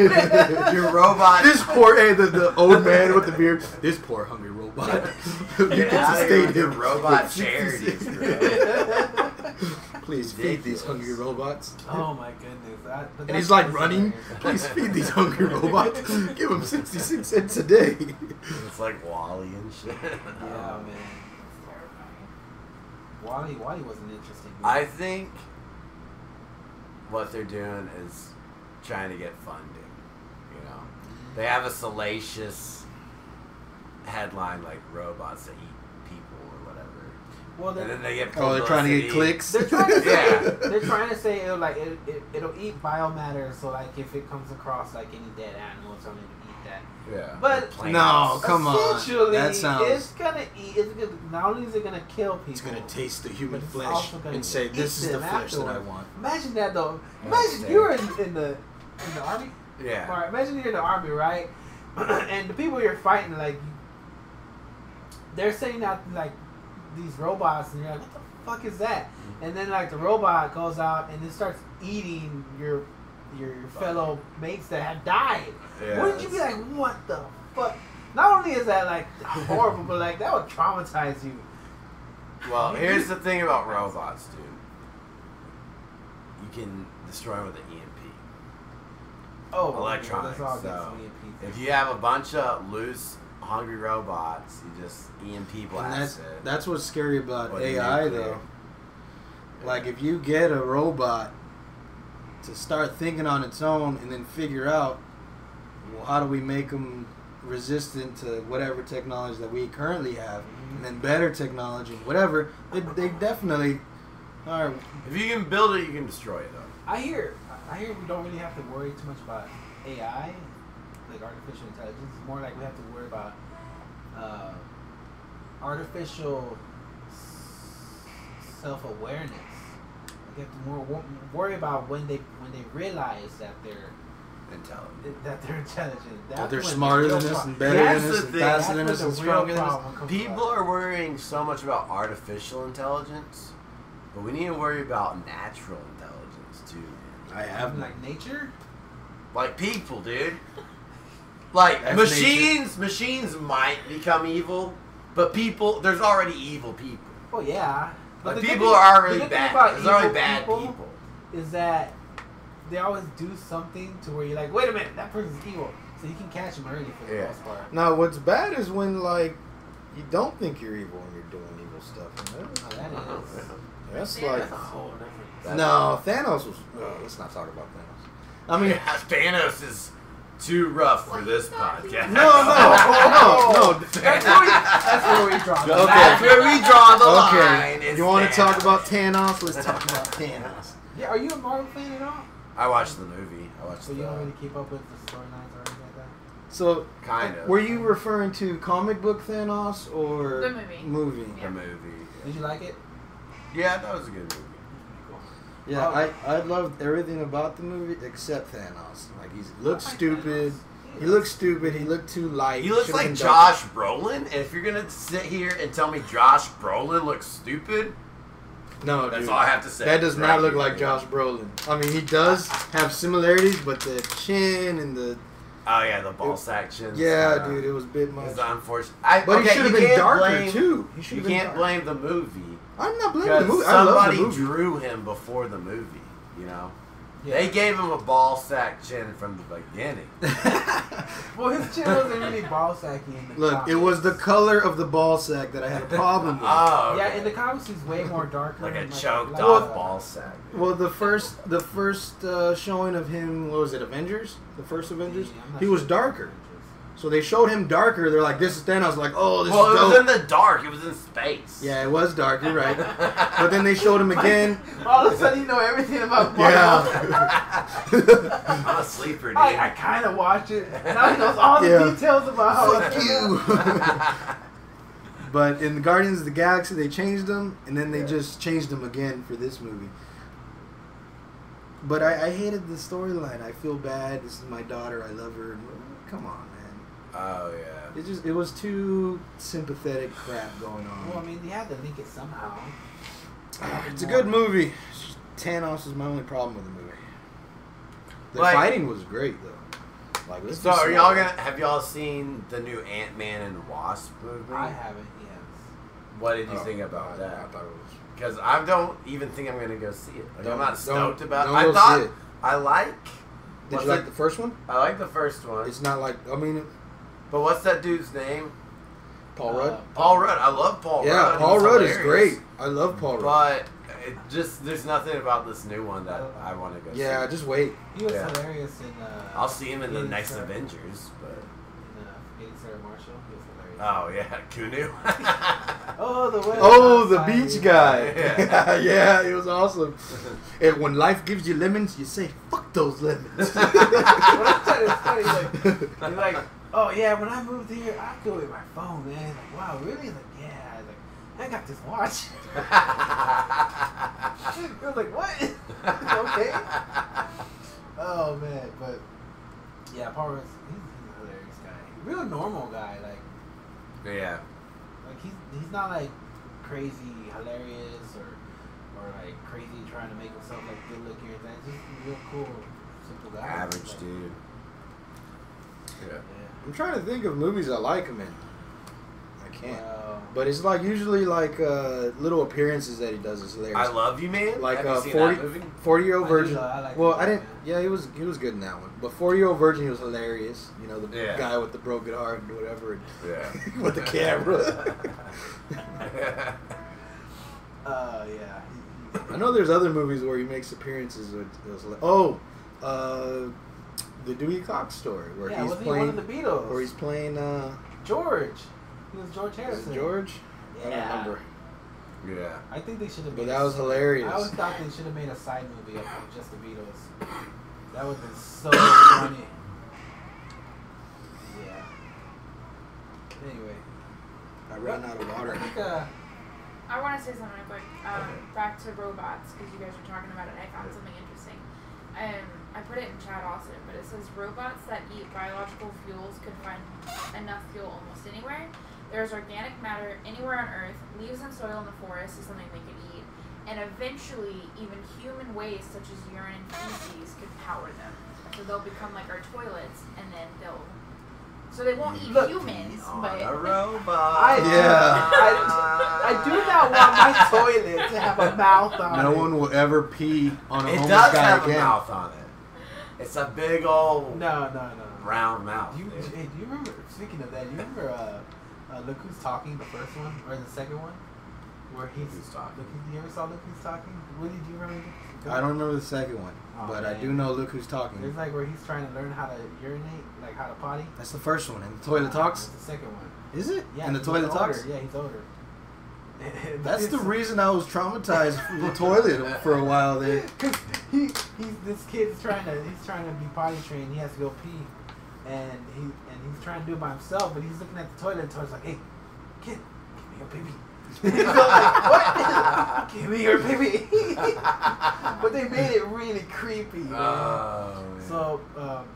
Speaker 2: Your robot.
Speaker 3: This poor, hey, the, the old man with the beard. This poor hungry robot. you
Speaker 2: Get
Speaker 3: can
Speaker 2: out of here
Speaker 3: sustain
Speaker 2: with your
Speaker 3: him.
Speaker 2: robot charities, bro.
Speaker 3: Please feed these hungry robots.
Speaker 1: Oh my goodness! I, but
Speaker 3: And
Speaker 1: that's
Speaker 3: he's like
Speaker 1: just
Speaker 3: running.
Speaker 1: hilarious.
Speaker 3: Please feed these hungry robots. Give them 66 cents a day.
Speaker 2: It's like Wally and shit.
Speaker 1: Yeah, man.
Speaker 4: It's terrifying.
Speaker 1: Wally, Wally was an interesting. Movie.
Speaker 2: I think what they're doing is trying to get funding. You know, They have a salacious headline like robots that eat people or whatever,
Speaker 1: Well,
Speaker 2: and
Speaker 1: they're,
Speaker 2: then they get
Speaker 3: Oh, they're trying to get
Speaker 2: publicity.
Speaker 3: clicks.
Speaker 1: they're trying to say
Speaker 2: Yeah.
Speaker 1: they're trying to say it'll like it, it, it'll eat biomatter. So like if it comes across like any dead animal, it's gonna eat that.
Speaker 2: Yeah,
Speaker 1: But-
Speaker 2: They're plants.
Speaker 3: No, come on.
Speaker 1: Essentially,
Speaker 3: That sounds-
Speaker 1: it's gonna eat. It's gonna, not only is it gonna kill people,
Speaker 5: It's gonna taste the
Speaker 1: but
Speaker 5: human
Speaker 1: it's
Speaker 5: flesh
Speaker 1: also gonna
Speaker 5: and say,
Speaker 1: eat
Speaker 5: "This is the
Speaker 1: them
Speaker 5: flesh that I
Speaker 1: afterwards."
Speaker 5: want."
Speaker 1: Imagine that though.
Speaker 2: Yeah,
Speaker 1: Imagine
Speaker 2: same.
Speaker 1: you're in, in the in the army.
Speaker 2: Yeah,
Speaker 1: Alright, imagine you're in the army, right? and the people you're fighting, like, they're sending out like these robots, and you're like, what the fuck is that?
Speaker 2: Mm-hmm.
Speaker 1: And then like the robot goes out and it starts eating your your, your fellow mates that have died.
Speaker 2: yeah.
Speaker 1: Wouldn't you be like, what the fuck? Not only is that like horrible, but like that would traumatize you.
Speaker 2: Well, here's the thing about robots, dude. You can destroy them with an E EMP.
Speaker 1: Oh, well,
Speaker 2: Electronics,
Speaker 1: That's all E
Speaker 2: so-
Speaker 1: that's me and Pete.
Speaker 2: If you have a bunch of loose, hungry robots, you just EMP
Speaker 3: And that's
Speaker 2: blast it. E
Speaker 3: that's what's scary about
Speaker 2: Or the
Speaker 3: AI
Speaker 2: nuclear.
Speaker 3: though. Like if you get a robot to start thinking on its own and then figure out well, how do we make them resistant to whatever technology that we currently have
Speaker 1: Mm-hmm.
Speaker 3: and then better technology whatever they, they definitely are
Speaker 2: If you can build it, you can destroy it. Though.
Speaker 1: I hear, I hear we don't really have to worry too much about AI, like artificial intelligence. It's more like we have to worry about uh, artificial self awareness. We have to more wor- worry about when they when they realize that they're
Speaker 2: Intelligent.
Speaker 1: that they're intelligent. That's
Speaker 3: that they're
Speaker 1: when the
Speaker 3: smarter
Speaker 1: real
Speaker 3: than us
Speaker 1: pro-
Speaker 3: and better
Speaker 2: That's the
Speaker 3: than us and
Speaker 2: thing.
Speaker 3: faster
Speaker 1: That's
Speaker 3: than
Speaker 1: where
Speaker 3: us
Speaker 1: the
Speaker 3: and
Speaker 1: real
Speaker 3: stronger than us
Speaker 1: problem comes
Speaker 2: People
Speaker 1: about.
Speaker 2: are worrying so much about artificial intelligence, but we need to worry about natural intelligence too. man.
Speaker 5: I have
Speaker 1: like nature.
Speaker 2: Like people, dude. Like
Speaker 5: That's
Speaker 2: machines, machines might become evil, but people, there's already evil people.
Speaker 1: Oh yeah,
Speaker 2: Like
Speaker 1: the good
Speaker 2: people
Speaker 1: thing-
Speaker 2: are
Speaker 1: the
Speaker 2: already
Speaker 1: good thing
Speaker 2: bad.
Speaker 1: about
Speaker 2: There's already
Speaker 1: evil
Speaker 2: bad people.
Speaker 1: is that they always do something to where you're like, wait a minute, that person's evil. So you can catch them early for the
Speaker 2: Yeah.
Speaker 1: most part. Oh,
Speaker 3: now what's bad is when like you don't think you're evil and you're doing evil stuff and
Speaker 1: Oh,
Speaker 3: that-
Speaker 1: that is.
Speaker 3: that's
Speaker 4: Yeah.
Speaker 3: like
Speaker 2: That's a whole different. that's-
Speaker 3: no Thanos was oh, let's not talk about Thanos I mean
Speaker 2: Yeah, Thanos is too rough for this podcast.
Speaker 3: No, no, oh, no, no.
Speaker 1: That's where we, that's where we draw the
Speaker 3: Okay.
Speaker 2: That's
Speaker 1: line.
Speaker 2: where we draw the line.
Speaker 3: Okay,
Speaker 2: is
Speaker 3: you want to
Speaker 2: Thanos.
Speaker 3: talk about Thanos? Let's talk about Thanos.
Speaker 1: Yeah, are you a Marvel fan at all?
Speaker 2: I watched the movie. I watched
Speaker 1: So you
Speaker 2: the
Speaker 1: don't really keep up with the storylines or anything like that?
Speaker 3: So,
Speaker 2: kind of
Speaker 3: were you referring to comic book Thanos or
Speaker 4: The movie.
Speaker 3: Movie.
Speaker 2: the movie.
Speaker 1: Did you like it?
Speaker 2: Yeah, that was a good movie.
Speaker 3: Yeah,
Speaker 1: Oh.
Speaker 3: I I loved everything about the movie except Thanos. Like he looks
Speaker 1: I like
Speaker 3: stupid.
Speaker 1: Thanos.
Speaker 3: He looks stupid. He looked too light.
Speaker 2: He looks
Speaker 3: Should've
Speaker 2: like
Speaker 3: been
Speaker 2: Josh Brolin. And if you're gonna sit here and tell me Josh Brolin looks stupid,
Speaker 3: dark. No,
Speaker 2: that's
Speaker 3: dude.
Speaker 2: all I have to say.
Speaker 3: That does
Speaker 2: Right.
Speaker 3: not look like Josh Brolin. I mean, he does have similarities, but the chin and the
Speaker 2: Oh yeah, the ball section.
Speaker 3: yeah, dude, it was a bit much.
Speaker 2: It's unfortunate. I,
Speaker 3: But
Speaker 2: okay,
Speaker 3: he should have
Speaker 2: you
Speaker 3: been
Speaker 2: can't
Speaker 3: darker
Speaker 2: blame,
Speaker 3: too. He
Speaker 2: You
Speaker 3: should've been
Speaker 2: can't
Speaker 3: dark.
Speaker 2: blame the movie
Speaker 3: I'm not blaming
Speaker 2: because
Speaker 3: the movie. I love
Speaker 2: somebody
Speaker 3: the movie.
Speaker 2: drew him before the movie. You know,
Speaker 1: Yeah.
Speaker 2: they gave him a ball sack chin from the beginning.
Speaker 1: well, his chin wasn't really ball sacky in the
Speaker 3: Look,
Speaker 1: comics.
Speaker 3: it was the color of the ball sack that I had a problem with.
Speaker 2: Oh,
Speaker 1: Yeah,
Speaker 2: okay.
Speaker 1: in the comics, he's way more darker.
Speaker 2: like a
Speaker 1: and,
Speaker 2: choked
Speaker 1: lighter.
Speaker 2: off ball sack. dude.
Speaker 3: Well, the first the first uh, showing of him, what was it, Avengers? The first Avengers?
Speaker 1: Yeah, I'm not
Speaker 3: He
Speaker 1: sure
Speaker 3: was
Speaker 1: if
Speaker 3: darker.
Speaker 1: Avengers.
Speaker 3: So they showed him darker. They're like, this is Thanos. Like, oh, this
Speaker 2: Well,
Speaker 3: is
Speaker 2: it
Speaker 3: dope.
Speaker 2: was in the dark. It was in space.
Speaker 3: yeah, it was dark. You're right. but then they showed him again.
Speaker 1: All of a sudden, you know everything about Marvel.
Speaker 3: yeah.
Speaker 2: I'm a sleeper, dude.
Speaker 1: I, I kind of watch it. Now he knows all the
Speaker 3: Yeah.
Speaker 1: details about how
Speaker 3: Fuck you. but in Guardians of the Galaxy, they changed him, and then they
Speaker 2: Yeah.
Speaker 3: just changed him again for this movie. But I, I hated the storyline. I feel bad. This is my daughter. I love her. Come on, man.
Speaker 2: oh yeah.
Speaker 3: It just it was too sympathetic crap going on.
Speaker 1: Well, I mean, they had to link it somehow.
Speaker 3: it's a good movie. It's just- Thanos is my only problem with the movie. The
Speaker 2: Like-
Speaker 3: fighting was great though. Like let's
Speaker 2: So
Speaker 3: be
Speaker 2: are y'all
Speaker 3: smart.
Speaker 2: gonna have y'all seen the new Ant Man and Wasp movie?
Speaker 1: I haven't. Yes.
Speaker 2: What did you
Speaker 3: Oh,
Speaker 2: think about
Speaker 3: I-
Speaker 2: that?
Speaker 3: I thought it was.
Speaker 2: Because I don't even think I'm gonna go see it. Like, I'm
Speaker 3: Don't-
Speaker 2: not stoked
Speaker 3: don't-
Speaker 2: about.
Speaker 3: don't
Speaker 2: I
Speaker 3: go see
Speaker 2: thought
Speaker 3: it.
Speaker 2: I like.
Speaker 3: Did
Speaker 2: what's
Speaker 3: you like
Speaker 2: that-
Speaker 3: the first one?
Speaker 2: I like the first one.
Speaker 3: It's not like I mean
Speaker 2: But what's that dude's name?
Speaker 3: Paul
Speaker 1: Uh,
Speaker 3: Rudd.
Speaker 2: Paul Rudd. I love Paul
Speaker 3: yeah,
Speaker 2: Rudd.
Speaker 3: Paul
Speaker 2: He's
Speaker 3: Rudd is
Speaker 2: hilarious.
Speaker 3: great. I love Paul Rudd.
Speaker 2: But it just there's nothing about this new one that I want to go.
Speaker 3: Yeah,
Speaker 2: see.
Speaker 3: just wait.
Speaker 1: He was
Speaker 2: Yeah.
Speaker 1: hilarious in. Uh,
Speaker 2: I'll see him in the
Speaker 1: Phoenix
Speaker 2: next
Speaker 1: Sarah-
Speaker 2: Avengers. But
Speaker 1: In, uh, Phoenix Sarah Marshall. He was hilarious.
Speaker 2: oh yeah, Kunu.
Speaker 1: oh, the weather
Speaker 3: Oh, the
Speaker 1: outside is-
Speaker 3: beach guy.
Speaker 2: Yeah.
Speaker 3: Yeah, it was awesome. And when life gives you lemons, you say, fuck those lemons.
Speaker 1: What I'm trying to say, like, He's like, oh yeah, when I moved here, I go with my phone, man. He's like, wow, really? He's like, yeah. He's like, I got this watch. I was like, what? okay. Oh man, but yeah, Paul Rudd, he's, he's a hilarious guy. Real normal guy, like,
Speaker 2: yeah.
Speaker 1: like he's he's not like crazy hilarious or or like crazy trying to make himself like good looking or anything. Just a real cool, simple guy.
Speaker 2: Average
Speaker 1: Like,
Speaker 2: dude. Yeah.
Speaker 1: Yeah.
Speaker 3: I'm trying to think of movies I like him in. I can't.
Speaker 1: Wow.
Speaker 3: But it's like usually like uh, little appearances that he does is hilarious.
Speaker 2: I love you, man.
Speaker 3: like
Speaker 2: Have
Speaker 3: a
Speaker 1: uh,
Speaker 2: you seen that movie?
Speaker 3: 40, 40 year
Speaker 1: I
Speaker 3: old
Speaker 1: do
Speaker 3: virgin.
Speaker 1: though, I like
Speaker 3: well,
Speaker 1: that
Speaker 3: I didn't.
Speaker 1: one,
Speaker 3: Yeah, he was he was good in that one. But forty year old virgin, he was hilarious. You know, the
Speaker 2: Yeah.
Speaker 3: guy with the broken heart and whatever, and
Speaker 2: Yeah.
Speaker 3: with the camera.
Speaker 1: Uh, yeah. he- he-
Speaker 3: I know there's other movies where he makes appearances. With, it was like, oh, uh, the Dewey Cox story where
Speaker 1: yeah,
Speaker 3: he's
Speaker 1: was
Speaker 3: playing
Speaker 1: he one of the Beatles?
Speaker 3: where he's playing uh,
Speaker 1: George. He was George
Speaker 3: is
Speaker 1: Harrison.
Speaker 3: it George. I don't
Speaker 1: Yeah.
Speaker 3: remember.
Speaker 2: yeah.
Speaker 1: I think they should have.
Speaker 3: But
Speaker 1: made
Speaker 3: that
Speaker 1: a-
Speaker 3: was hilarious.
Speaker 1: I always thought they should have made a side movie of just the Beatles. That would have been so funny. Yeah. Anyway,
Speaker 3: I ran out of water.
Speaker 1: I think uh,
Speaker 4: I want to say something real quick. Um,
Speaker 2: Okay.
Speaker 4: Back to robots, because you guys were talking about it, and I found something interesting. Um, I put it in chat also, but it says robots that eat biological fuels could find enough fuel almost anywhere. There's organic matter anywhere on Earth. Leaves and soil in the forest is something they could eat. And eventually, even human waste, such as urine and feces, could power them. So they'll become like our toilets, and then they'll. So they won't eat
Speaker 1: Look,
Speaker 4: humans,
Speaker 2: On
Speaker 4: but.
Speaker 2: a robot.
Speaker 1: I
Speaker 3: Yeah.
Speaker 1: I, I do not want my toilet to have a mouth on
Speaker 3: No
Speaker 1: it.
Speaker 3: one will ever pee on a
Speaker 2: It
Speaker 3: homeless
Speaker 2: does
Speaker 3: guy
Speaker 2: have
Speaker 3: again.
Speaker 2: a mouth on it. It's a big old
Speaker 1: No, no, no.
Speaker 2: round mouth.
Speaker 1: You,
Speaker 2: dude.
Speaker 1: hey, do you remember? Speaking of that, you remember uh, uh, Look Who's Talking, the first one or the second one, where he's
Speaker 2: Look Who's Talking.
Speaker 1: Look Who- you ever saw Look Who's Talking? Really? Do you remember? Look-
Speaker 3: I don't remember the second one,
Speaker 1: Oh,
Speaker 3: but I
Speaker 1: man.
Speaker 3: do know Look Who's Talking.
Speaker 1: It's like where he's trying to learn how to urinate, like how to potty.
Speaker 3: That's the first one. And the toilet talks.
Speaker 1: It's the second one.
Speaker 3: Is it?
Speaker 1: Yeah.
Speaker 3: And the
Speaker 1: he's
Speaker 3: toilet
Speaker 1: older.
Speaker 3: talks.
Speaker 1: Yeah, he's older.
Speaker 3: That's the
Speaker 1: It's-
Speaker 3: reason I was traumatized from the toilet for a while there.
Speaker 1: Cause he he's this kid's trying to he's trying to be potty trained. He has to go pee, and he and he's trying to do it by himself. But he's looking at the toilet. and The toilet's like, "Hey, kid, give me your baby." he's like, "What? give me your baby." but they made it really creepy. man.
Speaker 2: Oh, man.
Speaker 1: so, um,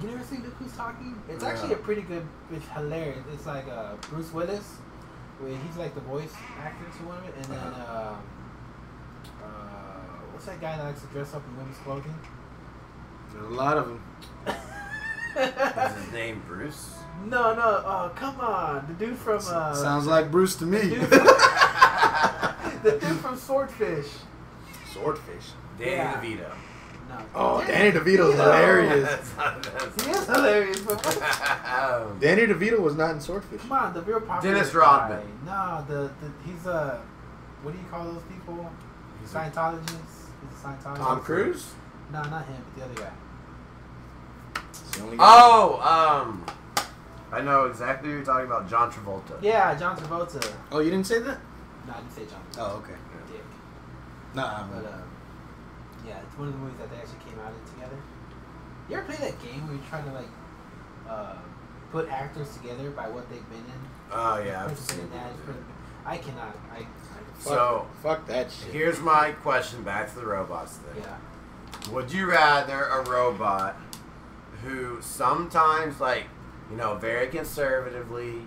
Speaker 1: you never seen Look Who's Talking? It's actually
Speaker 2: Yeah.
Speaker 1: a pretty good. It's hilarious. It's like uh, Bruce Willis. Where he's like the voice actor to one of it, and then
Speaker 3: Uh-huh.
Speaker 1: um uh, what's that guy that likes to dress up in women's clothing?
Speaker 3: There's a lot of them.
Speaker 2: is his name Bruce?
Speaker 1: no, no, uh, come on, the dude from uh,
Speaker 3: Sounds like Bruce to
Speaker 1: the
Speaker 3: me.
Speaker 1: dude from- the dude from Swordfish.
Speaker 3: Swordfish.
Speaker 2: Danny
Speaker 1: Yeah.
Speaker 2: DeVito.
Speaker 1: No.
Speaker 3: Oh, Danny
Speaker 1: DeVito.
Speaker 3: DeVito's hilarious.
Speaker 2: That's not, that's
Speaker 1: He is hilarious, but what-
Speaker 2: Um,
Speaker 3: Danny DeVito was not in Swordfish.
Speaker 1: come on, the real popular
Speaker 2: Dennis
Speaker 1: guy.
Speaker 2: Rodman.
Speaker 1: No, the, the he's a what do you call those people?
Speaker 2: He's a-
Speaker 1: Scientologists. He's a Scientologist.
Speaker 2: Tom Cruise?
Speaker 1: No, not him, but the other guy.
Speaker 3: It's the only guy-
Speaker 2: Oh, um, I know exactly who you're talking about. John Travolta.
Speaker 1: Yeah, John Travolta.
Speaker 3: Oh, you didn't say that?
Speaker 1: No, I didn't say John. Travolta.
Speaker 3: Oh, okay.
Speaker 1: Dick.
Speaker 3: Nah, I'm
Speaker 1: But uh, yeah, it's one of the movies that they actually came out in together. You ever play that game where you're trying to like uh, put actors together by what they've been in?
Speaker 2: Oh yeah, I've
Speaker 1: Person
Speaker 2: seen
Speaker 1: in that,
Speaker 2: him do
Speaker 1: person-
Speaker 2: it.
Speaker 1: I cannot. I, I
Speaker 3: fuck,
Speaker 2: So
Speaker 3: fuck that shit.
Speaker 2: here's my question back to the robots thing.
Speaker 1: yeah.
Speaker 2: Would you rather a robot who sometimes, like, you know, very conservatively,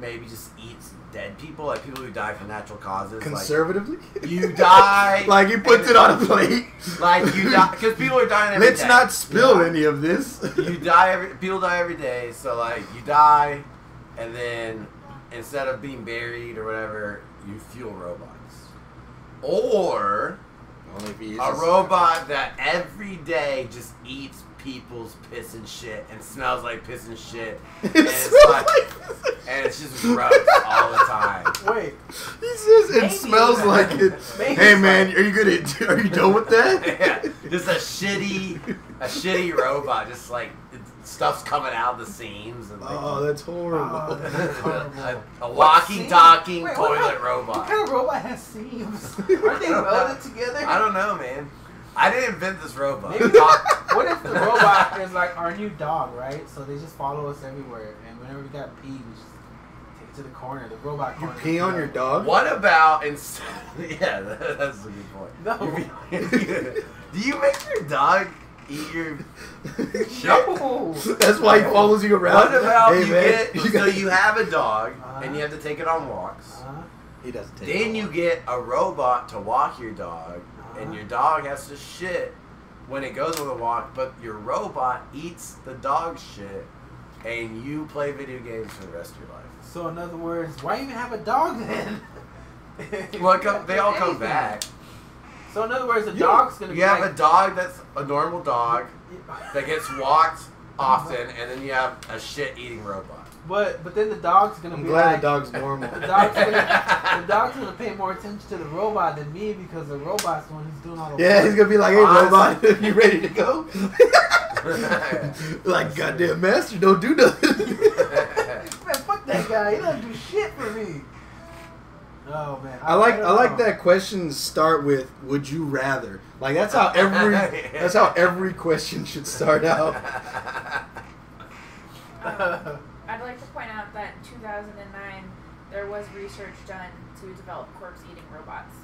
Speaker 2: maybe just eats dead people, like people who die from natural causes?
Speaker 3: Conservatively?
Speaker 2: Like, you die.
Speaker 3: like he puts it on a plate.
Speaker 2: Like, you die. Because people are dying every
Speaker 3: Let's
Speaker 2: day.
Speaker 3: not spill
Speaker 2: Yeah.
Speaker 3: any of this.
Speaker 2: you die every people die every day so like you die and then instead of being buried or whatever you fuel robots or
Speaker 3: Only if he
Speaker 2: a robot that every day just eats people's piss and shit and smells like piss and shit.
Speaker 3: It
Speaker 2: And it's,
Speaker 3: smells
Speaker 2: like,
Speaker 3: like-
Speaker 2: and it's just gross all the time.
Speaker 1: Wait,
Speaker 3: He says it
Speaker 2: Maybe.
Speaker 3: smells like it.
Speaker 2: Maybe
Speaker 3: hey
Speaker 2: it's
Speaker 3: man, are you gonna are you done with
Speaker 2: yeah,
Speaker 3: that?
Speaker 2: just a shitty, a shitty robot. Just like it- stuff's coming out of the seams and like
Speaker 3: oh, that's
Speaker 1: Oh,
Speaker 2: Uh,
Speaker 3: horrible.
Speaker 1: that's horrible.
Speaker 2: a, a
Speaker 1: seam? Wait,
Speaker 2: walkie-talkie
Speaker 1: what
Speaker 2: toilet
Speaker 1: kind-
Speaker 2: robot.
Speaker 1: what kind of robot has seams? Aren't they welded together?
Speaker 2: I don't know, man. I didn't invent this robot.
Speaker 1: Maybe not. What if the robot is like our new dog, right? So they just follow us everywhere, and whenever we got pee, we just take it to the corner, the robot
Speaker 3: you
Speaker 1: corner.
Speaker 3: pee on your dog?
Speaker 2: What about instead? yeah, that- that's a good point.
Speaker 1: No.
Speaker 2: Do you make your dog eat your?
Speaker 1: No.
Speaker 3: That's why he follows you around.
Speaker 2: What about
Speaker 3: Hey,
Speaker 2: you
Speaker 3: man,
Speaker 2: get?
Speaker 3: you
Speaker 2: so
Speaker 3: got-
Speaker 2: you have a dog
Speaker 1: Uh-huh.
Speaker 2: and you have to take it on walks.
Speaker 1: Uh,
Speaker 3: He doesn't take.
Speaker 2: Then
Speaker 3: it.
Speaker 2: you get a robot to walk your dog, and your dog has to shit when it goes on the walk, but your robot eats the dog's shit, and you play video games for the rest of your life.
Speaker 1: so in other words, why even have a dog then?
Speaker 2: Well, it come, they all come
Speaker 1: Anything.
Speaker 2: back.
Speaker 1: So in other words, the
Speaker 2: You-
Speaker 1: dog's gonna be
Speaker 2: You have
Speaker 1: like,
Speaker 2: a dog that's a normal dog that gets walked often, and then you have a shit eating robot.
Speaker 1: but but then the dog's gonna
Speaker 3: I'm
Speaker 1: be
Speaker 3: glad
Speaker 1: like,
Speaker 3: the dog's normal.
Speaker 1: The dog's, gonna, the dog's gonna pay more attention to the robot than me because the robot's the one who's doing all the
Speaker 3: yeah, he's
Speaker 1: work.
Speaker 3: gonna be like, "Hey,
Speaker 2: Honestly.
Speaker 3: robot, you ready to go?" like, goddamn master, don't do nothing.
Speaker 1: Man, fuck that guy. He doesn't do shit for me. Oh man,
Speaker 3: I like
Speaker 1: don't
Speaker 3: I like
Speaker 1: know.
Speaker 3: that question to start with "Would you rather?" Like that's how every that's how every question should start out.
Speaker 4: Um, I'd like to point out that in 2009, there was research done to develop corpse-eating robots.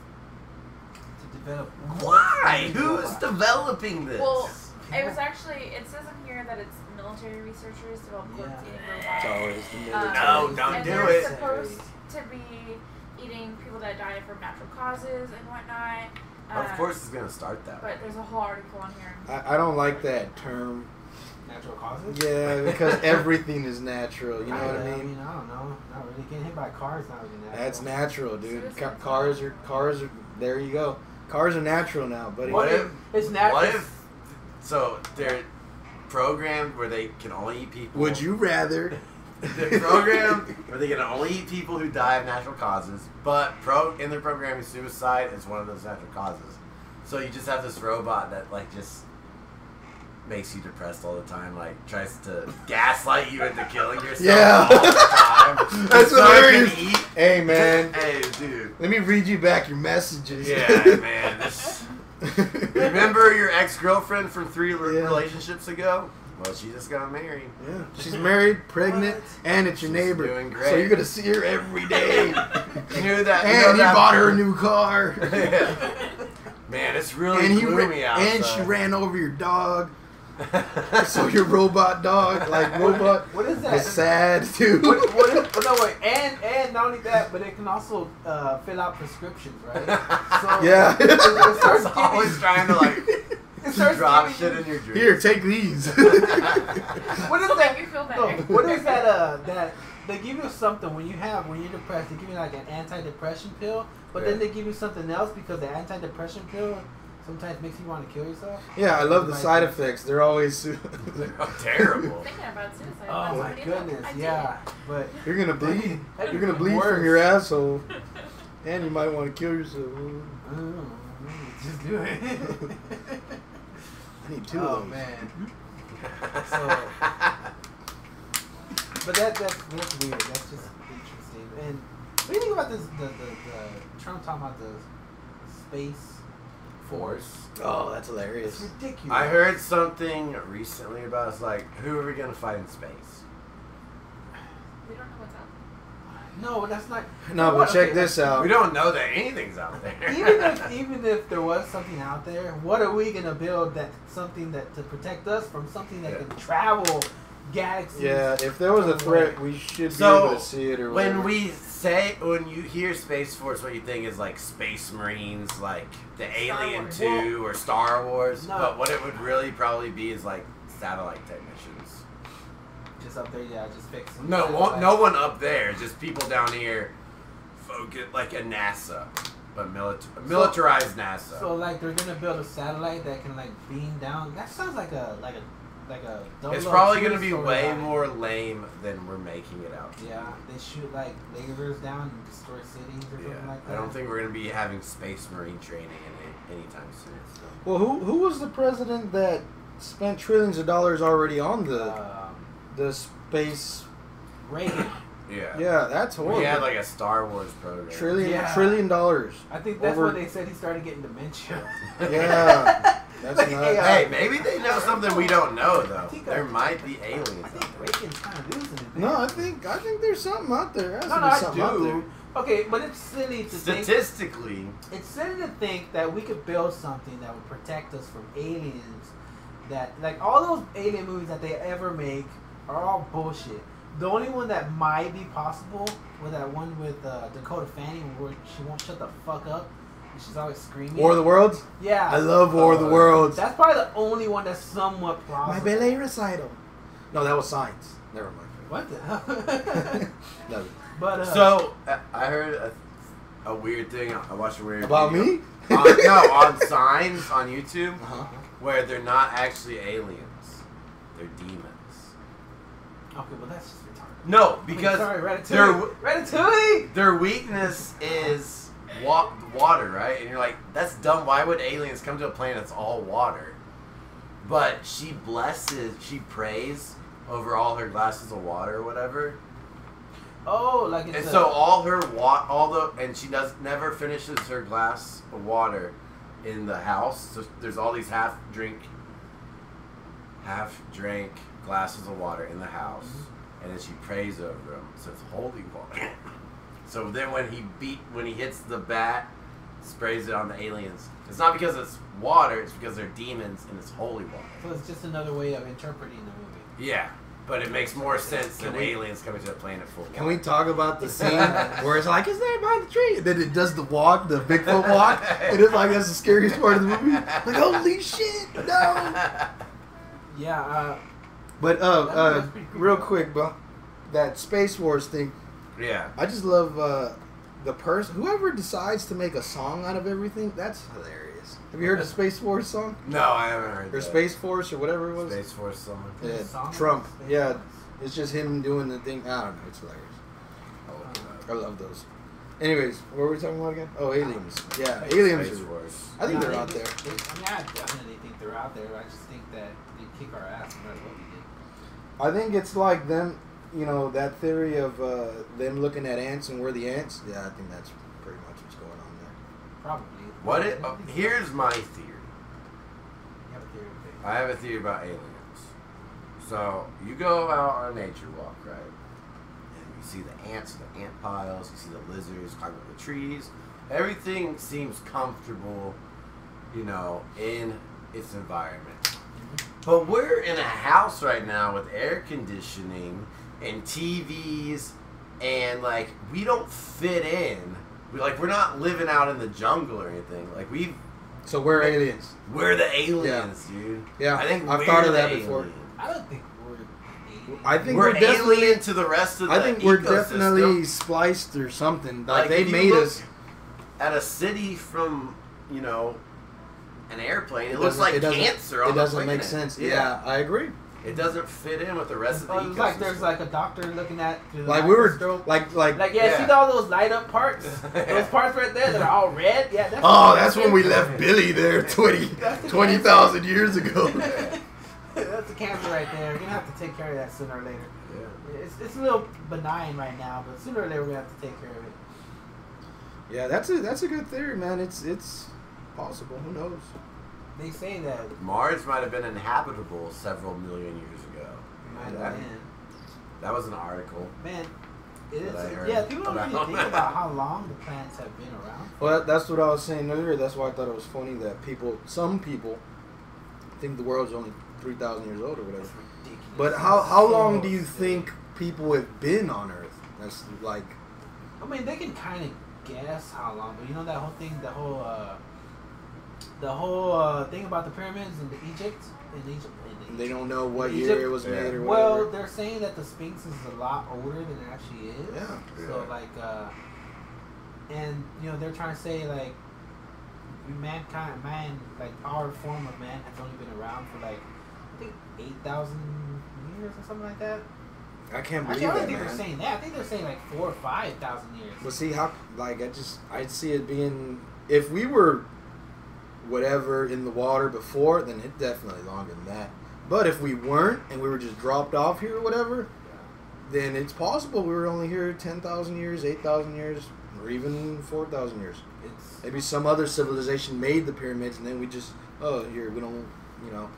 Speaker 1: uh, to develop.
Speaker 2: Why? Who's developing this?
Speaker 4: Well, it was actually it says in here that it's military researchers developed
Speaker 1: Yeah.
Speaker 4: corpse-eating
Speaker 3: It's
Speaker 4: robots.
Speaker 3: always the
Speaker 4: Um,
Speaker 3: military.
Speaker 2: No, don't
Speaker 4: and
Speaker 2: do
Speaker 4: they're
Speaker 2: it.
Speaker 4: supposed to be eating people that die from natural causes and whatnot.
Speaker 2: of
Speaker 4: Um,
Speaker 2: course, it's gonna start that. way.
Speaker 4: But there's a whole article on here.
Speaker 1: Uh,
Speaker 3: I, I don't like that term.
Speaker 1: natural causes?
Speaker 3: Yeah, because everything is natural. You know what
Speaker 1: Kinda,
Speaker 3: I
Speaker 1: I
Speaker 3: mean?
Speaker 1: I don't know. Not really getting hit by cars not really natural.
Speaker 3: That's natural, dude.
Speaker 4: Citizens.
Speaker 3: Ca- Cars are cars are. There you go. Cars are natural now, buddy.
Speaker 1: What
Speaker 2: What
Speaker 1: if
Speaker 2: if-
Speaker 1: it's natural?
Speaker 2: What if? So they're programmed where they can only eat people.
Speaker 3: Would you rather?
Speaker 2: They're programmed where they can only eat people who die of natural causes, but pro in their programming, suicide is one of those natural causes. So you just have this robot that like just makes you depressed all the time, like tries to gaslight you into killing yourself
Speaker 3: Yeah.
Speaker 2: all the time.
Speaker 3: That's
Speaker 2: So it can
Speaker 3: hilarious.
Speaker 2: eat-
Speaker 3: hey man,
Speaker 2: Hey, dude.
Speaker 3: let me read you back your messages.
Speaker 2: Yeah, man. This, remember your ex girlfriend from three re-
Speaker 3: Yeah.
Speaker 2: relationships ago? Well, she just got married.
Speaker 3: Yeah, she's married, pregnant,
Speaker 1: What?
Speaker 3: and it's your
Speaker 2: She's
Speaker 3: neighbor.
Speaker 2: doing
Speaker 3: So
Speaker 2: great.
Speaker 3: you're gonna see her every day.
Speaker 2: You knew that. you know
Speaker 3: and he
Speaker 2: that-
Speaker 3: bought her a new car.
Speaker 2: Man, it's really
Speaker 3: and he
Speaker 2: gloomy
Speaker 3: ra-
Speaker 2: outside.
Speaker 3: and she ran over your dog. So your robot dog, like robot,
Speaker 1: What is that?
Speaker 3: is sad too.
Speaker 1: What, what if, but no wait, and and not only that, but it can also uh, fill out prescriptions, right? So
Speaker 3: Yeah.
Speaker 1: it, it starts
Speaker 2: It's
Speaker 1: giving,
Speaker 2: always trying to like
Speaker 1: it starts
Speaker 2: drop
Speaker 1: giving
Speaker 2: shit
Speaker 1: you-
Speaker 2: in your drink.
Speaker 3: Here, take these.
Speaker 1: What is
Speaker 4: It'll
Speaker 1: that?
Speaker 4: make you feel
Speaker 1: No,
Speaker 4: better.
Speaker 1: what is that? Uh, that they give you something when you have when you're depressed. They give you like an antidepressant pill, but then
Speaker 2: Yeah.
Speaker 1: they give you something else because the antidepressant pill sometimes makes you want to kill yourself.
Speaker 3: yeah, I love the side effects. They're always. su-
Speaker 2: Oh, terrible.
Speaker 4: Thinking about suicide.
Speaker 1: Oh my
Speaker 4: that's what it is.
Speaker 1: goodness,
Speaker 4: I did
Speaker 1: yeah. But
Speaker 3: You're gonna bleed.
Speaker 1: That'd
Speaker 3: You're gonna
Speaker 1: be
Speaker 3: bleed
Speaker 1: worse.
Speaker 3: from your asshole, and you might want to kill yourself.
Speaker 1: Mm, just do it.
Speaker 3: I need two
Speaker 1: oh
Speaker 3: of those.
Speaker 1: man. So- But that that's that's weird. That's just interesting. And what do you think about this the the, the Trump talking about the space force?
Speaker 3: Oh, that's
Speaker 1: It's
Speaker 3: hilarious.
Speaker 1: ridiculous.
Speaker 2: I heard something recently about it's like who are we gonna fight in space?
Speaker 4: We don't know what's out
Speaker 1: No, that's not.
Speaker 3: No, but
Speaker 1: What?
Speaker 3: check
Speaker 1: Okay,
Speaker 3: this out.
Speaker 2: We don't know that anything's out there.
Speaker 1: even if even if there was something out there, what are we gonna build that something that to protect us from something that
Speaker 2: Yeah.
Speaker 1: can travel galaxies?
Speaker 3: Yeah, if there was a threat, we should be
Speaker 2: So,
Speaker 3: able to see it or
Speaker 2: when
Speaker 3: whatever.
Speaker 2: we say when you hear space force, what you think is like space marines, like the
Speaker 4: Star
Speaker 2: Alien
Speaker 4: Wars.
Speaker 2: Two or Star Wars.
Speaker 1: No.
Speaker 2: But what it would really probably be is like satellite technicians.
Speaker 1: just up there. Yeah, just fix. them.
Speaker 2: No, one, no one up there. Just people down here, focus like a NASA. but milit- militarized NASA.
Speaker 1: So like they're gonna build a satellite that can like beam down. That sounds like a like a like a.
Speaker 2: it's
Speaker 1: 002
Speaker 2: probably going to be
Speaker 1: storyline.
Speaker 2: way more lame than we're making it out. to be.
Speaker 1: Yeah, they shoot like lasers down and destroy cities or something
Speaker 2: Yeah.
Speaker 1: like that.
Speaker 2: I don't think we're going to be having space marine training in it anytime soon. So.
Speaker 3: Well, who who was the president that spent trillions of dollars already on the
Speaker 2: Uh,
Speaker 1: Um,
Speaker 3: the space?
Speaker 1: Reagan.
Speaker 2: Yeah.
Speaker 3: Yeah, that's horrible.
Speaker 2: We had like a Star Wars program.
Speaker 3: trillion
Speaker 1: Yeah.
Speaker 3: trillion dollars.
Speaker 1: I think that's
Speaker 3: Over-
Speaker 1: when they said he started getting dementia.
Speaker 3: Yeah, that's
Speaker 1: Like,
Speaker 3: nuts.
Speaker 1: AI.
Speaker 2: Hey, maybe they know something we don't know
Speaker 1: I
Speaker 2: though.
Speaker 1: think I-
Speaker 2: There might be aliens.
Speaker 1: I
Speaker 2: out
Speaker 1: think
Speaker 2: there.
Speaker 1: Reagan's kind of losing it. man.
Speaker 3: No, I think I think there's something out there. There has
Speaker 1: no,
Speaker 3: to
Speaker 1: no,
Speaker 3: be
Speaker 1: I
Speaker 3: something out there.
Speaker 1: do. Okay, but it's silly to think.
Speaker 2: Statistically,
Speaker 1: It's silly to think that we could build something that would protect us from aliens. That like all those alien movies that they ever make are all bullshit. The only one that might be possible was that one with uh, Dakota Fanning, where she won't shut the fuck up. and She's always screaming.
Speaker 3: War of the Worlds.
Speaker 1: yeah,
Speaker 3: I love War of the
Speaker 2: Uh,
Speaker 3: Worlds.
Speaker 1: that's probably the only one that's somewhat
Speaker 3: My
Speaker 1: plausible.
Speaker 3: ballet recital. No, that was science. Never mind.
Speaker 1: What the hell?
Speaker 3: No.
Speaker 1: but uh,
Speaker 2: so uh, I heard a, a weird thing. I watched a weird
Speaker 3: About
Speaker 2: video.
Speaker 3: me?
Speaker 2: on, Uh, no, on signs on YouTube
Speaker 3: Uh-huh.
Speaker 2: where they're not actually aliens; they're demons.
Speaker 1: okay, well that's just retarded.
Speaker 2: No,
Speaker 1: I mean,
Speaker 2: because
Speaker 1: sorry,
Speaker 2: they're
Speaker 1: Ratatouille.
Speaker 2: w-
Speaker 1: Ratatouille.
Speaker 2: their weakness is wa- water, right? And you're like, that's dumb. Why would aliens come to a planet that's all water? But she blesses, she prays over all her glasses of water or whatever.
Speaker 1: Oh, like it's
Speaker 2: And
Speaker 1: a-
Speaker 2: so all her wa- all the and she does never finishes her glass of water in the house. So there's all these half drink, half drank glasses of water in the house,
Speaker 3: Mm-hmm.
Speaker 2: and then she prays over them. So it's holy water. so then when he beat when he hits the bat, sprays it on the aliens. It's not because it's water. It's because they're demons and it's holy water.
Speaker 1: So it's just another way of interpreting the movie.
Speaker 2: Yeah, but it makes more sense
Speaker 3: Can
Speaker 2: than
Speaker 3: we-
Speaker 2: aliens coming to a planet full. of
Speaker 3: Can
Speaker 2: water.
Speaker 3: we talk about the scene where it's like, "Is there by the tree?" And then it does the walk, the Bigfoot walk, and it's like that's the scariest part of the movie. Like, holy shit, no!
Speaker 1: Yeah, uh,
Speaker 3: But uh, uh real quick, but that Space Wars thing,
Speaker 2: yeah.
Speaker 3: I just love uh, the person whoever decides to make a song out of everything. That's hilarious. Have you heard the Space Wars song
Speaker 2: No, I haven't heard
Speaker 3: or
Speaker 2: that.
Speaker 3: Space Force or whatever it was?
Speaker 2: Space Force song.
Speaker 3: Yeah,
Speaker 1: the song-
Speaker 3: Trump. Yeah, it's just him doing the thing. I don't know. It's hilarious.
Speaker 2: Oh,
Speaker 3: I love those. Anyways, what were we talking about again? Oh, aliens. Yeah, aliens.
Speaker 2: Space
Speaker 3: are-
Speaker 2: Force.
Speaker 3: I think
Speaker 1: Nah,
Speaker 3: they're
Speaker 1: they-
Speaker 3: out there.
Speaker 1: They, I mean, I definitely think they're out there. I just think that they kick our ass no matter what we do.
Speaker 3: I think it's like them, you know, that theory of uh, them looking at ants and we're the ants. Yeah, I think that's pretty much what's going on there.
Speaker 1: Probably.
Speaker 2: What it, oh,
Speaker 3: uh,
Speaker 2: here's my theory.
Speaker 1: You have a theory of it.
Speaker 2: I have a theory about aliens. So you go out on a nature walk, right? And you see the ants in the ant piles. You see the lizards climbing up the trees. Everything seems comfortable, you know, in its environment. But we're in a house right now with air conditioning and TVs, and like we don't fit in. We like we're not living out in the jungle or anything. Like we
Speaker 3: So we're aliens.
Speaker 2: we're the aliens, dude.
Speaker 3: Yeah,
Speaker 2: I think
Speaker 3: I've
Speaker 2: we're
Speaker 3: thought of
Speaker 2: the
Speaker 3: that before.
Speaker 2: alien.
Speaker 1: I don't think we're.
Speaker 3: I think
Speaker 2: we're,
Speaker 3: we're, definitely.
Speaker 2: alien to the rest of the
Speaker 3: I think we're
Speaker 2: ecosystem.
Speaker 3: definitely spliced or something. Like, they
Speaker 2: if you
Speaker 3: made
Speaker 2: look
Speaker 3: us.
Speaker 2: at a city from you know an airplane. It, looks
Speaker 3: doesn't-
Speaker 2: like
Speaker 3: doesn't-
Speaker 2: cancer.
Speaker 3: It
Speaker 2: on the
Speaker 3: doesn't make
Speaker 2: planet.
Speaker 3: sense. Yeah. I agree.
Speaker 2: it doesn't fit in with the rest of the
Speaker 1: Well,
Speaker 2: ecosystem.
Speaker 1: it's like there's like a doctor looking at. through the
Speaker 3: Like we were
Speaker 1: microscope.
Speaker 3: like like.
Speaker 1: Like yeah,
Speaker 2: Yeah.
Speaker 1: see all those light up parts, those parts right there that are all red. Yeah, that's.
Speaker 3: Oh, that's when we left Billy there 20
Speaker 1: That's-
Speaker 3: 20,000 years ago.
Speaker 1: that's a cancer right there. You're gonna have to take care of that sooner or later.
Speaker 2: yeah.
Speaker 1: It's, it's a little benign right now, but sooner or later we're gonna have to take care of it.
Speaker 3: yeah, that's a that's a good theory, man. It's it's possible. Who knows?
Speaker 1: They say that
Speaker 2: Mars might have been inhabitable several million years ago.
Speaker 1: might
Speaker 2: that,
Speaker 1: have been.
Speaker 2: that was an article.
Speaker 1: Man, it is.
Speaker 2: That I heard
Speaker 1: Yeah, people don't really
Speaker 2: about.
Speaker 1: think about how long the planets have been around.
Speaker 3: Well, that, that's what I was saying earlier. That's why I thought it was funny that people, some people, think the world's only three thousand years old or
Speaker 1: It's
Speaker 3: whatever.
Speaker 1: ridiculous.
Speaker 3: But how how long do you think people have been on Earth? That's like
Speaker 1: I mean, they can kind of guess how long, but you know that whole thing, the whole, uh, the whole uh, thing about the pyramids in the Egypt, in Egypt, in
Speaker 3: they
Speaker 1: Egypt.
Speaker 3: don't know what
Speaker 1: Egypt-
Speaker 3: year it was
Speaker 2: Yeah.
Speaker 3: made or whatever.
Speaker 1: Well, they're saying that the Sphinx is a lot older than it actually is.
Speaker 3: Yeah.
Speaker 1: So
Speaker 2: Yeah.
Speaker 1: like, uh, and you know they're trying to say like mankind, man, like our form of man has only been around for like I think eight thousand years or something like that.
Speaker 3: I can't believe
Speaker 1: Actually, I don't
Speaker 3: that,
Speaker 1: think
Speaker 3: man.
Speaker 1: they're saying that. I think they're saying like four or five thousand years.
Speaker 3: But see how like I just I'd see it being if we were whatever in the water before, then it definitely longer than that. But if we weren't and we were just dropped off here or whatever, then it's possible we were only here ten thousand years, eight thousand years, or even four thousand years.
Speaker 1: It's
Speaker 3: Maybe some other civilization made the pyramids and then we just oh here we don't you know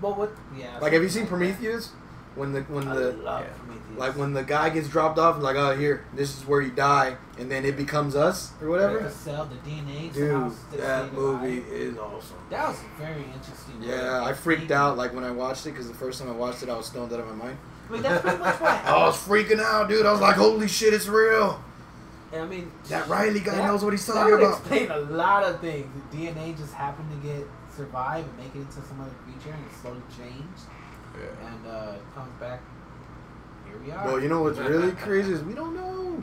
Speaker 1: well, what? Yeah.
Speaker 3: like have you seen
Speaker 1: something like
Speaker 3: Prometheus when the when
Speaker 1: that. I
Speaker 3: the
Speaker 1: love
Speaker 2: yeah.
Speaker 1: Prometheus.
Speaker 3: like when the guy gets dropped off, like, oh, here, this is where you die, and then it becomes us or
Speaker 1: the
Speaker 3: whatever.
Speaker 1: cell, the DNA. somehow
Speaker 3: Dude,
Speaker 1: st-
Speaker 3: that
Speaker 1: stayed
Speaker 3: movie
Speaker 1: alive.
Speaker 3: is awesome.
Speaker 1: That was very interesting.
Speaker 3: Yeah, I freaked out like when I watched it because the first time I watched it, I was stoned out of my mind.
Speaker 1: I mean, that's pretty much what.
Speaker 3: I was freaking out, dude. I was like, holy shit, it's real.
Speaker 1: I mean,
Speaker 3: That Riley guy
Speaker 1: That-
Speaker 3: knows what he's
Speaker 1: That
Speaker 3: talking
Speaker 1: would
Speaker 3: about.
Speaker 1: explain a lot of things. The DNA just happened to get survive and make it into some other creature, and it slowly changed
Speaker 2: Yeah.
Speaker 1: and uh, it comes back. Here we are.
Speaker 3: Well, you know what's really crazy is we don't know.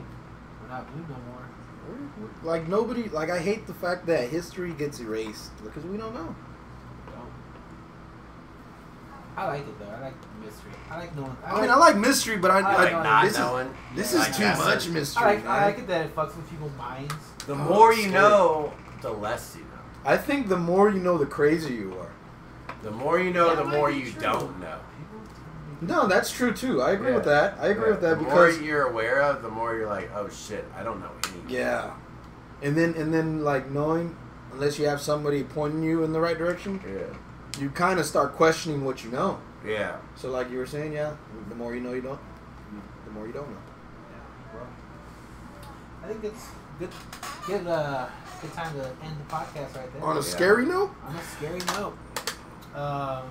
Speaker 1: We're not blue no more.
Speaker 3: We're- we're- Like nobody, like I hate the fact that history gets erased because we don't know.
Speaker 1: We don't. I like it though. I like the mystery. I like knowing. I,
Speaker 3: I mean,
Speaker 1: like,
Speaker 3: I like mystery, but I,
Speaker 1: I
Speaker 2: Like
Speaker 1: like
Speaker 3: I-
Speaker 2: not
Speaker 3: this is
Speaker 2: knowing.
Speaker 3: this
Speaker 2: Like
Speaker 3: is too
Speaker 2: that's
Speaker 3: much
Speaker 2: it.
Speaker 3: mystery.
Speaker 1: I like, I
Speaker 3: man.
Speaker 1: like it that it fucks with people's minds.
Speaker 2: The
Speaker 3: Oh,
Speaker 2: more you
Speaker 3: scary.
Speaker 2: know, the less you know.
Speaker 3: I think the more you know, the crazier you are.
Speaker 2: The more you know,
Speaker 1: That
Speaker 2: the
Speaker 1: might
Speaker 2: more
Speaker 1: be
Speaker 2: you
Speaker 1: true.
Speaker 2: don't know.
Speaker 1: People tend to be-
Speaker 3: No, that's true too. I agree with
Speaker 2: Yeah.
Speaker 3: that. I agree with that
Speaker 2: the
Speaker 3: because
Speaker 2: more you're aware of, the more you're like, oh shit, I don't know anything.
Speaker 3: yeah, and then and then like knowing, unless you have somebody pointing you in the right direction,
Speaker 2: Yeah.
Speaker 3: you kind of start questioning what you know.
Speaker 2: Yeah.
Speaker 3: So like you were saying, yeah, the more you know, you don't, the more you don't know.
Speaker 1: Yeah, well, I think it's good. Good. Uh, good time to end the podcast right there.
Speaker 3: On a
Speaker 2: Yeah.
Speaker 3: scary note,
Speaker 1: on a scary note. Um,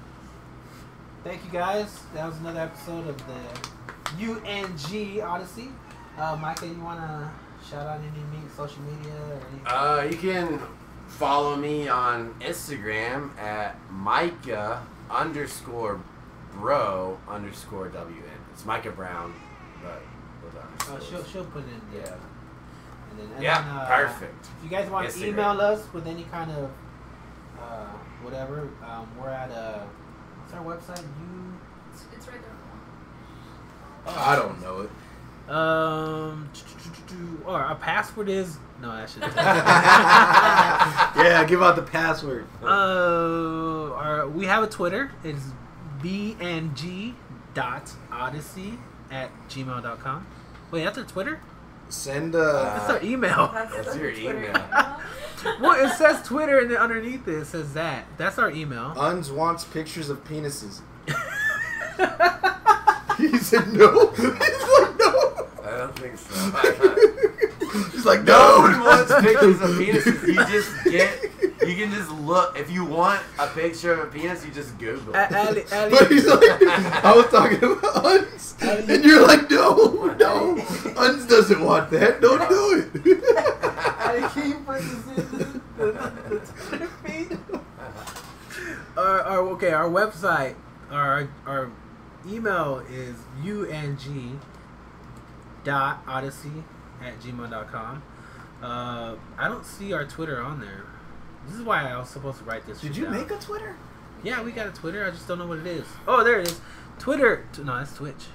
Speaker 1: thank you guys. That was another episode of the UNG Odyssey. Uh, Micah, you want to shout out any me- social media or anything?
Speaker 2: Uh, you can follow me on Instagram at Micah underscore bro underscore WN. It's Micah Brown, but with
Speaker 1: Uh, she'll,
Speaker 2: underscores.
Speaker 1: she'll put it in there. And then, and
Speaker 2: Yeah,
Speaker 1: then, uh,
Speaker 2: perfect.
Speaker 1: If you guys want to
Speaker 2: Instagram.
Speaker 1: email us with any kind of uh, whatever, um, we're at uh, what's our website? You
Speaker 4: It's, it's right there. on the wall.
Speaker 3: I don't know it.
Speaker 1: um, or our password is no, that should.
Speaker 3: yeah, give out the password.
Speaker 1: Uh, our, we have a Twitter. It's bng dot odyssey at gmail.com. Wait, that's our Twitter?
Speaker 3: Send uh,
Speaker 1: That's our email.
Speaker 4: That's,
Speaker 2: Oh, that's
Speaker 4: the
Speaker 2: your
Speaker 4: Twitter
Speaker 2: email.
Speaker 1: well, it says Twitter, and then underneath it, it says that. That's our email.
Speaker 3: Uns wants pictures of penises. He said no. He's like no.
Speaker 2: I don't think so.
Speaker 3: He's like
Speaker 2: no
Speaker 3: no.
Speaker 2: one wants pictures of penises. You just get. You can just look. If you want a picture of a penis, you just Google.
Speaker 1: A-
Speaker 2: it.
Speaker 1: Ali, Ali,
Speaker 3: But he's like, I was talking about Uns, and you're like, no, no, Uns doesn't want that. Don't do it.
Speaker 1: Ali, can you put this in the- the- the Twitter feed? Our, our, okay, our website, our, our email is ung dot odyssey at gmail.com. Uh, I don't see our Twitter on there. This is why I was supposed to write this. shit down.
Speaker 3: a Twitter?
Speaker 1: Yeah, we got a Twitter. I just don't know what it is. Oh, there it is. Twitter. T- no, that's Twitch.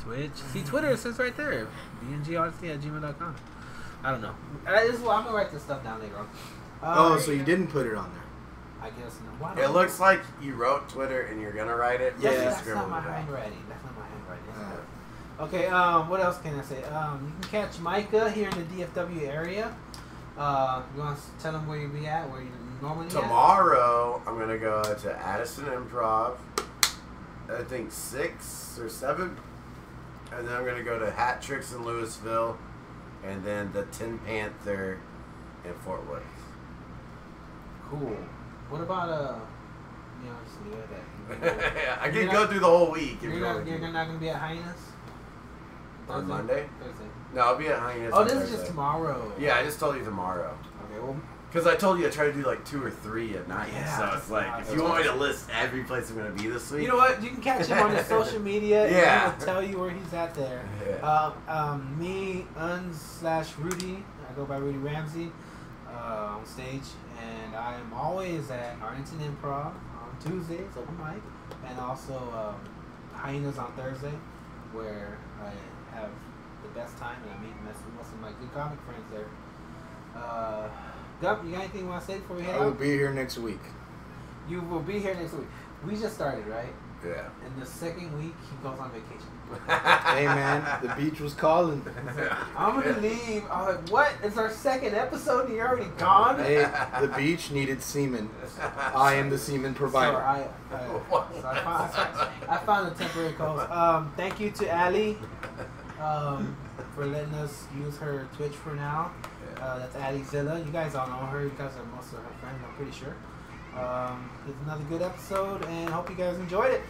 Speaker 1: Twitch. See, Twitter it says right there. bngodyssey at gmail.com. I don't know. I, Uh, this, well, I'm gonna write this stuff down later on.
Speaker 3: Oh,
Speaker 1: Uh,
Speaker 3: so you didn't put it on there.
Speaker 1: I guess. no- Why
Speaker 2: It
Speaker 1: don't-
Speaker 2: looks like you wrote Twitter and you're gonna write it. but
Speaker 1: That's,
Speaker 3: Yeah.
Speaker 1: that's
Speaker 2: Instagram
Speaker 1: not
Speaker 2: will
Speaker 1: my
Speaker 2: do that.
Speaker 1: handwriting. That's not my handwriting. That's not- Okay. Um, what else can I say? Um, you can catch Micah here in the DFW area. Uh, you want to tell him where you be at? Where you normally at?
Speaker 2: Tomorrow, I'm gonna go to Addison Improv. I think six or seven, and then I'm gonna go to Hat Tricks in Louisville, and then the Tin Panther in Fort Worth.
Speaker 1: Cool. What about uh? You know, just leave it at that.
Speaker 2: I
Speaker 1: You're
Speaker 2: can
Speaker 1: not-
Speaker 2: go through the whole week if
Speaker 1: You're
Speaker 2: you
Speaker 1: not,
Speaker 2: want.
Speaker 1: you're
Speaker 2: to.
Speaker 1: not gonna be at Hyenas
Speaker 2: On
Speaker 1: Thursday?
Speaker 2: Monday?
Speaker 1: Thursday.
Speaker 2: No, I'll be at Hyenas.
Speaker 1: Oh,
Speaker 2: on
Speaker 1: this is just
Speaker 2: Thursday.
Speaker 1: tomorrow.
Speaker 2: Yeah, I just told you tomorrow.
Speaker 1: Okay. Well,
Speaker 2: Because I told you I try to do like two or three at night.
Speaker 1: Yeah.
Speaker 2: so it's like, if
Speaker 1: That's
Speaker 2: you want me to list every place I'm going to be this week.
Speaker 1: you know what? You can catch him on his social media. and
Speaker 2: Yeah.
Speaker 1: Um, he will tell you where he's at there.
Speaker 2: Yeah.
Speaker 1: Um, um, me, Uns slash Rudy I go by Rudy Ramsey uh, on stage, and I am always at Arlington Improv on Tuesdays, open mic, and also um, Hyenas on Thursday, where I have the best time and I meet most most of my good comic friends there. Uh, Gump, you got anything you want to say before we head
Speaker 3: I will
Speaker 1: out?
Speaker 3: be here next week.
Speaker 1: You will be here next week. We just started, right?
Speaker 2: Yeah.
Speaker 1: And the second week, he goes on vacation.
Speaker 3: Hey man, the beach was calling.
Speaker 1: I'm gonna leave. I'm like, what? It's our second episode and you're already gone?
Speaker 3: Hey, the beach needed semen. I am the semen
Speaker 1: So
Speaker 3: provider.
Speaker 1: I, I, so I, found, I, found, I found a temporary co-host. Um, thank you to Allie um, for letting us use her Twitch for now. Uh, that's Allie Zilla. You guys all know her. You guys are most of her friends, I'm pretty sure. Um, it's another good episode, and hope you guys enjoyed it.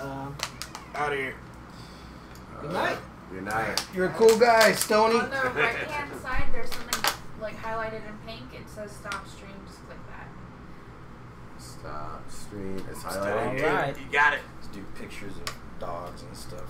Speaker 1: Um,
Speaker 3: Out of here.
Speaker 1: good night.
Speaker 2: Good night.
Speaker 3: You're a cool guy, Stony.
Speaker 4: On the right hand side, there's something like highlighted in pink. It says stop stream. Just click that.
Speaker 2: Stop stream. It's
Speaker 5: All
Speaker 2: highlighted.
Speaker 1: right.
Speaker 5: You got it.
Speaker 3: do pictures of dogs and stuff.